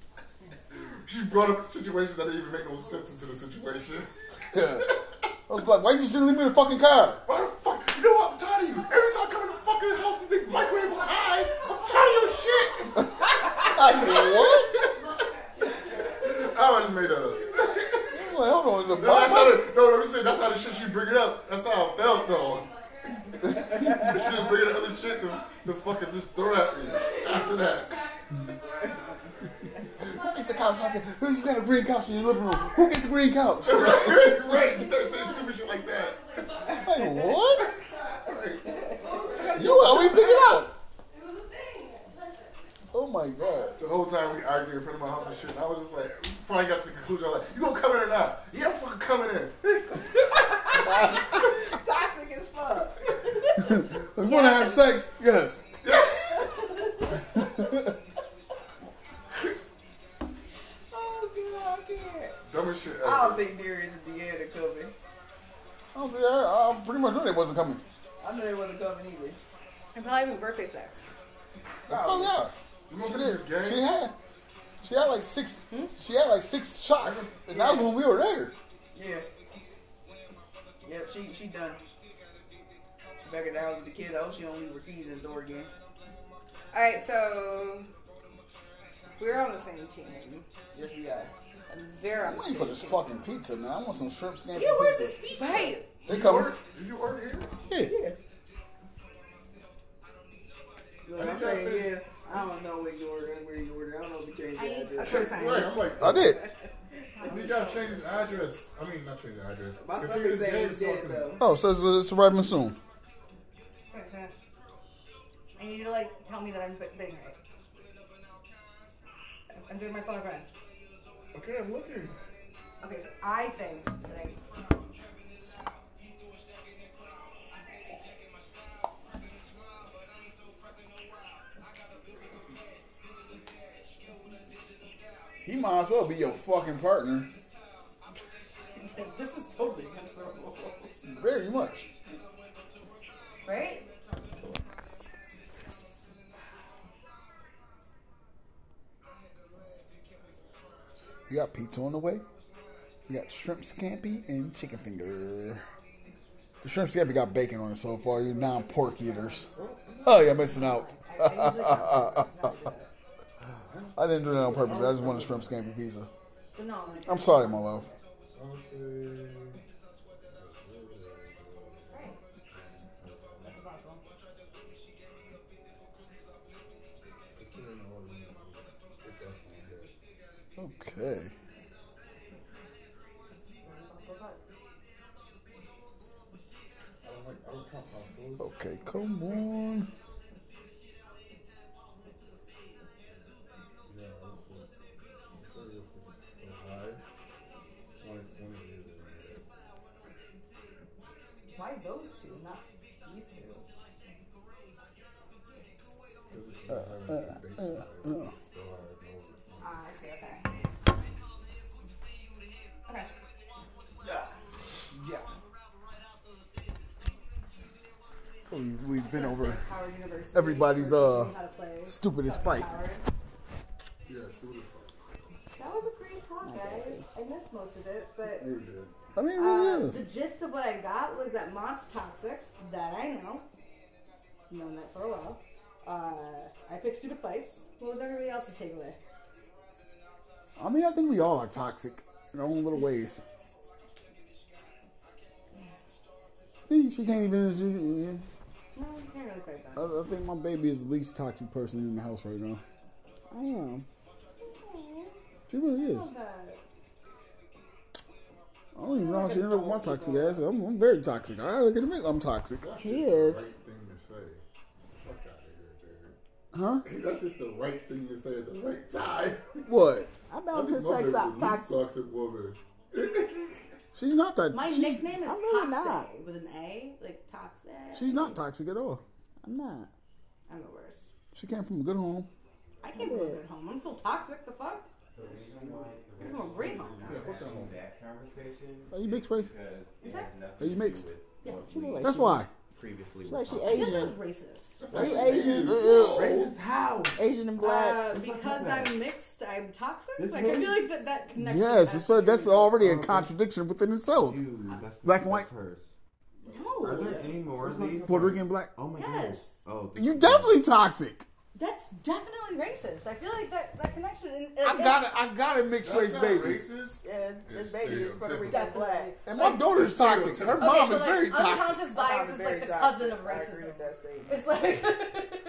Speaker 2: she brought up situations that didn't even make no sense into the situation.
Speaker 1: Yeah. I was like, why you just didn't leave me in the fucking car?
Speaker 2: Why the fuck? You know what? I'm tired of you. Every time I come in the fucking house, you big microwave on high. I'm tired of your shit.
Speaker 1: I said, what?
Speaker 2: Oh, I just made that up.
Speaker 1: I'm like, hold on a
Speaker 2: how the shit you bring it up. That's how I felt though. the shit bringing other shit to, to fucking just throw at me. After that,
Speaker 1: Who gets the couch? Fucking, Who you got a green couch in your living room? Who gets the green couch?
Speaker 2: right? You start saying stupid shit like that.
Speaker 1: Like, what? You how we pick it up? Oh my god.
Speaker 2: The whole time we argued in front of my house and shit, and I was just like, we finally got to the conclusion. I was like, you gonna come in or not? Yeah, I'm fucking coming in.
Speaker 8: Toxic as fuck.
Speaker 1: You want to have sex? Yes.
Speaker 8: Oh, God, I can't.
Speaker 2: Dumbest shit ever.
Speaker 8: I don't think Darius and Deanna coming.
Speaker 1: I don't think I, I pretty much knew they wasn't coming.
Speaker 8: I knew they wasn't coming either.
Speaker 3: And probably even birthday sex.
Speaker 1: Oh yeah. She did. She had. She had like six. She had like six shots, and that was when we were there.
Speaker 8: Yeah. Yep, she she done. She back at the house with the kids. I hope she don't leave her keys in the door again.
Speaker 3: All right, so we're on the same team.
Speaker 8: Yes, we are.
Speaker 3: They're on
Speaker 1: I'm
Speaker 3: the
Speaker 1: waiting for
Speaker 3: same
Speaker 1: this
Speaker 3: team.
Speaker 1: fucking pizza now. I want some shrimp scampi
Speaker 3: Yeah, where's
Speaker 1: pizza.
Speaker 3: this pizza? Right.
Speaker 1: They coming.
Speaker 2: Did you order here?
Speaker 1: Yeah.
Speaker 8: Look, I'm saying, yeah. I don't know what you ordered, where you ordered. I don't know if you changed the address.
Speaker 2: Right, I'm like,
Speaker 1: I did.
Speaker 2: we gotta change his address. I mean, not change the address.
Speaker 8: My
Speaker 2: Continue
Speaker 8: stomach's
Speaker 2: this
Speaker 8: saying
Speaker 2: game
Speaker 8: it's dead,
Speaker 2: talking.
Speaker 8: though.
Speaker 1: Oh, so it's, it's arriving soon.
Speaker 3: I need you to like tell me that I'm bit- big right. I'm doing my phone in front.
Speaker 2: Okay, I'm looking.
Speaker 3: Okay, so I think that I.
Speaker 1: He might as well be your fucking partner.
Speaker 8: this is totally against the rules.
Speaker 1: Very much.
Speaker 3: Right?
Speaker 1: You got pizza on the way. You got shrimp scampi and chicken finger. The shrimp scampi got bacon on it so far. You non-pork eaters. Oh, you're missing out. I didn't do that on purpose. I just wanted shrimp scampi pizza.
Speaker 3: But no, I'm like.
Speaker 1: I'm sorry, my love.
Speaker 3: Right. That's possible.
Speaker 1: Okay. Okay, come on.
Speaker 3: Why those two, not these two? Ah, I see. Okay. Okay.
Speaker 1: So we- we've been over
Speaker 3: Howard University.
Speaker 1: everybody's uh
Speaker 3: How to play.
Speaker 1: stupidest fight.
Speaker 3: Howard.
Speaker 2: Yeah, it's doing
Speaker 3: That was a great talk, guys. I missed most of it, but
Speaker 1: I mean, it
Speaker 3: uh,
Speaker 1: really
Speaker 3: the
Speaker 1: is.
Speaker 3: gist of what I got was that Mott's toxic. That I know. Known that for a while. Uh, I picked student fights. What was everybody else's takeaway?
Speaker 1: I mean, I think we all are toxic in our own little ways. See, she can't even. She,
Speaker 3: No, I can't really quite that.
Speaker 1: I, I think my baby is the least toxic person in the house right now.
Speaker 11: I am.
Speaker 1: She really is. I don't even know how she ended up with my toxic ass. I'm, I'm very toxic. I can admit I'm toxic.
Speaker 11: He is.
Speaker 2: Right thing to say. Fuck out of
Speaker 1: Huh?
Speaker 2: here, dude. That's just the right thing to say at the right time.
Speaker 1: What?
Speaker 11: I'm
Speaker 2: I
Speaker 11: about
Speaker 2: think
Speaker 11: to
Speaker 2: my
Speaker 11: sex
Speaker 2: baby's
Speaker 11: up
Speaker 2: the least
Speaker 11: toxic.
Speaker 2: toxic woman.
Speaker 1: She's not that.
Speaker 3: My
Speaker 1: she-
Speaker 3: nickname is
Speaker 11: I'm really
Speaker 3: Toxic
Speaker 11: not.
Speaker 3: with an A, like Toxic.
Speaker 1: She's not toxic at all.
Speaker 11: I'm not.
Speaker 3: I'm the worst.
Speaker 1: She came from a good home.
Speaker 3: I came from a good home. I'm so toxic. The fuck? I'm from a great home.
Speaker 9: That conversation
Speaker 1: Are you mixed race?
Speaker 9: because
Speaker 3: What's
Speaker 9: it
Speaker 3: that?
Speaker 9: has
Speaker 1: Are you
Speaker 9: nothing to do
Speaker 1: mixed?
Speaker 9: with
Speaker 3: Yeah,
Speaker 9: what
Speaker 11: She look
Speaker 9: we
Speaker 11: like
Speaker 1: That's
Speaker 11: she-
Speaker 1: why.
Speaker 9: previously
Speaker 11: She
Speaker 9: were
Speaker 11: like she
Speaker 9: talking
Speaker 3: Yeah, that was
Speaker 11: Asian.
Speaker 3: racist.
Speaker 11: She
Speaker 1: Uh,
Speaker 11: Asian.
Speaker 6: Racist how?
Speaker 11: Asian and black.
Speaker 3: Uh, because I'm mixed, I'm toxic.
Speaker 6: This
Speaker 3: Like I
Speaker 6: man-
Speaker 3: feel like that that connects.
Speaker 1: Yes, it's a, that's already a
Speaker 9: Um,
Speaker 1: contradiction within itself.
Speaker 9: Dude,
Speaker 1: Black
Speaker 9: that's,
Speaker 1: and
Speaker 9: that's
Speaker 1: white.
Speaker 9: hers. Are
Speaker 3: no.
Speaker 9: there any more of these?
Speaker 1: Puerto Rican black.
Speaker 9: Oh my
Speaker 3: Yes.
Speaker 9: goodness. Oh, this
Speaker 1: You
Speaker 9: is-
Speaker 1: definitely toxic.
Speaker 3: That's definitely racist. I feel like that, that connection. And,
Speaker 1: I got it. I got it. Mixed
Speaker 2: That's
Speaker 1: race
Speaker 2: not
Speaker 1: baby.
Speaker 2: racist.
Speaker 8: Yeah,
Speaker 2: It's
Speaker 8: this baby is Puerto
Speaker 2: stereotypical.
Speaker 8: Rican black.
Speaker 1: And my daughter's toxic. Her
Speaker 2: Okay,
Speaker 1: mom
Speaker 3: Okay, so
Speaker 1: is
Speaker 3: like
Speaker 1: very toxic.
Speaker 8: My
Speaker 3: unconscious bias
Speaker 8: mom is
Speaker 3: is like the
Speaker 8: very
Speaker 3: cousin of
Speaker 8: toxic. I agree
Speaker 3: racism.
Speaker 8: with that statement.
Speaker 3: It's like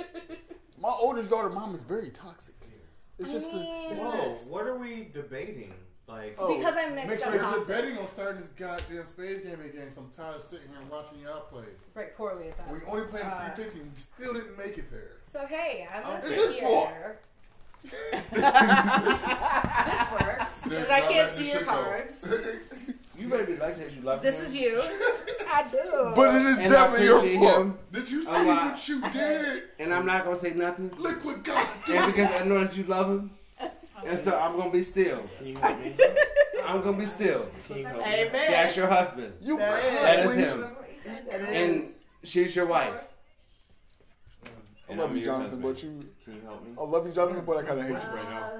Speaker 1: My oldest daughter, mom is very toxic. It's just the. It's
Speaker 9: Whoa,
Speaker 1: the
Speaker 9: what are we debating? Like,
Speaker 1: Oh,
Speaker 3: because I'm mixed,
Speaker 2: Make sure
Speaker 3: I'm
Speaker 2: you're
Speaker 3: toxic.
Speaker 2: betting on starting this goddamn space game again. So I'm tired of sitting here and watching y'all play.
Speaker 3: Right, poorly at that.
Speaker 2: We only played uh, 350. We still didn't make it there.
Speaker 3: So hey, I'm gonna
Speaker 2: Is
Speaker 3: sit
Speaker 2: this
Speaker 3: here. this works.
Speaker 2: There's
Speaker 3: But I
Speaker 2: not
Speaker 3: can't
Speaker 2: letting
Speaker 3: see
Speaker 2: this
Speaker 3: your
Speaker 2: shit go.
Speaker 3: cards.
Speaker 10: You made me like that you love
Speaker 3: This
Speaker 10: him.
Speaker 3: is you.
Speaker 8: I do.
Speaker 1: But it is
Speaker 10: And I
Speaker 1: definitely your
Speaker 10: appreciate
Speaker 1: fault.
Speaker 10: him.
Speaker 2: Did you see
Speaker 10: A lot.
Speaker 2: what you did?
Speaker 10: And I'm not gonna say nothing.
Speaker 2: Look what God did.
Speaker 10: And because I know that you love him. And so I'm gonna be still. I'm gonna be still.
Speaker 8: Amen.
Speaker 10: That's your husband.
Speaker 1: You
Speaker 8: That is-
Speaker 10: That is
Speaker 1: clearly-
Speaker 10: him.
Speaker 8: It
Speaker 10: And
Speaker 8: is.
Speaker 10: she's your wife.
Speaker 1: I love you, Jonathan, but you. I love you, Jonathan, but I kind of hate you right now.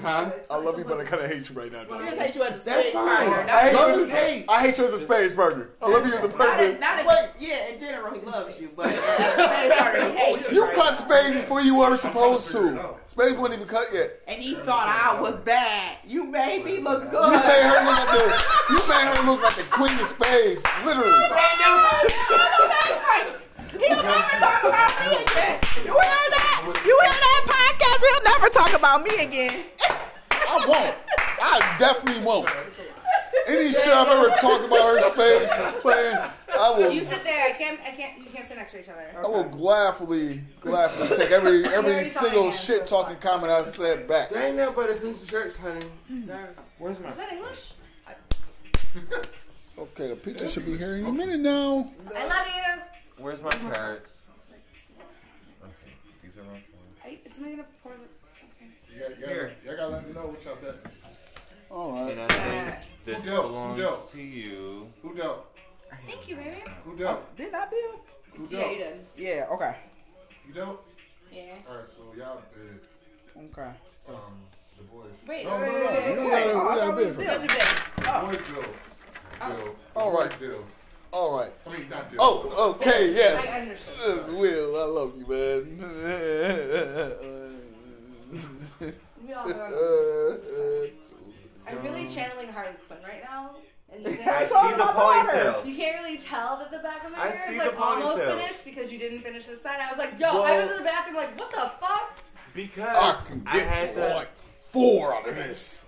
Speaker 10: Huh?
Speaker 1: I love you, but I kind of hate you right now,
Speaker 8: We just
Speaker 1: Jonathan.
Speaker 8: hate you as a
Speaker 10: That's
Speaker 8: space
Speaker 10: fine.
Speaker 8: partner.
Speaker 1: I hate,
Speaker 8: Not-
Speaker 1: you
Speaker 10: Love
Speaker 1: as,
Speaker 10: is hate.
Speaker 1: I hate you as a space partner. I love you as a
Speaker 8: Not,
Speaker 1: person.
Speaker 8: in- not in- yeah, in general, he loves you, but as a space partner, he hates you.
Speaker 1: You
Speaker 8: right
Speaker 1: cut
Speaker 8: now.
Speaker 1: Spade before you weren't supposed
Speaker 2: figure it
Speaker 1: to.
Speaker 2: out.
Speaker 1: Spade wasn't even cut yet.
Speaker 8: And he thought I was bad. You made me look
Speaker 1: You made
Speaker 8: good.
Speaker 1: her look like the you made her look like the queen of spades, literally.
Speaker 8: He'll never talk about me again. You hear that? You hear that podcast? He'll never talk about me again.
Speaker 1: I won't. I definitely won't. Any shit I've ever talked about her spades playing, I
Speaker 3: You
Speaker 1: will.
Speaker 3: sit there. I can't. I can't. You can't sit next to each other.
Speaker 1: I will gladly, gladly take every every
Speaker 3: already saw my
Speaker 1: single
Speaker 3: hands, so
Speaker 1: shit
Speaker 3: it's
Speaker 1: talking comment I said back.
Speaker 10: There ain't nothing but a sister church, honey.
Speaker 9: where's my
Speaker 3: Is that English?
Speaker 1: Okay, the pizza should be here any minute now.
Speaker 3: I love you.
Speaker 9: where's my carrots? Okay, these are my carrots.
Speaker 3: Are you- Is somebody gonna pour the?
Speaker 2: You gotta, you gotta,
Speaker 9: Here.
Speaker 2: you gotta let me know what y'all bet.
Speaker 1: All
Speaker 9: And
Speaker 1: right,
Speaker 9: I think this
Speaker 2: Yo,
Speaker 9: belongs
Speaker 2: yo.
Speaker 9: to you.
Speaker 2: Who dealt?
Speaker 3: Thank you, baby.
Speaker 2: Who dealt?
Speaker 8: Did I do?
Speaker 2: Who
Speaker 3: Yeah,
Speaker 2: dealt?
Speaker 3: you did.
Speaker 8: Yeah. Okay.
Speaker 2: You dealt?
Speaker 3: Yeah.
Speaker 2: Alright, so y'all bid
Speaker 8: Okay.
Speaker 2: um, the boys.
Speaker 3: Wait,
Speaker 2: No, no, no.
Speaker 3: wait, wait, wait,
Speaker 2: The
Speaker 1: we gotta- we gotta bid
Speaker 8: Oh,
Speaker 1: for
Speaker 8: I
Speaker 1: it.
Speaker 3: Those are big.
Speaker 2: boys deal. Deal. The
Speaker 1: All right.
Speaker 2: boys Deal.
Speaker 1: all right.
Speaker 2: I mean, not deal.
Speaker 1: Oh, okay, yes.
Speaker 3: I understand.
Speaker 1: Uh, Will, I love you, man. Uh,
Speaker 3: We all know. I'm really channeling Harley Quinn right now. And you
Speaker 8: I
Speaker 3: can't,
Speaker 8: told
Speaker 9: see the
Speaker 8: my daughter.
Speaker 9: ponytail.
Speaker 3: you can't really tell that the back of my
Speaker 9: I
Speaker 3: hair
Speaker 9: see
Speaker 3: is
Speaker 9: the
Speaker 3: like almost
Speaker 9: ponytail.
Speaker 3: finished because you didn't finish the sign. I was like, yo, I
Speaker 9: Well-
Speaker 3: was in the bathroom like, what the fuck?
Speaker 1: I
Speaker 9: Because
Speaker 1: can
Speaker 9: I,
Speaker 1: get
Speaker 9: had to.
Speaker 1: like four out of this.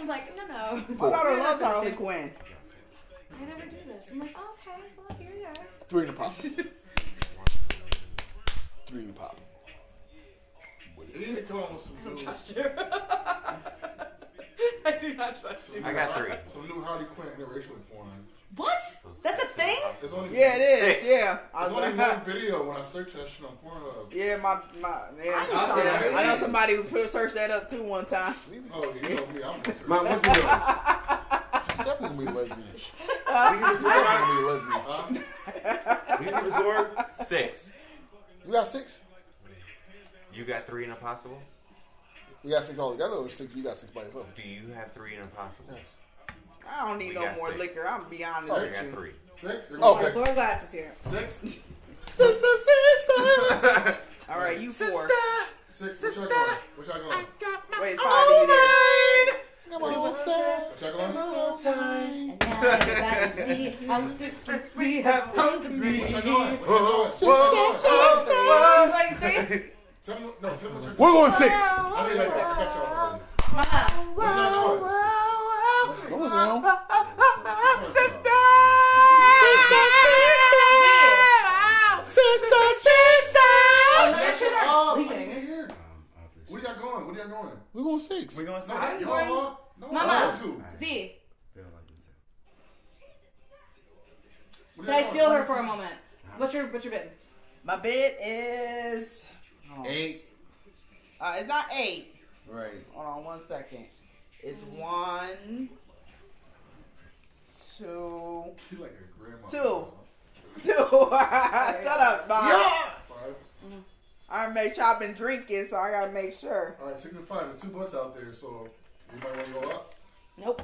Speaker 3: I'm like, no, no.
Speaker 8: My daughter loves Harley Quinn.
Speaker 3: I never do this. I'm like, oh, okay, well, here you are.
Speaker 1: Three in a pop. Three in a pop.
Speaker 2: It need to come up with some new,
Speaker 3: I do not trust you.
Speaker 9: I got three.
Speaker 2: some new Harley Quinn interracial porn.
Speaker 3: What? That's a thing?
Speaker 2: It's only
Speaker 8: Yeah, it is. Yeah. I was
Speaker 2: There's only
Speaker 8: like,
Speaker 2: one
Speaker 8: huh.
Speaker 2: video when I search that shit on Pornhub.
Speaker 8: Yeah, my my. Yeah.
Speaker 3: I'm
Speaker 8: I,
Speaker 3: sorry.
Speaker 8: I know somebody who put- searched that up too one time.
Speaker 2: Oh, you know me, I'm gonna search.
Speaker 10: Mom, what you doing?
Speaker 1: She's definitely gonna be lesbian. She's
Speaker 10: We can
Speaker 1: definitely
Speaker 10: absorb.
Speaker 1: gonna be lesbian.
Speaker 2: Huh?
Speaker 10: We can absorb.
Speaker 9: Six.
Speaker 1: You got six?
Speaker 9: You got three in impossible?
Speaker 1: You got six all together or six you got six by yourself?
Speaker 9: Do you have three in impossible?
Speaker 1: Yes.
Speaker 8: I don't need
Speaker 9: We
Speaker 8: no
Speaker 9: got
Speaker 8: more
Speaker 9: six.
Speaker 8: liquor. I'm be honest
Speaker 9: I
Speaker 8: with
Speaker 9: got
Speaker 8: you.
Speaker 9: three.
Speaker 2: Six?
Speaker 8: Oh,
Speaker 1: Okay.
Speaker 3: Four glasses here.
Speaker 2: Six?
Speaker 8: All right, you four.
Speaker 2: Six? What y'all going? What y'all going?
Speaker 8: Wait, five of
Speaker 3: Oh
Speaker 8: you there.
Speaker 1: Come on, sir.
Speaker 2: What y'all going?
Speaker 3: We have come to be.
Speaker 2: What y'all going? What y'all going?
Speaker 3: She's like, three.
Speaker 2: Tell me, no, tell me what you're
Speaker 1: We're going six.
Speaker 2: I mean, like, that catch all
Speaker 1: Don't listen to him.
Speaker 8: Ah, Oh,
Speaker 2: Where y'all going? Where y'all going?
Speaker 1: We're going six.
Speaker 9: We're going
Speaker 2: No,
Speaker 9: to
Speaker 2: not y'all. are. No,
Speaker 3: Mama.
Speaker 2: y'all two.
Speaker 3: Z,
Speaker 2: Where
Speaker 3: can I
Speaker 2: y'all
Speaker 3: steal
Speaker 2: going?
Speaker 3: her for a moment? What's your, what's your bid?
Speaker 8: My bid is.
Speaker 10: Eight.
Speaker 8: Uh, it's not eight.
Speaker 10: Right.
Speaker 8: Hold on one second. It's one, two,
Speaker 2: She like a grandma.
Speaker 8: Two. two. Shut up, Bob.
Speaker 2: Five.
Speaker 8: I make sure I've been drinking, so I gotta make sure.
Speaker 2: All right, six and five. There's two bucks out there, so anybody want to go up?
Speaker 8: Nope.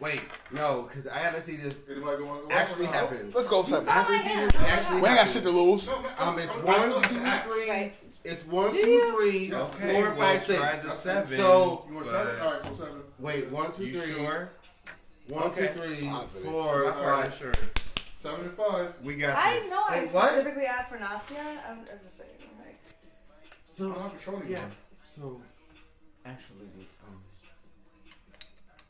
Speaker 10: Wait. No, because I gotta see this
Speaker 2: Anybody gonna go up?
Speaker 10: actually
Speaker 2: No.
Speaker 10: happen.
Speaker 1: Let's go seven.
Speaker 3: Oh,
Speaker 10: I have to see this actually
Speaker 1: We ain't got
Speaker 10: happen.
Speaker 1: shit to lose.
Speaker 2: No, no,
Speaker 10: Um, it's
Speaker 2: I'm- I'm
Speaker 10: one,
Speaker 2: supposed to
Speaker 10: two,
Speaker 2: ask.
Speaker 10: three.
Speaker 3: Okay.
Speaker 10: It's
Speaker 7: It's one,
Speaker 9: Do
Speaker 7: two,
Speaker 9: you?
Speaker 7: three, four, five, six.
Speaker 9: Okay, well, try the seven,
Speaker 7: So
Speaker 9: You want seven? but- Alright, so seven.
Speaker 7: Wait, one, two,
Speaker 9: You
Speaker 7: three.
Speaker 9: sure?
Speaker 7: One, two,
Speaker 9: Okay.
Speaker 7: three,
Speaker 9: Positive.
Speaker 7: four,
Speaker 9: I'm alright,
Speaker 7: five.
Speaker 9: sure.
Speaker 2: Seven and five.
Speaker 9: We got
Speaker 3: I
Speaker 9: this.
Speaker 3: know I
Speaker 7: Wait, what?
Speaker 3: specifically asked for Nastia. I'm, I'm just saying. Like,
Speaker 7: So
Speaker 2: I'm not controlling
Speaker 7: yeah.
Speaker 2: you.
Speaker 7: So actually,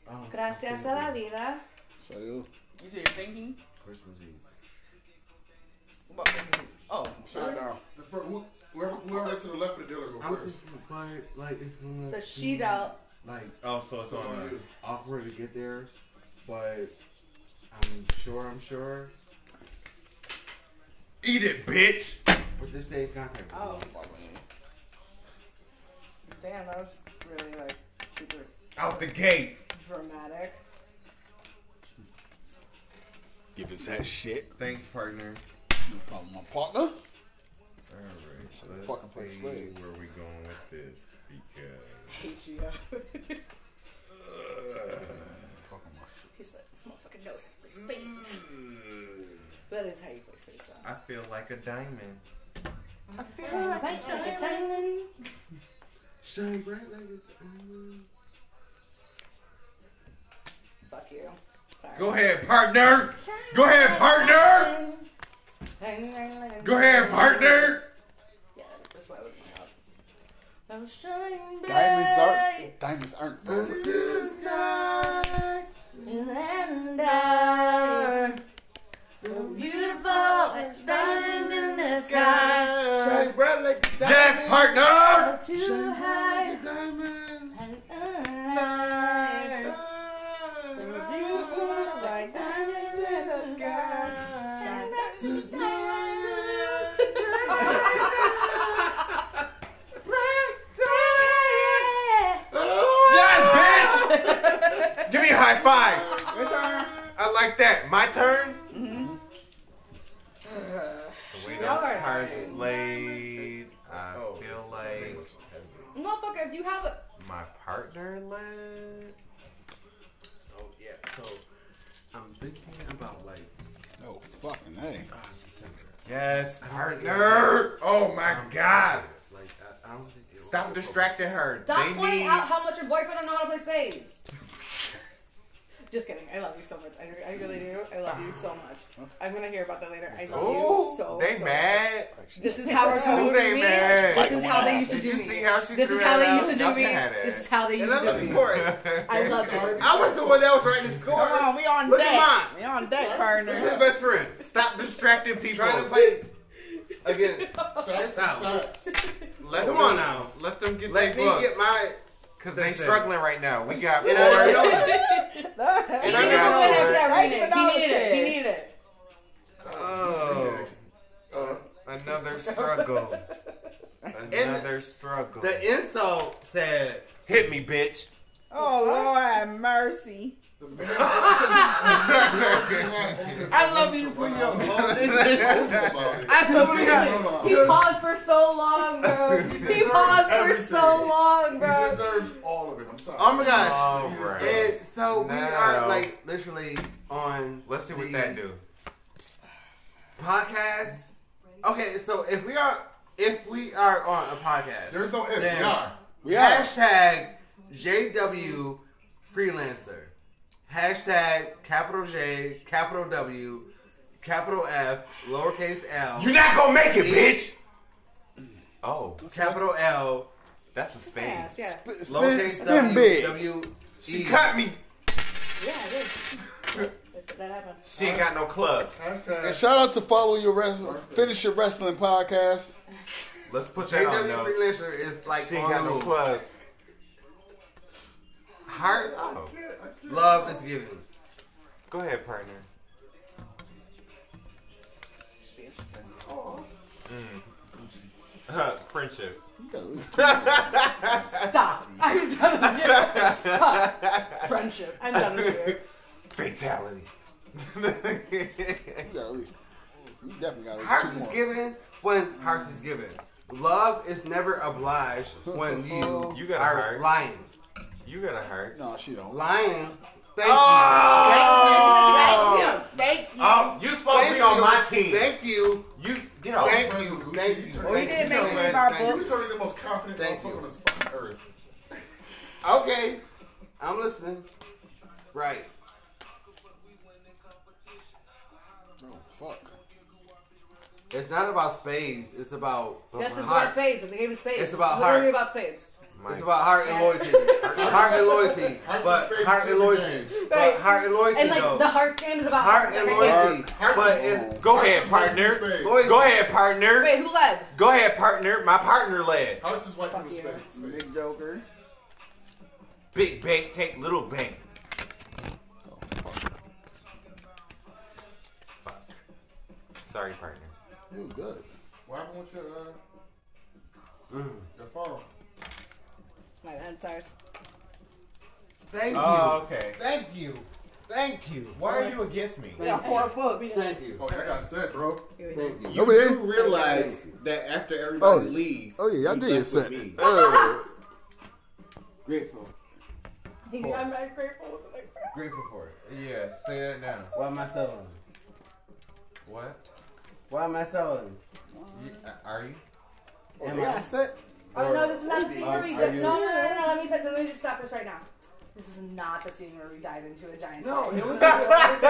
Speaker 7: um, um,
Speaker 3: Gracias a la vida.
Speaker 1: So you
Speaker 8: You said thinking?
Speaker 7: Christmas Eve.
Speaker 8: What about Christmas Eve? Oh,
Speaker 2: Shut it down. The fir- who- Whoever, whoever to the left of the dealer go
Speaker 7: I'm
Speaker 2: first.
Speaker 7: just- but like it's gonna
Speaker 3: So she dealt.
Speaker 7: like
Speaker 9: Oh, so it's on us.
Speaker 7: awkward to get there, but I'm sure, I'm sure.
Speaker 9: Eat it, bitch.
Speaker 7: But this day in contact. with
Speaker 8: Oh.
Speaker 7: me.
Speaker 8: Damn, that was really like super
Speaker 9: Out the gate.
Speaker 8: dramatic.
Speaker 1: give us that shit.
Speaker 9: Thanks, partner.
Speaker 1: No problem, my partner.
Speaker 9: All right.
Speaker 1: So
Speaker 9: let's
Speaker 1: fucking play
Speaker 9: see
Speaker 1: spades.
Speaker 9: Where we going with this? Because
Speaker 8: Hate you. yo.
Speaker 3: He's like, this motherfucker knows how to play spades.
Speaker 9: Mm.
Speaker 3: But it's how you play spades. huh?
Speaker 9: I feel like a diamond.
Speaker 3: Right, like a diamond.
Speaker 7: Shine bright like a diamond.
Speaker 8: Fuck you. Sorry.
Speaker 9: Go ahead, partner. Go ahead, partner. Go ahead, partner.
Speaker 8: Yeah, that's why I was my house.
Speaker 1: Diamonds aren't diamonds aren't gold.
Speaker 3: And I, beautiful like diamonds in the sky.
Speaker 7: Shine bright like a
Speaker 9: Yes, partner.
Speaker 3: Too high
Speaker 7: diamond.
Speaker 3: and alive. They're beautiful like diamonds in the sky. Shine not too
Speaker 9: Yes, bitch. Give me a high five.
Speaker 8: Your turn.
Speaker 9: I like that. My turn.
Speaker 7: Mm-hmm.
Speaker 9: The way those
Speaker 3: Alright.
Speaker 9: cards is laid, I
Speaker 7: Oh.
Speaker 9: feel like
Speaker 3: Motherfucker, if you have a
Speaker 9: my partner led.
Speaker 7: So yeah, so I'm thinking about like
Speaker 1: No fucking hey.
Speaker 7: ah, December.
Speaker 9: Yes,
Speaker 7: partner.
Speaker 9: partner. Oh my God.
Speaker 7: Um, Like I, I don't think it
Speaker 9: Stop distracting her.
Speaker 3: Stop
Speaker 9: they
Speaker 3: pointing
Speaker 9: need,
Speaker 3: out how much your boyfriend don't know how to play spades.
Speaker 8: Just kidding. I love you so much. I, I really do. I love you so much. I'm gonna hear about that later. I love
Speaker 9: Ooh,
Speaker 8: you so.
Speaker 9: they
Speaker 8: so
Speaker 9: mad.
Speaker 8: Much. This is how we're coming
Speaker 9: Ooh,
Speaker 8: to
Speaker 9: they
Speaker 8: me.
Speaker 9: mad.
Speaker 8: This is how they used to
Speaker 9: Did
Speaker 8: do
Speaker 9: you
Speaker 8: me.
Speaker 9: see how she
Speaker 8: This
Speaker 9: threw
Speaker 8: is how
Speaker 9: that
Speaker 8: they
Speaker 9: out?
Speaker 8: used to
Speaker 9: Y'all
Speaker 8: do me.
Speaker 9: can have that.
Speaker 8: This is how they used
Speaker 9: And I'm
Speaker 8: to
Speaker 9: looking
Speaker 8: do me.
Speaker 9: for it.
Speaker 8: I love Oh, it.
Speaker 9: I was the one that was writing the score.
Speaker 8: Come on, we on
Speaker 9: Look at
Speaker 8: deck.
Speaker 9: mine.
Speaker 8: We on deck,
Speaker 9: Who's
Speaker 8: partner.
Speaker 9: the best friend? Stop distracting people.
Speaker 7: Trying to play
Speaker 9: again.
Speaker 2: Facts is
Speaker 9: out.
Speaker 2: facts.
Speaker 9: Let
Speaker 7: Come
Speaker 9: them-
Speaker 7: on now.
Speaker 9: Let them get
Speaker 7: Let me
Speaker 9: their
Speaker 7: get my
Speaker 9: Because they
Speaker 7: That's it.
Speaker 9: struggling right now. We got
Speaker 7: and I
Speaker 9: four.
Speaker 7: don't
Speaker 8: He
Speaker 7: know.
Speaker 9: I
Speaker 8: needed
Speaker 9: got
Speaker 8: a win
Speaker 9: one.
Speaker 8: after that.
Speaker 3: Right,
Speaker 8: He
Speaker 3: but
Speaker 8: needed
Speaker 3: I was
Speaker 8: it. He
Speaker 3: dead.
Speaker 8: needed it.
Speaker 9: Oh,
Speaker 2: Uh,
Speaker 9: another struggle. Another struggle.
Speaker 7: The insult said
Speaker 9: Hit me, bitch.
Speaker 8: Oh Lord, have mercy.
Speaker 2: the man I love you for your
Speaker 8: I totally
Speaker 3: He paused for so long, bro. He paused for so long,
Speaker 2: He
Speaker 3: bro.
Speaker 2: deserves all of it. I'm sorry.
Speaker 7: Oh my gosh.
Speaker 9: All right.
Speaker 7: It's so we
Speaker 9: Now.
Speaker 7: are like literally on
Speaker 9: Let's see what
Speaker 7: the
Speaker 9: that do.
Speaker 7: Podcast. Okay, so if we are if we are on a podcast,
Speaker 2: There's no if.
Speaker 7: Damn.
Speaker 2: We are.
Speaker 1: We are.
Speaker 7: Hashtag JW Freelancer. Hashtag capital J, capital W, capital F, lowercase l,
Speaker 9: You're not gonna make it, bitch. Oh,
Speaker 7: capital L,
Speaker 9: that's a spade.
Speaker 3: Yes, yeah.
Speaker 1: Spin,
Speaker 7: lowercase
Speaker 1: spin,
Speaker 7: w,
Speaker 1: spin big.
Speaker 7: W,
Speaker 9: She
Speaker 7: E.
Speaker 9: cut me.
Speaker 3: Yeah, it is. That- That happened.
Speaker 9: She ain't got no club.
Speaker 1: And
Speaker 2: Hashtag.
Speaker 1: shout out to follow your Wrest- finish your wrestling podcast.
Speaker 9: Let's put that on
Speaker 7: JW
Speaker 9: though.
Speaker 7: Freelancer is like
Speaker 9: She ain't
Speaker 7: on
Speaker 9: got
Speaker 7: the
Speaker 9: no
Speaker 7: move.
Speaker 9: club.
Speaker 7: Hearts,
Speaker 9: Oh,
Speaker 7: love is given.
Speaker 9: go ahead, partner. Mm. Friendship.
Speaker 3: Stop. I'm done with you. Stop. Friendship. I'm done with you.
Speaker 9: Fatality.
Speaker 1: We got at least. We definitely got at
Speaker 7: Hearts
Speaker 1: least
Speaker 7: is
Speaker 1: two more.
Speaker 7: given when hearts is given. Love is never obliged when you,
Speaker 9: You got a
Speaker 7: are
Speaker 9: heart.
Speaker 7: lying.
Speaker 9: you got a heart.
Speaker 1: No, she don't.
Speaker 7: Lying. Thank
Speaker 9: Oh!
Speaker 7: you. Thank you. Thank you.
Speaker 9: Oh, you supposed to
Speaker 7: Thank
Speaker 9: be
Speaker 7: you.
Speaker 9: on my team.
Speaker 7: Thank you.
Speaker 9: You You know,
Speaker 2: Thank you. Thank you.
Speaker 7: Well, he did make me read my
Speaker 2: Thank you.
Speaker 7: books.
Speaker 2: You're turning the most confident
Speaker 7: Thank
Speaker 2: motherfucker
Speaker 7: you.
Speaker 2: on this fucking earth.
Speaker 7: Okay, I'm listening. Right.
Speaker 1: Oh fuck.
Speaker 7: It's not about spades. It's about
Speaker 3: Yes, it's
Speaker 7: heart.
Speaker 3: about spades. It's a game of spades.
Speaker 7: It's about
Speaker 3: literally
Speaker 7: heart.
Speaker 3: about spades.
Speaker 7: It's about heart and loyalty. heart and loyalty.
Speaker 2: Hearts
Speaker 7: But
Speaker 2: and spades
Speaker 7: heart and
Speaker 2: to the
Speaker 7: loyalty.
Speaker 2: game.
Speaker 7: But heart and loyalty
Speaker 3: And like
Speaker 7: though.
Speaker 3: the heart game is about
Speaker 7: Heart
Speaker 3: heart.
Speaker 7: and
Speaker 3: Like, I can't-
Speaker 7: loyalty. But it's
Speaker 9: go ahead, partner.
Speaker 2: Spades.
Speaker 7: Loyalty.
Speaker 9: Go ahead, partner.
Speaker 3: Wait, who led?
Speaker 9: Go ahead, partner. My partner led.
Speaker 2: Hearts is white
Speaker 8: Fuck
Speaker 2: people
Speaker 8: yeah.
Speaker 2: spades. Spades.
Speaker 8: Big Joker.
Speaker 9: Big bank take little bank. Fuck. Sorry, partner.
Speaker 1: You good.
Speaker 2: What happened with your, uh, your phone?
Speaker 3: My bad, sorry.
Speaker 7: Thank you.
Speaker 9: Oh, okay.
Speaker 7: Thank you. Thank you.
Speaker 9: Why are you against me?
Speaker 8: We got four books.
Speaker 7: Thank you.
Speaker 2: Oh, yeah, I got set, bro.
Speaker 7: Thank you.
Speaker 1: Oh, yeah.
Speaker 12: realize that after everybody
Speaker 1: Oh.
Speaker 12: leave,
Speaker 1: Oh yeah, I
Speaker 12: you
Speaker 1: did
Speaker 12: left with
Speaker 1: set.
Speaker 12: me.
Speaker 1: Uh,
Speaker 7: Grateful.
Speaker 3: I'm not grateful. What's the next round?
Speaker 9: Grateful for it. Yeah, say that now.
Speaker 7: Why am I selling?
Speaker 9: What?
Speaker 7: Why am I selling?
Speaker 9: You, uh, are you?
Speaker 7: Am I set?
Speaker 3: Oh no, this is not the scene where we
Speaker 7: Are
Speaker 3: get.
Speaker 7: you-
Speaker 3: No, no, no, no, no. Let me, set, let me just stop this right now. This is not the scene where we dive into a giant.
Speaker 7: No, it was-
Speaker 3: We're just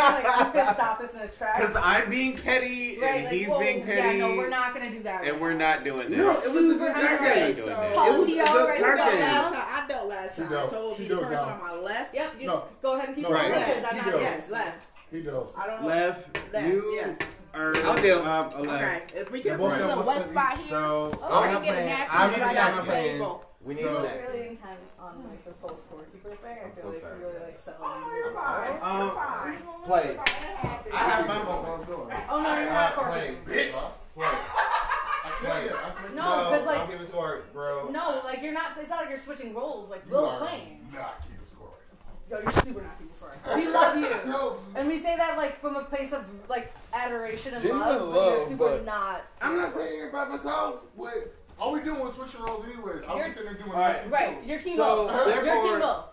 Speaker 3: gonna stop this in its tracks.
Speaker 9: Because I'm being petty and
Speaker 3: Right, like,
Speaker 9: he's
Speaker 3: whoa,
Speaker 9: being petty,
Speaker 3: Yeah, no, we're not gonna do that.
Speaker 9: and we're not doing that.
Speaker 7: No, it was a good
Speaker 3: Super
Speaker 7: game.
Speaker 9: doing that.
Speaker 7: It
Speaker 3: Paul
Speaker 7: was a
Speaker 3: T.O.
Speaker 7: good
Speaker 3: right
Speaker 7: card
Speaker 3: about
Speaker 7: game.
Speaker 3: now.
Speaker 8: Last time, I dealt last
Speaker 2: She
Speaker 8: time,
Speaker 2: don't.
Speaker 8: so it'll
Speaker 2: She
Speaker 8: be the
Speaker 2: don't
Speaker 8: person
Speaker 2: know.
Speaker 8: on my left.
Speaker 3: Yep, you
Speaker 2: No.
Speaker 3: just go ahead and keep
Speaker 2: No,
Speaker 3: going.
Speaker 2: Right.
Speaker 3: because I'm
Speaker 2: You
Speaker 3: not
Speaker 2: go.
Speaker 3: doing
Speaker 8: Yes,
Speaker 3: this.
Speaker 8: left.
Speaker 2: He does.
Speaker 8: I don't know.
Speaker 7: Left,
Speaker 8: Left,
Speaker 7: you
Speaker 8: yes.
Speaker 7: earned
Speaker 9: I'll deal.
Speaker 7: um, a left.
Speaker 8: Okay, if we can
Speaker 2: both
Speaker 8: put
Speaker 2: of
Speaker 8: some
Speaker 2: us
Speaker 8: wet
Speaker 2: sitting-
Speaker 8: spot here,
Speaker 9: So,
Speaker 8: oh, I can
Speaker 7: I'm
Speaker 8: get a
Speaker 7: playing-
Speaker 8: napkin.
Speaker 7: I'm
Speaker 8: but I
Speaker 7: playing-
Speaker 8: got
Speaker 7: I'm
Speaker 8: the
Speaker 7: playing-
Speaker 8: table.
Speaker 9: we need
Speaker 2: So-
Speaker 9: to
Speaker 3: Really in time on like this whole scorekeeper thing. I feel
Speaker 9: so
Speaker 3: like
Speaker 9: sorry.
Speaker 3: you really like selling.
Speaker 8: Oh, you're fine.
Speaker 7: Um,
Speaker 8: You're fine.
Speaker 7: play.
Speaker 8: It happened.
Speaker 7: I have my mobile.
Speaker 3: Oh no, you're
Speaker 7: I
Speaker 3: not
Speaker 7: play.
Speaker 3: scorekeeper.
Speaker 7: Bitch. Play.
Speaker 2: I can't. Yeah, I can't.
Speaker 3: No, because
Speaker 7: I'll
Speaker 3: Oh, like
Speaker 7: give a score, bro.
Speaker 3: no, like you're not. It's not like you're switching roles. Like
Speaker 2: You
Speaker 3: Will's
Speaker 2: are
Speaker 3: playing.
Speaker 2: not keeping score right now.
Speaker 3: Yo, you're super not people for it. We love you, and we say that like from a place of like adoration and
Speaker 1: Genuine
Speaker 3: love. but
Speaker 1: love,
Speaker 3: you're super
Speaker 1: but-
Speaker 3: not.
Speaker 2: I'm not sitting here by myself. Wait, all we doing was switching roles, anyways. I'm
Speaker 3: You're-
Speaker 2: just sitting there doing
Speaker 7: All right.
Speaker 2: nothing,
Speaker 3: Right,
Speaker 2: too.
Speaker 3: your team
Speaker 7: So,
Speaker 3: will. Your
Speaker 7: therefore-
Speaker 3: team will.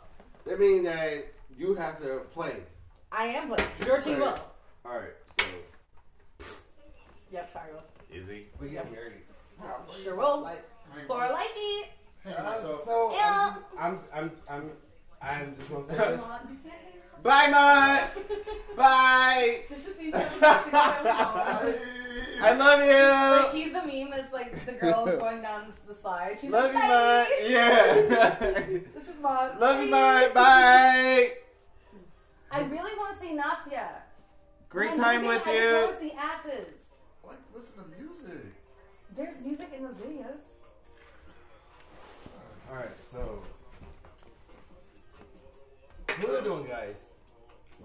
Speaker 7: That means that you have to play.
Speaker 3: I am playing. Your team will.
Speaker 7: All right. So
Speaker 3: Yep, sorry, Will.
Speaker 9: Izzy.
Speaker 7: we get married.
Speaker 3: Sure will.
Speaker 2: Hang
Speaker 3: For
Speaker 2: on.
Speaker 3: like it.
Speaker 2: Hang on,
Speaker 7: Uh,
Speaker 2: so-
Speaker 7: so
Speaker 3: Yeah.
Speaker 7: I'm, just, I'm, I'm, I'm, I'm just gonna say this.
Speaker 9: Bye, Mud. Bye.
Speaker 3: This just means that
Speaker 9: I love
Speaker 3: like, he's the meme that's like the girl going down the slide. She's
Speaker 9: you. Love you,
Speaker 3: like,
Speaker 9: Mud.
Speaker 3: "Bye."
Speaker 9: Yeah.
Speaker 3: This is Mom.
Speaker 9: love you, Mud. Bye.
Speaker 3: I really want to see Nastia.
Speaker 9: Great
Speaker 3: I'm
Speaker 9: time
Speaker 3: really-
Speaker 9: with
Speaker 3: I
Speaker 9: you.
Speaker 3: want to see asses.
Speaker 2: Like, listen to music.
Speaker 3: There's music in those videos.
Speaker 7: All right. So what are you doing, guys?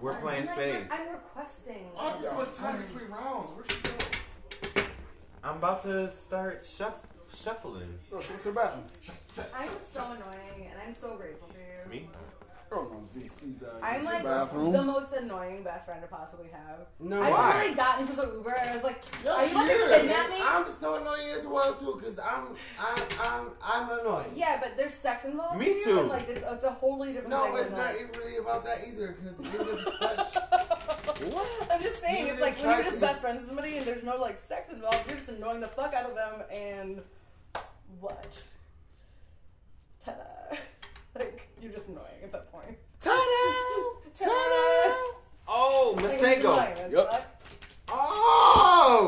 Speaker 9: We're playing
Speaker 3: I'm like,
Speaker 9: spades.
Speaker 3: I'm requesting.
Speaker 2: I have so much time between rounds. Where'd she go?
Speaker 9: I'm about to start shuff- shuffling.
Speaker 1: oh, so what's your bathroom?
Speaker 3: I'm so annoying, and I'm so grateful for you.
Speaker 9: Me?
Speaker 1: Oh no, she- she's uh,
Speaker 3: I'm like
Speaker 1: bathroom.
Speaker 3: the most annoying best friend to possibly have.
Speaker 7: No,
Speaker 3: I
Speaker 7: why?
Speaker 3: literally got into the Uber and I was like,
Speaker 7: Yes,
Speaker 3: "Are you about
Speaker 7: yeah.
Speaker 3: to kidnap me?"
Speaker 7: I'm so annoying as well too, cause I'm, I'm, I'm, I'm annoying.
Speaker 3: Yeah, but there's sex involved.
Speaker 9: Me
Speaker 3: here,
Speaker 9: too.
Speaker 3: and, like it's, it's a wholly different.
Speaker 7: No,
Speaker 3: thing
Speaker 7: it's
Speaker 3: than,
Speaker 7: not
Speaker 3: like-
Speaker 7: even really about that either, cause you were such.
Speaker 3: I'm just saying,
Speaker 7: You
Speaker 3: it's like
Speaker 7: didn't
Speaker 3: when you're
Speaker 7: try
Speaker 3: just
Speaker 7: to-
Speaker 3: best friends with somebody and there's no like sex involved, you're just annoying the fuck out of them and what? Ta-da! Like you're just annoying at that point.
Speaker 9: Ta-da!
Speaker 3: Ta-da!
Speaker 9: Oh,
Speaker 3: Like, it's
Speaker 9: Masego.
Speaker 3: annoying, it's
Speaker 1: Yep.
Speaker 3: like-
Speaker 1: I
Speaker 9: Oh!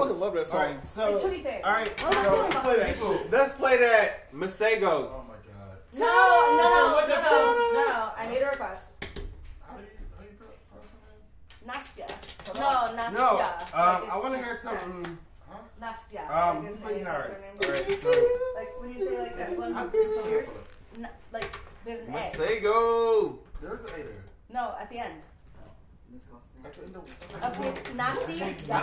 Speaker 1: fucking love that
Speaker 7: All
Speaker 1: song.
Speaker 7: right. So.
Speaker 3: To be fair.
Speaker 7: All right.
Speaker 3: I'm not doing
Speaker 7: So,
Speaker 3: fuck
Speaker 7: play
Speaker 3: you.
Speaker 7: that shit.
Speaker 9: Let's play that Masego.
Speaker 2: Oh my god.
Speaker 3: No, no, no, no,
Speaker 9: What the
Speaker 3: no, no. I made a request.
Speaker 2: How do you, how do you pro- pronounce her name?
Speaker 3: Nastya. No, Nastya.
Speaker 7: No, um,
Speaker 3: Like, it's-
Speaker 7: I want to hear
Speaker 3: it's-
Speaker 7: something.
Speaker 3: Nastya.
Speaker 7: Um,
Speaker 3: Like, it's
Speaker 7: fucking
Speaker 3: like-
Speaker 7: ours.
Speaker 3: like,
Speaker 7: All right, so
Speaker 3: Like when you say like that one,
Speaker 2: I think
Speaker 3: cheers,
Speaker 2: so.
Speaker 3: n- like there's an A.
Speaker 9: Masego.
Speaker 2: There's an A there.
Speaker 3: No, at the end.
Speaker 2: At the end of-
Speaker 3: Okay, nasty.
Speaker 2: All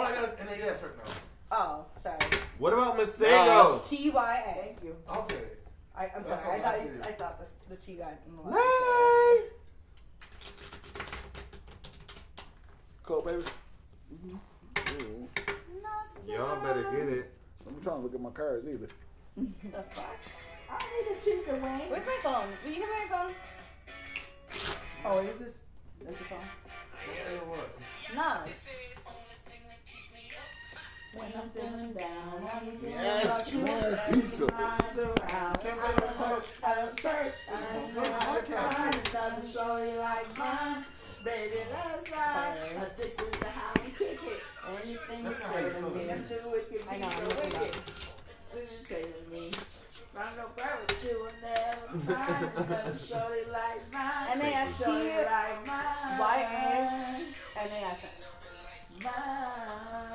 Speaker 2: I got is NAS right now.
Speaker 3: Oh, sorry. Uh,
Speaker 9: What about Masego?
Speaker 3: T Y
Speaker 8: Thank you.
Speaker 2: Okay.
Speaker 3: A. I, I'm
Speaker 2: That's
Speaker 3: sorry. I
Speaker 2: what
Speaker 3: thought
Speaker 2: nasty
Speaker 3: you,
Speaker 2: is.
Speaker 3: I thought this, the T got in the last.
Speaker 9: Bye.
Speaker 1: Cool, baby. Mm-hmm. Ooh,
Speaker 3: Nasty.
Speaker 9: Y'all better get it.
Speaker 1: I'm trying to look at my cards either.
Speaker 3: The fuck?
Speaker 8: I need to cheat the way.
Speaker 3: Where's my phone? Will you give me my phone?
Speaker 8: Oh, is this? Is the phone?
Speaker 3: No.
Speaker 8: When I'm feeling down, I'm feeling
Speaker 1: Yeah,
Speaker 8: like you.
Speaker 1: yeah,
Speaker 8: I need
Speaker 1: pizza.
Speaker 8: to find around. I don't I don't search. I don't go out of time. It doesn't show you like mine. Baby, that's why I'm addicted to how you kick it. Anything you say to me, I do it, you make it wicked. What you say to me? Round no bird, you will never find another shorty like mine.
Speaker 3: And they
Speaker 8: Another
Speaker 3: ask
Speaker 8: shorty
Speaker 3: you,
Speaker 8: like mine.
Speaker 3: why am- and they ask us.
Speaker 8: Mine.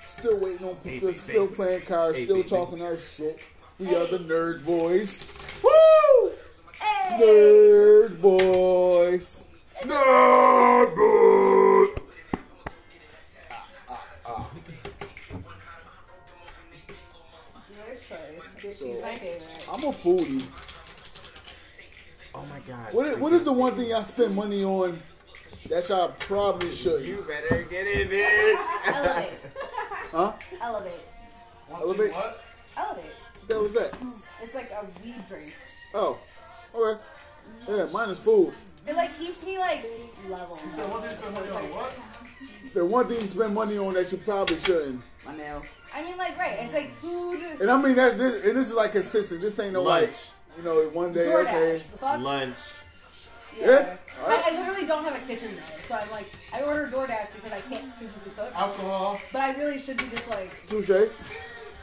Speaker 1: Still waiting on pizza, still playing cards, still talking our shit. We are the nerd boys. Woo! Nerd boys. Nerd boys.
Speaker 3: Your choice. She's my favorite.
Speaker 1: I'm a foodie.
Speaker 9: Oh my god.
Speaker 1: What is, what is the one thing y'all spend money on that y'all probably shouldn't?
Speaker 9: You better get in, bitch.
Speaker 3: Elevate.
Speaker 1: Huh?
Speaker 3: Elevate.
Speaker 1: Elevate? What
Speaker 2: What?
Speaker 3: Elevate.
Speaker 1: the hell is that?
Speaker 3: It's like a weed drink.
Speaker 1: Oh, okay. Yeah, mine is food.
Speaker 3: It like keeps me like level.
Speaker 1: The one thing you spend money on that you probably shouldn't.
Speaker 8: My nails.
Speaker 3: I mean like right. It's like food.
Speaker 1: And I mean that's this and this is like consistent. This ain't no like
Speaker 9: Lunch.
Speaker 1: you know, one day,
Speaker 3: DoorDash.
Speaker 1: okay.
Speaker 3: The fuck?
Speaker 9: Lunch.
Speaker 1: Yeah.
Speaker 3: I, I literally don't have a kitchen though, so I'm like, I order DoorDash because I can't physically cook.
Speaker 2: Alcohol.
Speaker 3: But I really should be just like
Speaker 1: Touche.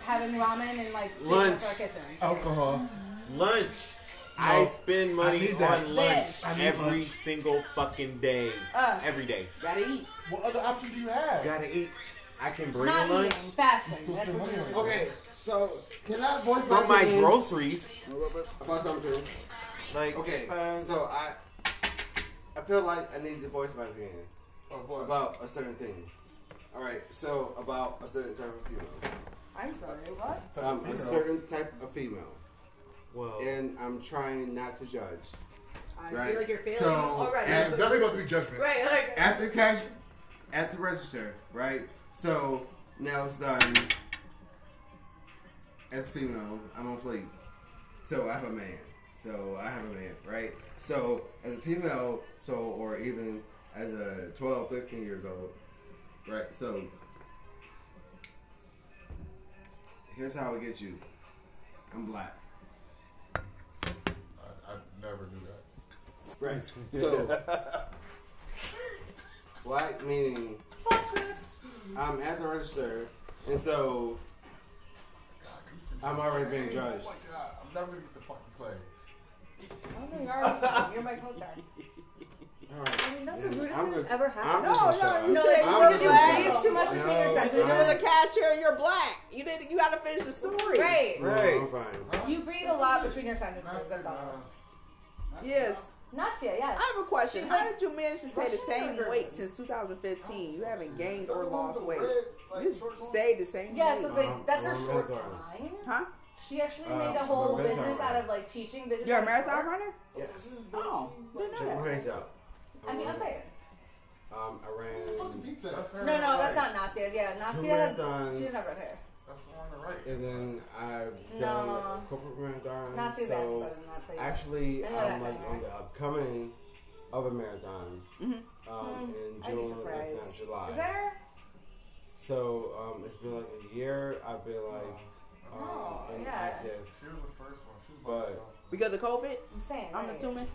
Speaker 3: having ramen and like cleaning
Speaker 9: Lunch.
Speaker 3: up our kitchen.
Speaker 2: Alcohol.
Speaker 9: Lunch. I spend money
Speaker 2: need that.
Speaker 9: on lunch
Speaker 2: I need
Speaker 9: every
Speaker 2: lunch.
Speaker 9: single fucking day.
Speaker 3: Ugh.
Speaker 9: every day.
Speaker 8: Gotta eat.
Speaker 2: What other options do you have?
Speaker 9: Gotta eat. I can bring
Speaker 3: Not eating,
Speaker 9: lunch
Speaker 3: fasting. That's what you're doing.
Speaker 13: Okay,
Speaker 1: So
Speaker 13: can I voice
Speaker 9: from my
Speaker 13: opinion
Speaker 9: groceries.
Speaker 13: About something.
Speaker 9: Like
Speaker 7: Okay,
Speaker 9: uh,
Speaker 7: so I I feel like I need to voice my opinion
Speaker 13: Oh, boy.
Speaker 7: about a certain thing. All right, so about a certain type of female,
Speaker 8: I'm sorry, what?
Speaker 7: um, a certain type of female,
Speaker 9: well,
Speaker 7: and I'm trying not to judge.
Speaker 3: I
Speaker 7: Right.
Speaker 3: feel like you're failing
Speaker 7: So,
Speaker 3: already.
Speaker 2: Yeah, it's definitely going to be judgment.
Speaker 3: right, like
Speaker 7: at the cash, at the register, right? So now it's done. As a female, I'm on fleek. So I have a man. So I have a man, right? So as a female, so or even as a 12, 13 years old, right? So here's how I get you. I'm black.
Speaker 2: I, I never knew that.
Speaker 7: Right. So black meaning I'm at the register and so I'm already being judged.
Speaker 2: Oh my god, I'm never going to get the fucking play.
Speaker 3: oh my God, you're my co-star.
Speaker 7: Alright.
Speaker 3: I mean, that's the
Speaker 7: Yeah,
Speaker 3: rudest
Speaker 7: I'm
Speaker 3: thing that's
Speaker 7: just-
Speaker 3: ever
Speaker 7: I'm
Speaker 3: happened.
Speaker 7: just gonna shut up.
Speaker 3: No,
Speaker 8: said
Speaker 3: it's
Speaker 7: I'm
Speaker 8: you
Speaker 3: gonna
Speaker 8: were
Speaker 7: just
Speaker 3: be
Speaker 7: gonna
Speaker 8: black.
Speaker 7: shut
Speaker 3: way
Speaker 7: up.
Speaker 3: too much between
Speaker 7: No,
Speaker 3: your senses.
Speaker 8: You
Speaker 3: You
Speaker 7: I'm-
Speaker 3: know
Speaker 8: were
Speaker 3: what
Speaker 8: the cashier and you're black. You didn't. You gotta finish the story.
Speaker 3: the- Right.
Speaker 9: Right.
Speaker 7: No, I'm fine.
Speaker 3: You breathe a lot between your sentences. That's all.
Speaker 8: Yes.
Speaker 3: Nastia,
Speaker 8: I
Speaker 3: yes.
Speaker 8: have a question.
Speaker 3: She's
Speaker 8: How
Speaker 3: like-
Speaker 8: did you manage to stay the same weight since 2015? You haven't gained or lost weight. You stayed the same
Speaker 3: Yeah,
Speaker 8: weight.
Speaker 3: so they,
Speaker 7: Um,
Speaker 3: that's her
Speaker 7: Roman
Speaker 3: short
Speaker 7: Reigns.
Speaker 3: line.
Speaker 8: huh?
Speaker 3: She actually
Speaker 9: Uh,
Speaker 3: made a whole
Speaker 9: Roman Reigns.
Speaker 3: business out of like teaching bitches.
Speaker 8: You're a
Speaker 3: how to
Speaker 8: marathon
Speaker 3: work.
Speaker 8: runner?
Speaker 7: Yes.
Speaker 8: Oh, didn't
Speaker 7: Check
Speaker 8: know
Speaker 7: my
Speaker 8: that.
Speaker 7: hands out.
Speaker 3: I mean, I'm saying.
Speaker 7: Um I ran
Speaker 2: Pizza. That's her.
Speaker 3: No, no, that's not Nastia. Yeah, Nastia has.
Speaker 7: marathons.
Speaker 3: She doesn't have red hair.
Speaker 2: That's the one on the right.
Speaker 7: and then I've done
Speaker 3: No.
Speaker 7: corporate marathon.
Speaker 3: Nastia's ass is
Speaker 7: so
Speaker 3: better than that, please.
Speaker 7: Actually,
Speaker 3: I know
Speaker 7: I'm
Speaker 3: that's
Speaker 7: like
Speaker 3: not
Speaker 7: on
Speaker 3: right.
Speaker 7: the upcoming of a marathon um, in
Speaker 3: Mm-hmm. Hmm. I'd be
Speaker 7: June, if not
Speaker 3: surprised.
Speaker 7: July.
Speaker 3: Is that her?
Speaker 7: So um, it's been like a year. I've been like um,
Speaker 3: Oh, yeah.
Speaker 7: inactive.
Speaker 2: She was the first one. She was by
Speaker 7: But-
Speaker 2: herself.
Speaker 8: Because of COVID,
Speaker 3: I'm saying.
Speaker 8: I'm
Speaker 3: right.
Speaker 8: assuming.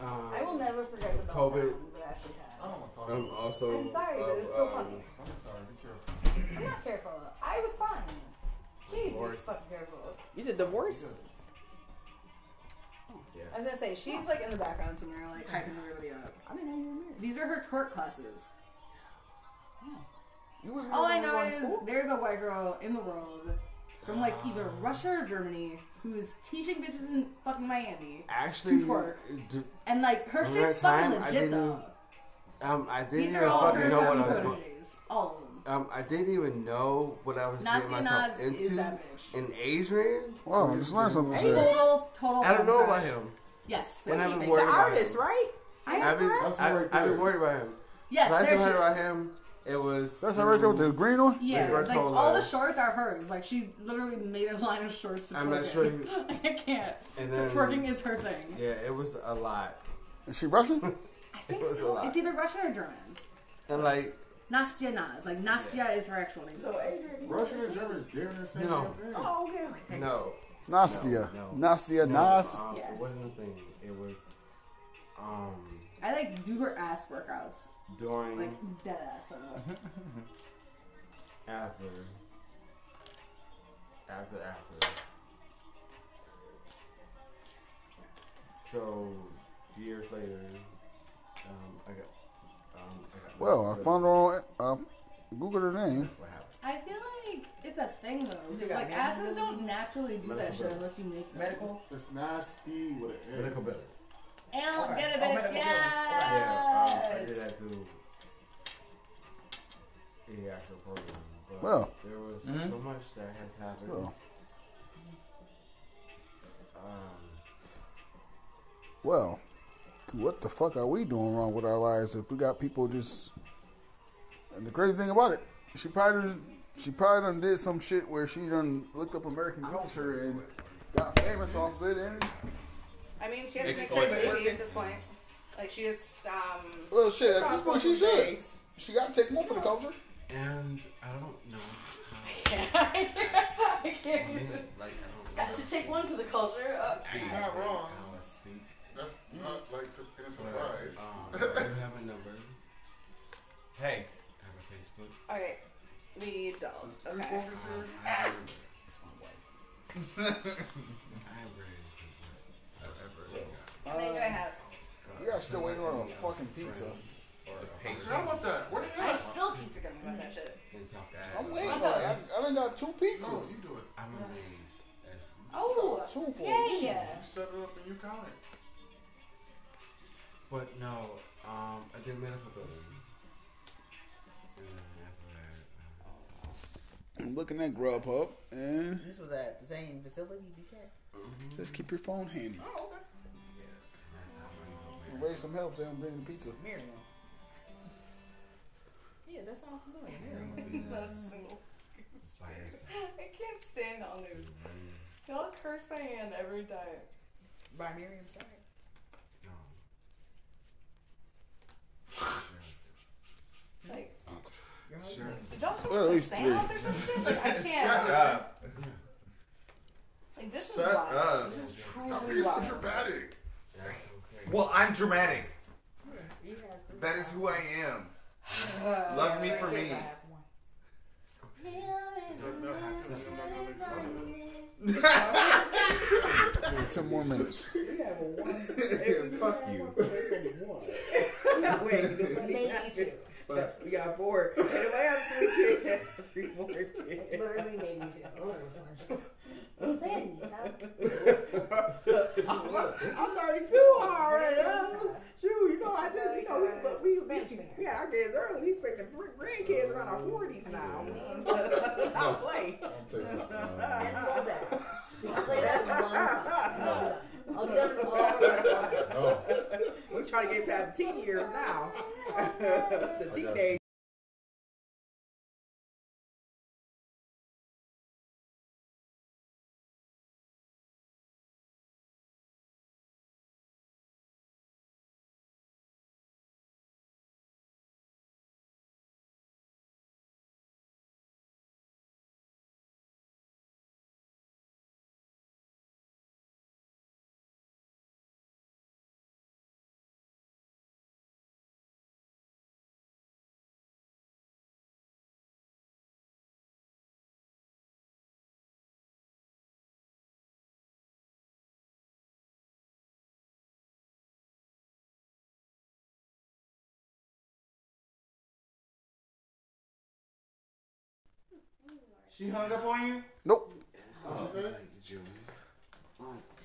Speaker 7: Um,
Speaker 3: I will never forget the
Speaker 7: COVID.
Speaker 3: COVID. That I should
Speaker 2: I
Speaker 3: have.
Speaker 2: don't want to
Speaker 6: Um,
Speaker 2: talk.
Speaker 7: I'm also.
Speaker 3: I'm sorry, but
Speaker 7: of,
Speaker 3: it's so
Speaker 7: um,
Speaker 3: funny.
Speaker 2: I'm sorry. Be careful.
Speaker 3: I'm not careful. I was fine. She's
Speaker 7: Divorce.
Speaker 3: fucking careful.
Speaker 8: You said divorce?
Speaker 3: I was gonna say she's like in the background somewhere, like hyping everybody up.
Speaker 8: I didn't know you were married.
Speaker 3: These are her twerk classes.
Speaker 8: You were married
Speaker 3: All I
Speaker 8: when you
Speaker 3: know
Speaker 8: were in
Speaker 3: is
Speaker 8: school?
Speaker 3: there's a white girl in the world from like either Russia or Germany who's teaching bitches in fucking Miami,
Speaker 7: Actually,
Speaker 3: twerk.
Speaker 7: d-
Speaker 3: and like her
Speaker 7: Remember
Speaker 3: shit's
Speaker 7: that time
Speaker 3: fucking
Speaker 7: I
Speaker 3: legit
Speaker 7: didn't
Speaker 3: though.
Speaker 7: um, I didn't
Speaker 3: These
Speaker 7: even
Speaker 3: are all
Speaker 7: fucking
Speaker 3: her
Speaker 7: know what
Speaker 3: fucking
Speaker 7: I was.
Speaker 3: proteges, all of them.
Speaker 7: Um, I didn't even know what I was
Speaker 3: Nasty
Speaker 7: getting myself
Speaker 3: Nas is
Speaker 7: into.
Speaker 3: that bitch.
Speaker 7: An Adrian?
Speaker 1: Wow, I just learned something today.
Speaker 3: Total, total.
Speaker 7: I don't know about
Speaker 3: crush.
Speaker 7: him.
Speaker 3: Yes,
Speaker 7: And I
Speaker 3: please.
Speaker 7: was
Speaker 8: The
Speaker 7: worried about
Speaker 8: artist,
Speaker 7: him.
Speaker 8: right?
Speaker 3: I
Speaker 7: I've
Speaker 3: am
Speaker 7: been,
Speaker 3: correct.
Speaker 7: I, I've been worried about him.
Speaker 3: Yes,
Speaker 7: Last
Speaker 3: there
Speaker 7: time I
Speaker 3: she
Speaker 7: heard
Speaker 3: is.
Speaker 7: about him, It was.
Speaker 1: That's her right there with the green one?
Speaker 3: Yeah,
Speaker 7: Red
Speaker 3: like
Speaker 7: Polo.
Speaker 3: all the shorts are hers. Like she literally made a line of shorts. To
Speaker 7: I'm not
Speaker 3: twerk
Speaker 7: sure
Speaker 3: in. I can't.
Speaker 7: And
Speaker 3: the
Speaker 7: then-
Speaker 3: twerking is her thing.
Speaker 7: Yeah, it was a lot.
Speaker 1: Is she Russian?
Speaker 3: I think
Speaker 7: was a
Speaker 3: so.
Speaker 7: lot.
Speaker 3: It's either Russian or German.
Speaker 7: And like,
Speaker 3: Nastya Naz. Like Nastya is her actual name.
Speaker 8: So Adrian.
Speaker 6: Russian and German is damn near the same
Speaker 7: No.
Speaker 6: damn thing.
Speaker 8: Oh, okay, okay.
Speaker 7: no.
Speaker 1: Nastia.
Speaker 7: No, no.
Speaker 1: Nastia Nas.
Speaker 7: Um,
Speaker 3: Yeah.
Speaker 7: It wasn't a thing. It was um
Speaker 3: I like do her ass workouts.
Speaker 7: during
Speaker 3: Like dead ass. Like,
Speaker 7: after after after. So years later, um, I got. Um, I got
Speaker 1: Well, I found her on uh, Google her name.
Speaker 7: What happened?
Speaker 3: I feel like it's a thing though. 'cause,
Speaker 8: You got
Speaker 3: like
Speaker 8: medical
Speaker 3: asses
Speaker 8: billing?
Speaker 3: don't naturally do that
Speaker 7: Medical
Speaker 3: shit
Speaker 7: billing.
Speaker 3: unless you make them.
Speaker 8: Medical.
Speaker 6: It's nasty with an
Speaker 7: Medical bill.
Speaker 3: And
Speaker 8: Okay.
Speaker 3: get a
Speaker 8: Oh,
Speaker 3: bitch.
Speaker 8: medical billing.
Speaker 7: Yeah, um, I
Speaker 3: Yes.
Speaker 7: did that through the actual program. But
Speaker 1: Well. Mm-hmm.
Speaker 7: there was so much that has happened.
Speaker 1: Well,
Speaker 7: Um,
Speaker 1: well, what the fuck are we doing wrong with our lives if we got people just? And the crazy thing about it, she probably she probably done did some shit where she done looked up American culture and got famous off of it. And
Speaker 3: I mean, she has to make
Speaker 9: Exploit
Speaker 3: her
Speaker 9: it.
Speaker 3: baby at this point. Like she just um.
Speaker 1: well, shit, at this point she should. She got to take more for the culture.
Speaker 7: and I don't know
Speaker 3: I can't
Speaker 7: how.
Speaker 3: do this.
Speaker 7: Like I don't know
Speaker 3: Got to take one for the culture. Uh,
Speaker 2: He's not wrong.
Speaker 7: how I speak.
Speaker 2: That's not like su- in a
Speaker 7: But,
Speaker 2: surprise.
Speaker 7: um, I do have a number.
Speaker 9: Hey,
Speaker 7: I have a Facebook.
Speaker 3: all right, we need dolls. Okay.
Speaker 7: Um, I have a number. I have very few friends.
Speaker 3: How many do I have?
Speaker 1: We are still waiting on a fucking pizza.
Speaker 2: Shit, I want that. Where the
Speaker 3: I
Speaker 2: hell?
Speaker 3: still keep forgetting about that shit.
Speaker 7: In South
Speaker 1: I'm
Speaker 7: Africa.
Speaker 1: waiting on it. I, I done got two
Speaker 2: No,
Speaker 1: pizzas.
Speaker 2: you do it.
Speaker 7: I'm amazed. That's-
Speaker 3: Oh,
Speaker 1: Two for
Speaker 3: yeah, yeah.
Speaker 2: You set it up and you count it.
Speaker 7: But no, um, I did medical billing. And then after
Speaker 1: I'm looking at Grubhub and
Speaker 8: This was at the same facility, BK.
Speaker 1: just keep your phone handy.
Speaker 8: Oh, okay.
Speaker 1: Raise some help. They don't bring the pizza.
Speaker 8: Miriam. Yeah, that sounds familiar. Miriam.
Speaker 3: That's so. I can't stand all news. Y'all curse by hand every day.
Speaker 8: By Miriam, sorry.
Speaker 3: Like,
Speaker 8: Your husband.
Speaker 3: did y'all come
Speaker 1: Well, at
Speaker 3: from the
Speaker 1: least three.
Speaker 3: seance or some shit? Like, I
Speaker 9: shut
Speaker 3: can't.
Speaker 9: up.
Speaker 3: Like, this is
Speaker 9: Shut
Speaker 3: wild.
Speaker 9: up.
Speaker 3: This is truly
Speaker 2: Stop being so
Speaker 3: wild.
Speaker 2: dramatic.
Speaker 9: Well, I'm dramatic.
Speaker 8: He has three
Speaker 9: That is who I am. Love me for me.
Speaker 8: kids. I have one.
Speaker 1: Ten more minutes.
Speaker 8: You have a one.
Speaker 9: Fuck you.
Speaker 8: Wait, nobody
Speaker 3: Maybe
Speaker 8: got
Speaker 3: two.
Speaker 8: it. We got four. And if I have three kids, I have three more kids.
Speaker 3: Literally made me do.
Speaker 8: I'm 32 already. Shoot, you know I just, you know, we, but we, we, we had our kids early. We expecting three grandkids around
Speaker 3: Oh,
Speaker 8: our 40s now. Not play.
Speaker 3: And roll back. Just play that one song. I'll get on all the songs.
Speaker 8: We're trying to get past the teen years now. the teenage.
Speaker 9: She hung up on you?
Speaker 1: Nope.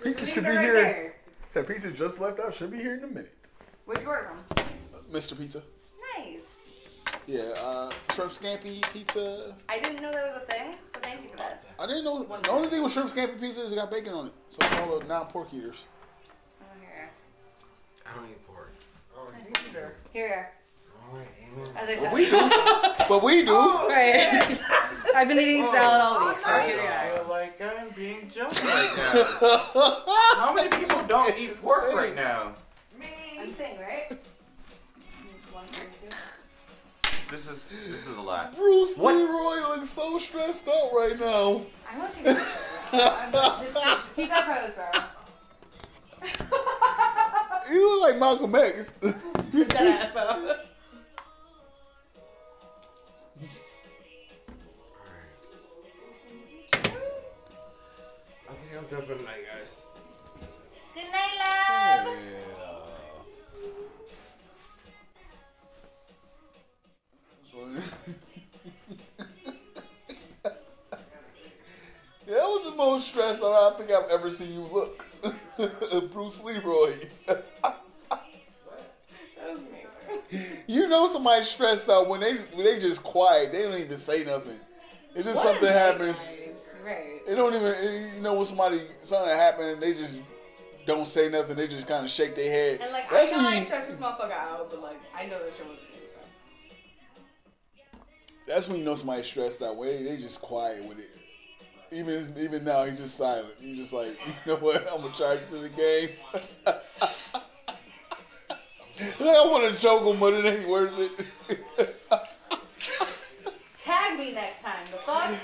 Speaker 1: Pizza should be here. Said pizza just left out. Should be here in a minute.
Speaker 3: What'd you order from?
Speaker 1: Mr. Pizza.
Speaker 3: Nice.
Speaker 1: Yeah. Uh, shrimp scampi pizza.
Speaker 3: I didn't know that was a thing, so thank you for that.
Speaker 1: I didn't know. The only thing with shrimp scampi pizza is it got bacon on it. So it's all the non-pork eaters.
Speaker 3: Oh, here.
Speaker 7: I don't eat pork.
Speaker 3: Here.
Speaker 7: I don't
Speaker 3: As I said.
Speaker 1: But we Oh, do. But we do.
Speaker 3: Right. I've been eating salad all week. So
Speaker 9: I
Speaker 3: here we are.
Speaker 9: feel like I'm being judged right now. How many people don't eat pork right now?
Speaker 3: I'm saying, right?
Speaker 9: This is this is a lot.
Speaker 1: Bruce
Speaker 9: What?
Speaker 1: Leroy looks so stressed out right now.
Speaker 3: I won't take a picture. I'm just keep that pose, bro.
Speaker 1: You look like Malcolm X.
Speaker 3: That ass though.
Speaker 7: I think I'm done for the night, guys.
Speaker 4: Good night, love.
Speaker 1: So- that was the most stressed out I think I've ever seen you look. Bruce Leroy.
Speaker 8: That was amazing.
Speaker 1: you know somebody's stressed out when they when they just quiet. They don't even say nothing. It's just something happens.
Speaker 8: Right.
Speaker 1: It don't even it- you know when somebody something happened. They just don't say nothing. They just kind of shake their head.
Speaker 3: And like
Speaker 1: That's
Speaker 3: I know
Speaker 1: when
Speaker 3: I
Speaker 1: you-
Speaker 3: stress this motherfucker out, but like I know that you're with me, so
Speaker 1: That's when you know somebody's stressed out. When they, they just quiet with it. Even even now, he's just silent. He's just like, you know what? I'm gonna try this in the game. I want to choke him, but it ain't worth it.
Speaker 3: tag me next time. The fuck?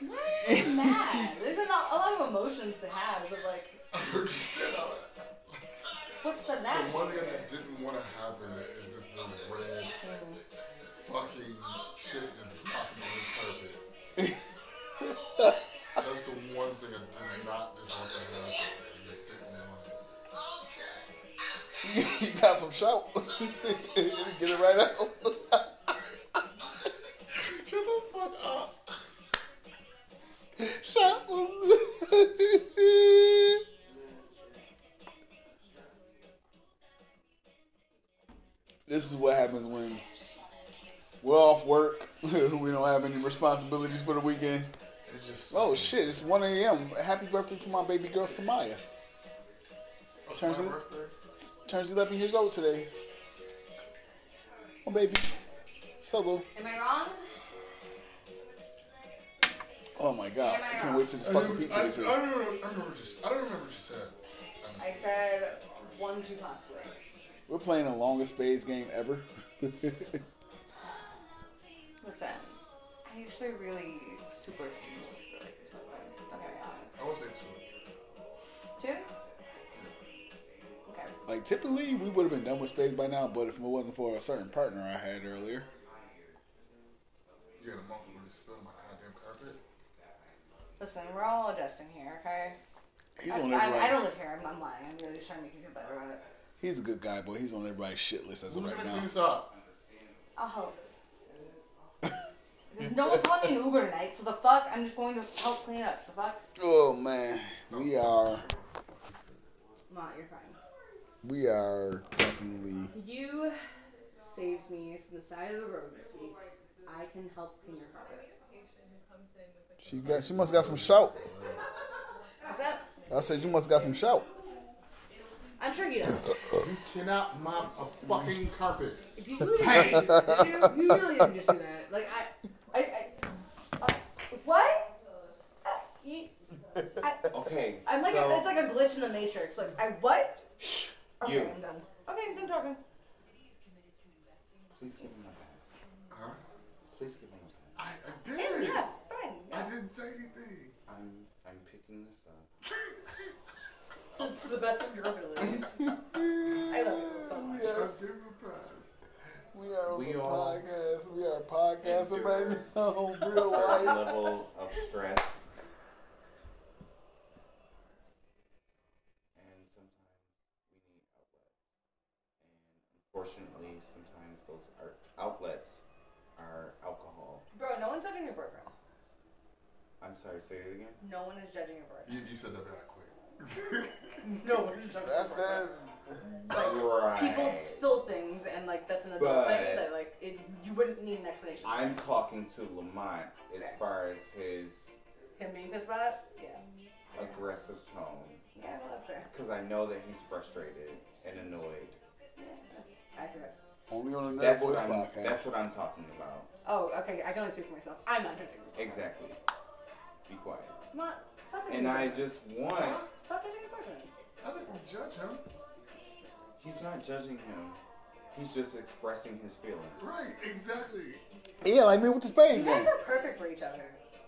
Speaker 3: Why are you mad? There's a lot, a lot of emotions to have, but like,
Speaker 2: I understand how that.
Speaker 3: what's the
Speaker 2: The
Speaker 3: that?
Speaker 2: one thing that didn't want to happen is just the red fucking shit just dropping on this carpet. That's the one thing I did not just want to happen. and it didn't want it.
Speaker 1: you got some shout. Get it right out.
Speaker 2: Shut the fuck up.
Speaker 1: shout. this is what happens when we're off work. we don't have any responsibilities for the weekend.
Speaker 2: It just.
Speaker 1: Oh shit! It's 1 a.m. Happy birthday to my baby girl Samaya.
Speaker 2: It's my
Speaker 1: Turns it-
Speaker 2: birthday.
Speaker 1: Turns 11 years old today. Oh baby, hello.
Speaker 3: Am I wrong?
Speaker 1: Oh my god! I can't wait to this fucking pizza
Speaker 2: I,
Speaker 1: is
Speaker 2: I,
Speaker 1: here.
Speaker 2: I don't remember what you s- I don't remember what you said.
Speaker 3: I said one, two, possibly.
Speaker 1: We're playing the longest spades game ever.
Speaker 3: Listen, I actually really super super like this motherfucker. Don't get me wrong.
Speaker 2: I will say two.
Speaker 3: Two? Okay.
Speaker 1: like typically, we would have been done with spades by now, but if it wasn't for a certain partner I had earlier,
Speaker 2: You got a monkey with a spill on my goddamn carpet.
Speaker 3: Listen, we're all adjusting here, okay?
Speaker 1: he's
Speaker 3: I,
Speaker 1: on
Speaker 3: I, I don't
Speaker 1: everybody.
Speaker 3: live here. I'm not lying. I'm really just trying to make you feel better about it.
Speaker 1: He's a good guy, but he's on everybody's shit list as of
Speaker 2: Who's
Speaker 1: right
Speaker 2: gonna
Speaker 1: now.
Speaker 2: clean this up?
Speaker 3: I'll help. There's no one calling an Uber tonight, so the fuck, I'm just going to help clean up. The fuck?
Speaker 1: Oh man, we are,
Speaker 3: Ma, you're fine.
Speaker 1: we are definitely.
Speaker 3: You saved me from the side of the road this week. I can help clean your carpet.
Speaker 1: She got, she must got some shout.
Speaker 3: What's up?
Speaker 1: I said you must got some shout.
Speaker 3: I'm sure he does.
Speaker 2: You cannot mop a fucking carpet.
Speaker 3: If you lose it, you, you really didn't just do that. Like I, I, I uh, what? Uh, you, I,
Speaker 9: Okay.
Speaker 3: I'm like
Speaker 9: so
Speaker 3: a, it's like a glitch in the matrix. Like I what? Okay,
Speaker 9: You.
Speaker 3: I'm done. Okay, I'm done talking.
Speaker 9: please give me my back.
Speaker 2: Huh?
Speaker 9: Please give me my
Speaker 2: I, I did.
Speaker 3: Yeah, yes, fine.
Speaker 2: I
Speaker 3: Yeah.
Speaker 2: didn't say anything.
Speaker 9: back. I'm I'm picking this up.
Speaker 3: It's the best of your ability. I love you so much.
Speaker 1: We
Speaker 2: I
Speaker 1: are,
Speaker 2: gave him a pass.
Speaker 1: we are on
Speaker 9: We
Speaker 1: the
Speaker 9: are-
Speaker 1: podcast. We are podcasting right now. Real
Speaker 9: Certain
Speaker 1: life.
Speaker 9: level of stress. And sometimes we need outlets. And unfortunately, sometimes those are outlets are alcohol.
Speaker 3: Bro, no one's judging your boyfriend.
Speaker 9: I'm sorry, say it again.
Speaker 3: No one is judging your boyfriend.
Speaker 2: You, you said that back quick.
Speaker 3: No one is judging
Speaker 1: That's
Speaker 3: your boyfriend.
Speaker 1: that.
Speaker 9: Right.
Speaker 3: People spill things, and like that's an adult thing.
Speaker 9: But-
Speaker 3: That like it, you wouldn't need an explanation.
Speaker 9: I'm talking to Lamont as far as his
Speaker 3: Him being pissed about it. Yeah.
Speaker 9: aggressive tone.
Speaker 3: Yeah, well, that's fair.
Speaker 9: because I know that he's frustrated and annoyed.
Speaker 3: Yeah, that's accurate.
Speaker 1: Only on the Nerd
Speaker 9: That's
Speaker 1: Boys
Speaker 9: what I'm.
Speaker 1: podcast.
Speaker 9: That's what I'm talking about.
Speaker 3: Oh, okay. I can only speak for myself. I'm not judging.
Speaker 9: Exactly. Be quiet.
Speaker 3: I'm not. Stop judging
Speaker 9: And
Speaker 3: the
Speaker 9: I
Speaker 3: person.
Speaker 9: just want.
Speaker 3: Stop judging the person.
Speaker 2: I think we judge him.
Speaker 9: He's not judging him. He's just expressing his feelings.
Speaker 2: Right, exactly.
Speaker 1: Yeah, like me with the spades.
Speaker 3: You guys are perfect for each other.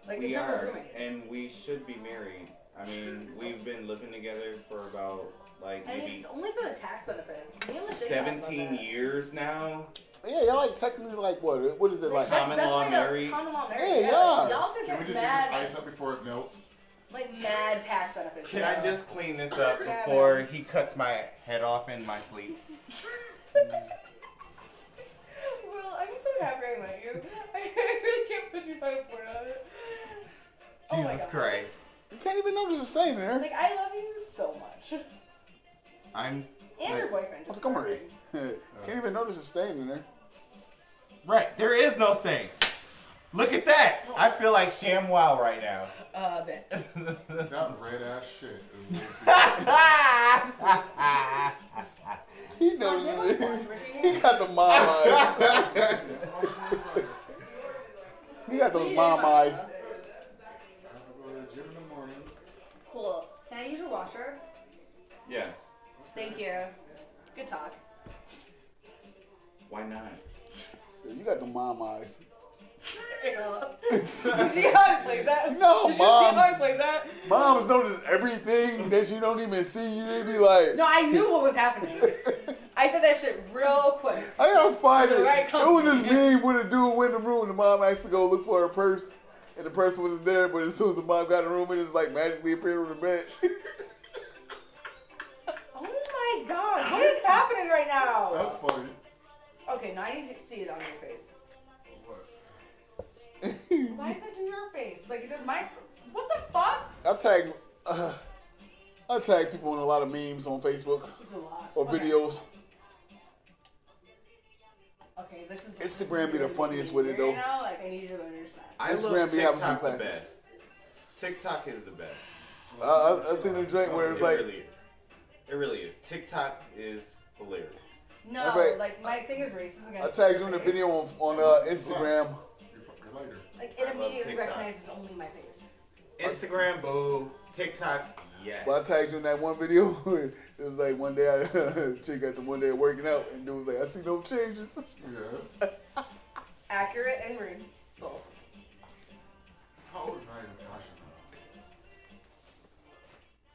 Speaker 3: Like in
Speaker 9: we
Speaker 3: terms of
Speaker 9: are,
Speaker 3: roommates.
Speaker 9: and we should be married. I mean, we've been living together for about like
Speaker 3: I
Speaker 9: maybe
Speaker 3: mean, only for the tax benefits. Me and the thing talk about
Speaker 9: seventeen
Speaker 3: that.
Speaker 9: years now.
Speaker 1: Yeah, y'all like technically like what? What is it like?
Speaker 9: Common law
Speaker 3: Definitely a
Speaker 9: married.
Speaker 3: Common law married.
Speaker 1: Yeah,
Speaker 3: yeah.
Speaker 1: y'all.
Speaker 3: Like, y'all can
Speaker 2: Can we just
Speaker 3: get
Speaker 2: get this
Speaker 3: mad,
Speaker 2: ice up before it melts?
Speaker 3: like mad tax benefits.
Speaker 9: Can I just clean this up
Speaker 3: Yeah,
Speaker 9: before he cuts my head off in my sleep?
Speaker 3: Well, I'm so happy I met you. I really can't put your final point on it. Oh my
Speaker 9: Jesus
Speaker 3: God.
Speaker 9: Christ.
Speaker 1: You can't even notice the same there.
Speaker 3: Like I love you so much, and
Speaker 9: I'm.
Speaker 3: your boyfriend.
Speaker 1: What's
Speaker 3: Just
Speaker 1: going on? Can't even notice a stain in there.
Speaker 9: Right, there is no stain. Look at that. I feel like Sham Wow right now.
Speaker 3: Uh, bit.
Speaker 2: That red ass shit.
Speaker 1: He
Speaker 3: Oh,
Speaker 1: knows. he got the mom eyes. he got those mom eyes.
Speaker 2: Go to the gym in the morning.
Speaker 3: Cool. Can I use your washer?
Speaker 9: Yes.
Speaker 3: Thank you. Good talk.
Speaker 9: Why not?
Speaker 1: Yeah, you got the mom eyes.
Speaker 3: you see how I played that?
Speaker 1: No,
Speaker 3: Did You see
Speaker 1: Mom.
Speaker 3: how I played that?
Speaker 1: Moms notice everything that you don't even see. You they be like,
Speaker 3: No, I knew what was happening. I said that shit real quick.
Speaker 1: I gotta find it.
Speaker 3: You're right,
Speaker 1: it was this meme with a dude went in the room and the mom asked to go look for her purse. And the purse wasn't there, but as soon as the mom got in the room, it just like magically appeared on the bed.
Speaker 3: Oh my god, what is happening right now?
Speaker 2: That's funny.
Speaker 3: Okay, now I need to see it on your face. Why is it in your face? Like, does my. What the fuck?
Speaker 1: I tag, uh, I tag people in a lot of memes on Facebook
Speaker 3: It's a lot.
Speaker 1: or
Speaker 3: okay.
Speaker 1: videos.
Speaker 3: Okay, this is.
Speaker 1: Instagram be the funniest with it though.
Speaker 3: You know, like, I need to understand.
Speaker 9: I
Speaker 1: Instagram
Speaker 9: love
Speaker 1: be having some
Speaker 9: TikTok the
Speaker 1: classes.
Speaker 9: best. TikTok is the best.
Speaker 1: Uh, I, I seen a joint where it's
Speaker 9: it
Speaker 1: like,
Speaker 9: really is. It really is. TikTok is hilarious.
Speaker 3: No,
Speaker 1: Okay.
Speaker 3: like, my thing is racist against.
Speaker 1: I tagged you in a
Speaker 3: your
Speaker 1: video
Speaker 3: face.
Speaker 1: on, on uh, Instagram.
Speaker 2: You're fucking lighter.
Speaker 3: Like,
Speaker 9: I
Speaker 3: it
Speaker 9: love
Speaker 3: immediately
Speaker 9: TikTok.
Speaker 3: recognizes only my face.
Speaker 9: Instagram, boo. TikTok, yes.
Speaker 1: But I tagged you in that one video. it was like one day I chick got the one day working out, and dude was like, I see no changes.
Speaker 2: Yeah.
Speaker 3: Accurate and rude.
Speaker 2: How old is Ryan Natasha now?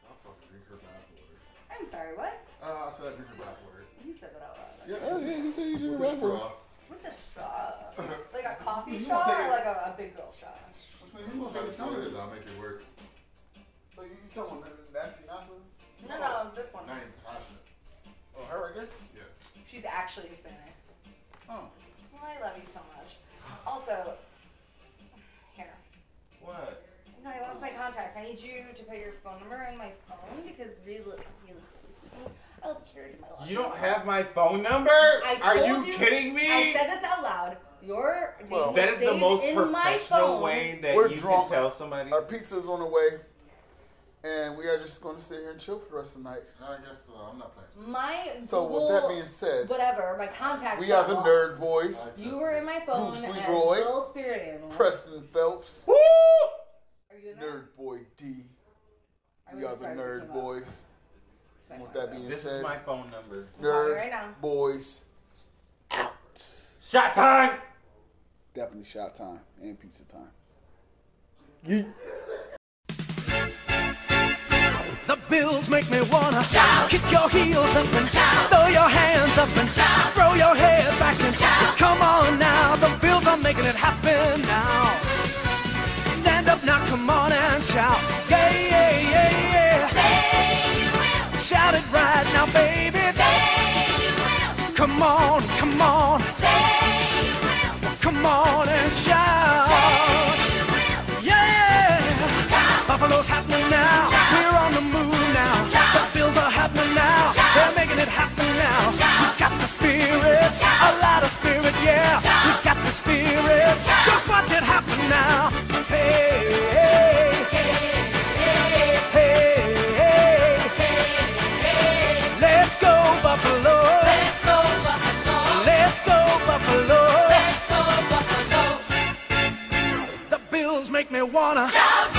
Speaker 2: I'll fucking drink her bathwater.
Speaker 3: I'm sorry, what?
Speaker 2: Uh, I said I drink her bathwater.
Speaker 3: You said that out loud.
Speaker 1: Oh, yeah, you said you should
Speaker 2: With
Speaker 1: be
Speaker 2: a
Speaker 1: right for it.
Speaker 2: straw.
Speaker 3: With a straw. Like a coffee
Speaker 2: You
Speaker 3: straw
Speaker 2: wanna take
Speaker 3: or
Speaker 2: it-
Speaker 3: like a, a big girl straw?
Speaker 2: Which means I'm gonna take this time. I'll make it work.
Speaker 1: So you talking about Nasty Nasa?
Speaker 3: No, no, this one.
Speaker 2: Not even Tasha.
Speaker 1: Oh, her right there?
Speaker 2: Yeah.
Speaker 3: She's actually Hispanic.
Speaker 1: Oh.
Speaker 3: Well, I love you so much. Also, here.
Speaker 9: What?
Speaker 3: No, I lost my contacts. I need you to put your phone number in my phone because reali- realistically speaking, I'll be here to my last
Speaker 9: You
Speaker 3: name.
Speaker 9: don't have my phone number?
Speaker 3: I
Speaker 9: Are
Speaker 3: told
Speaker 9: you, kidding me?
Speaker 3: I said this out loud. Your name
Speaker 1: Well,
Speaker 3: was
Speaker 9: that is the
Speaker 3: saved
Speaker 9: most
Speaker 3: in my
Speaker 9: professional
Speaker 3: phone.
Speaker 9: way that
Speaker 1: We're
Speaker 9: you
Speaker 1: drunk.
Speaker 9: can tell somebody.
Speaker 1: Our pizza's on the way, and we are just going to sit here and chill for the rest of the night.
Speaker 2: No, I guess uh, I'm not playing.
Speaker 3: My
Speaker 1: So
Speaker 3: Google,
Speaker 1: with that being said,
Speaker 3: whatever, my contacts.
Speaker 1: we
Speaker 3: got
Speaker 1: are the
Speaker 3: lost.
Speaker 1: Nerd Boys.
Speaker 2: I-
Speaker 3: You were in my phone
Speaker 1: Bruce
Speaker 3: as
Speaker 1: Leroy.
Speaker 3: Little Spirit Animal.
Speaker 1: Preston Phelps,
Speaker 3: Are you in there?
Speaker 1: Nerd Boy D.
Speaker 3: I
Speaker 1: We are
Speaker 3: was
Speaker 1: the
Speaker 3: sorry,
Speaker 1: Nerd
Speaker 3: came up.
Speaker 1: Boys.
Speaker 3: It's my
Speaker 1: With
Speaker 3: fault.
Speaker 1: that being
Speaker 9: this is
Speaker 1: said,
Speaker 9: my phone number.
Speaker 3: calling
Speaker 1: Nerd
Speaker 3: right now.
Speaker 1: Boys.
Speaker 9: Shot time!
Speaker 1: Definitely shot time and pizza time.
Speaker 4: The bills make me wanna shout. Kick your heels up and shout. Throw your hands up and shout. Throw your head back and shout. Come on now, the bills are making it happen now. Stand up now, come on and shout. Yeah, yeah, yeah, yeah. Say you will. Shout it right now, baby. Say you will. Come on, come on. Say you will. Come on and shout. Yeah! Buffalo's happening now. We're on the move now. The Bills are happening now. They're making it happen now. We got the spirit, a lot of spirit, yeah. We got the spirit. Just watch it happen now. Hey, hey, hey, hey, hey. make me wanna jump,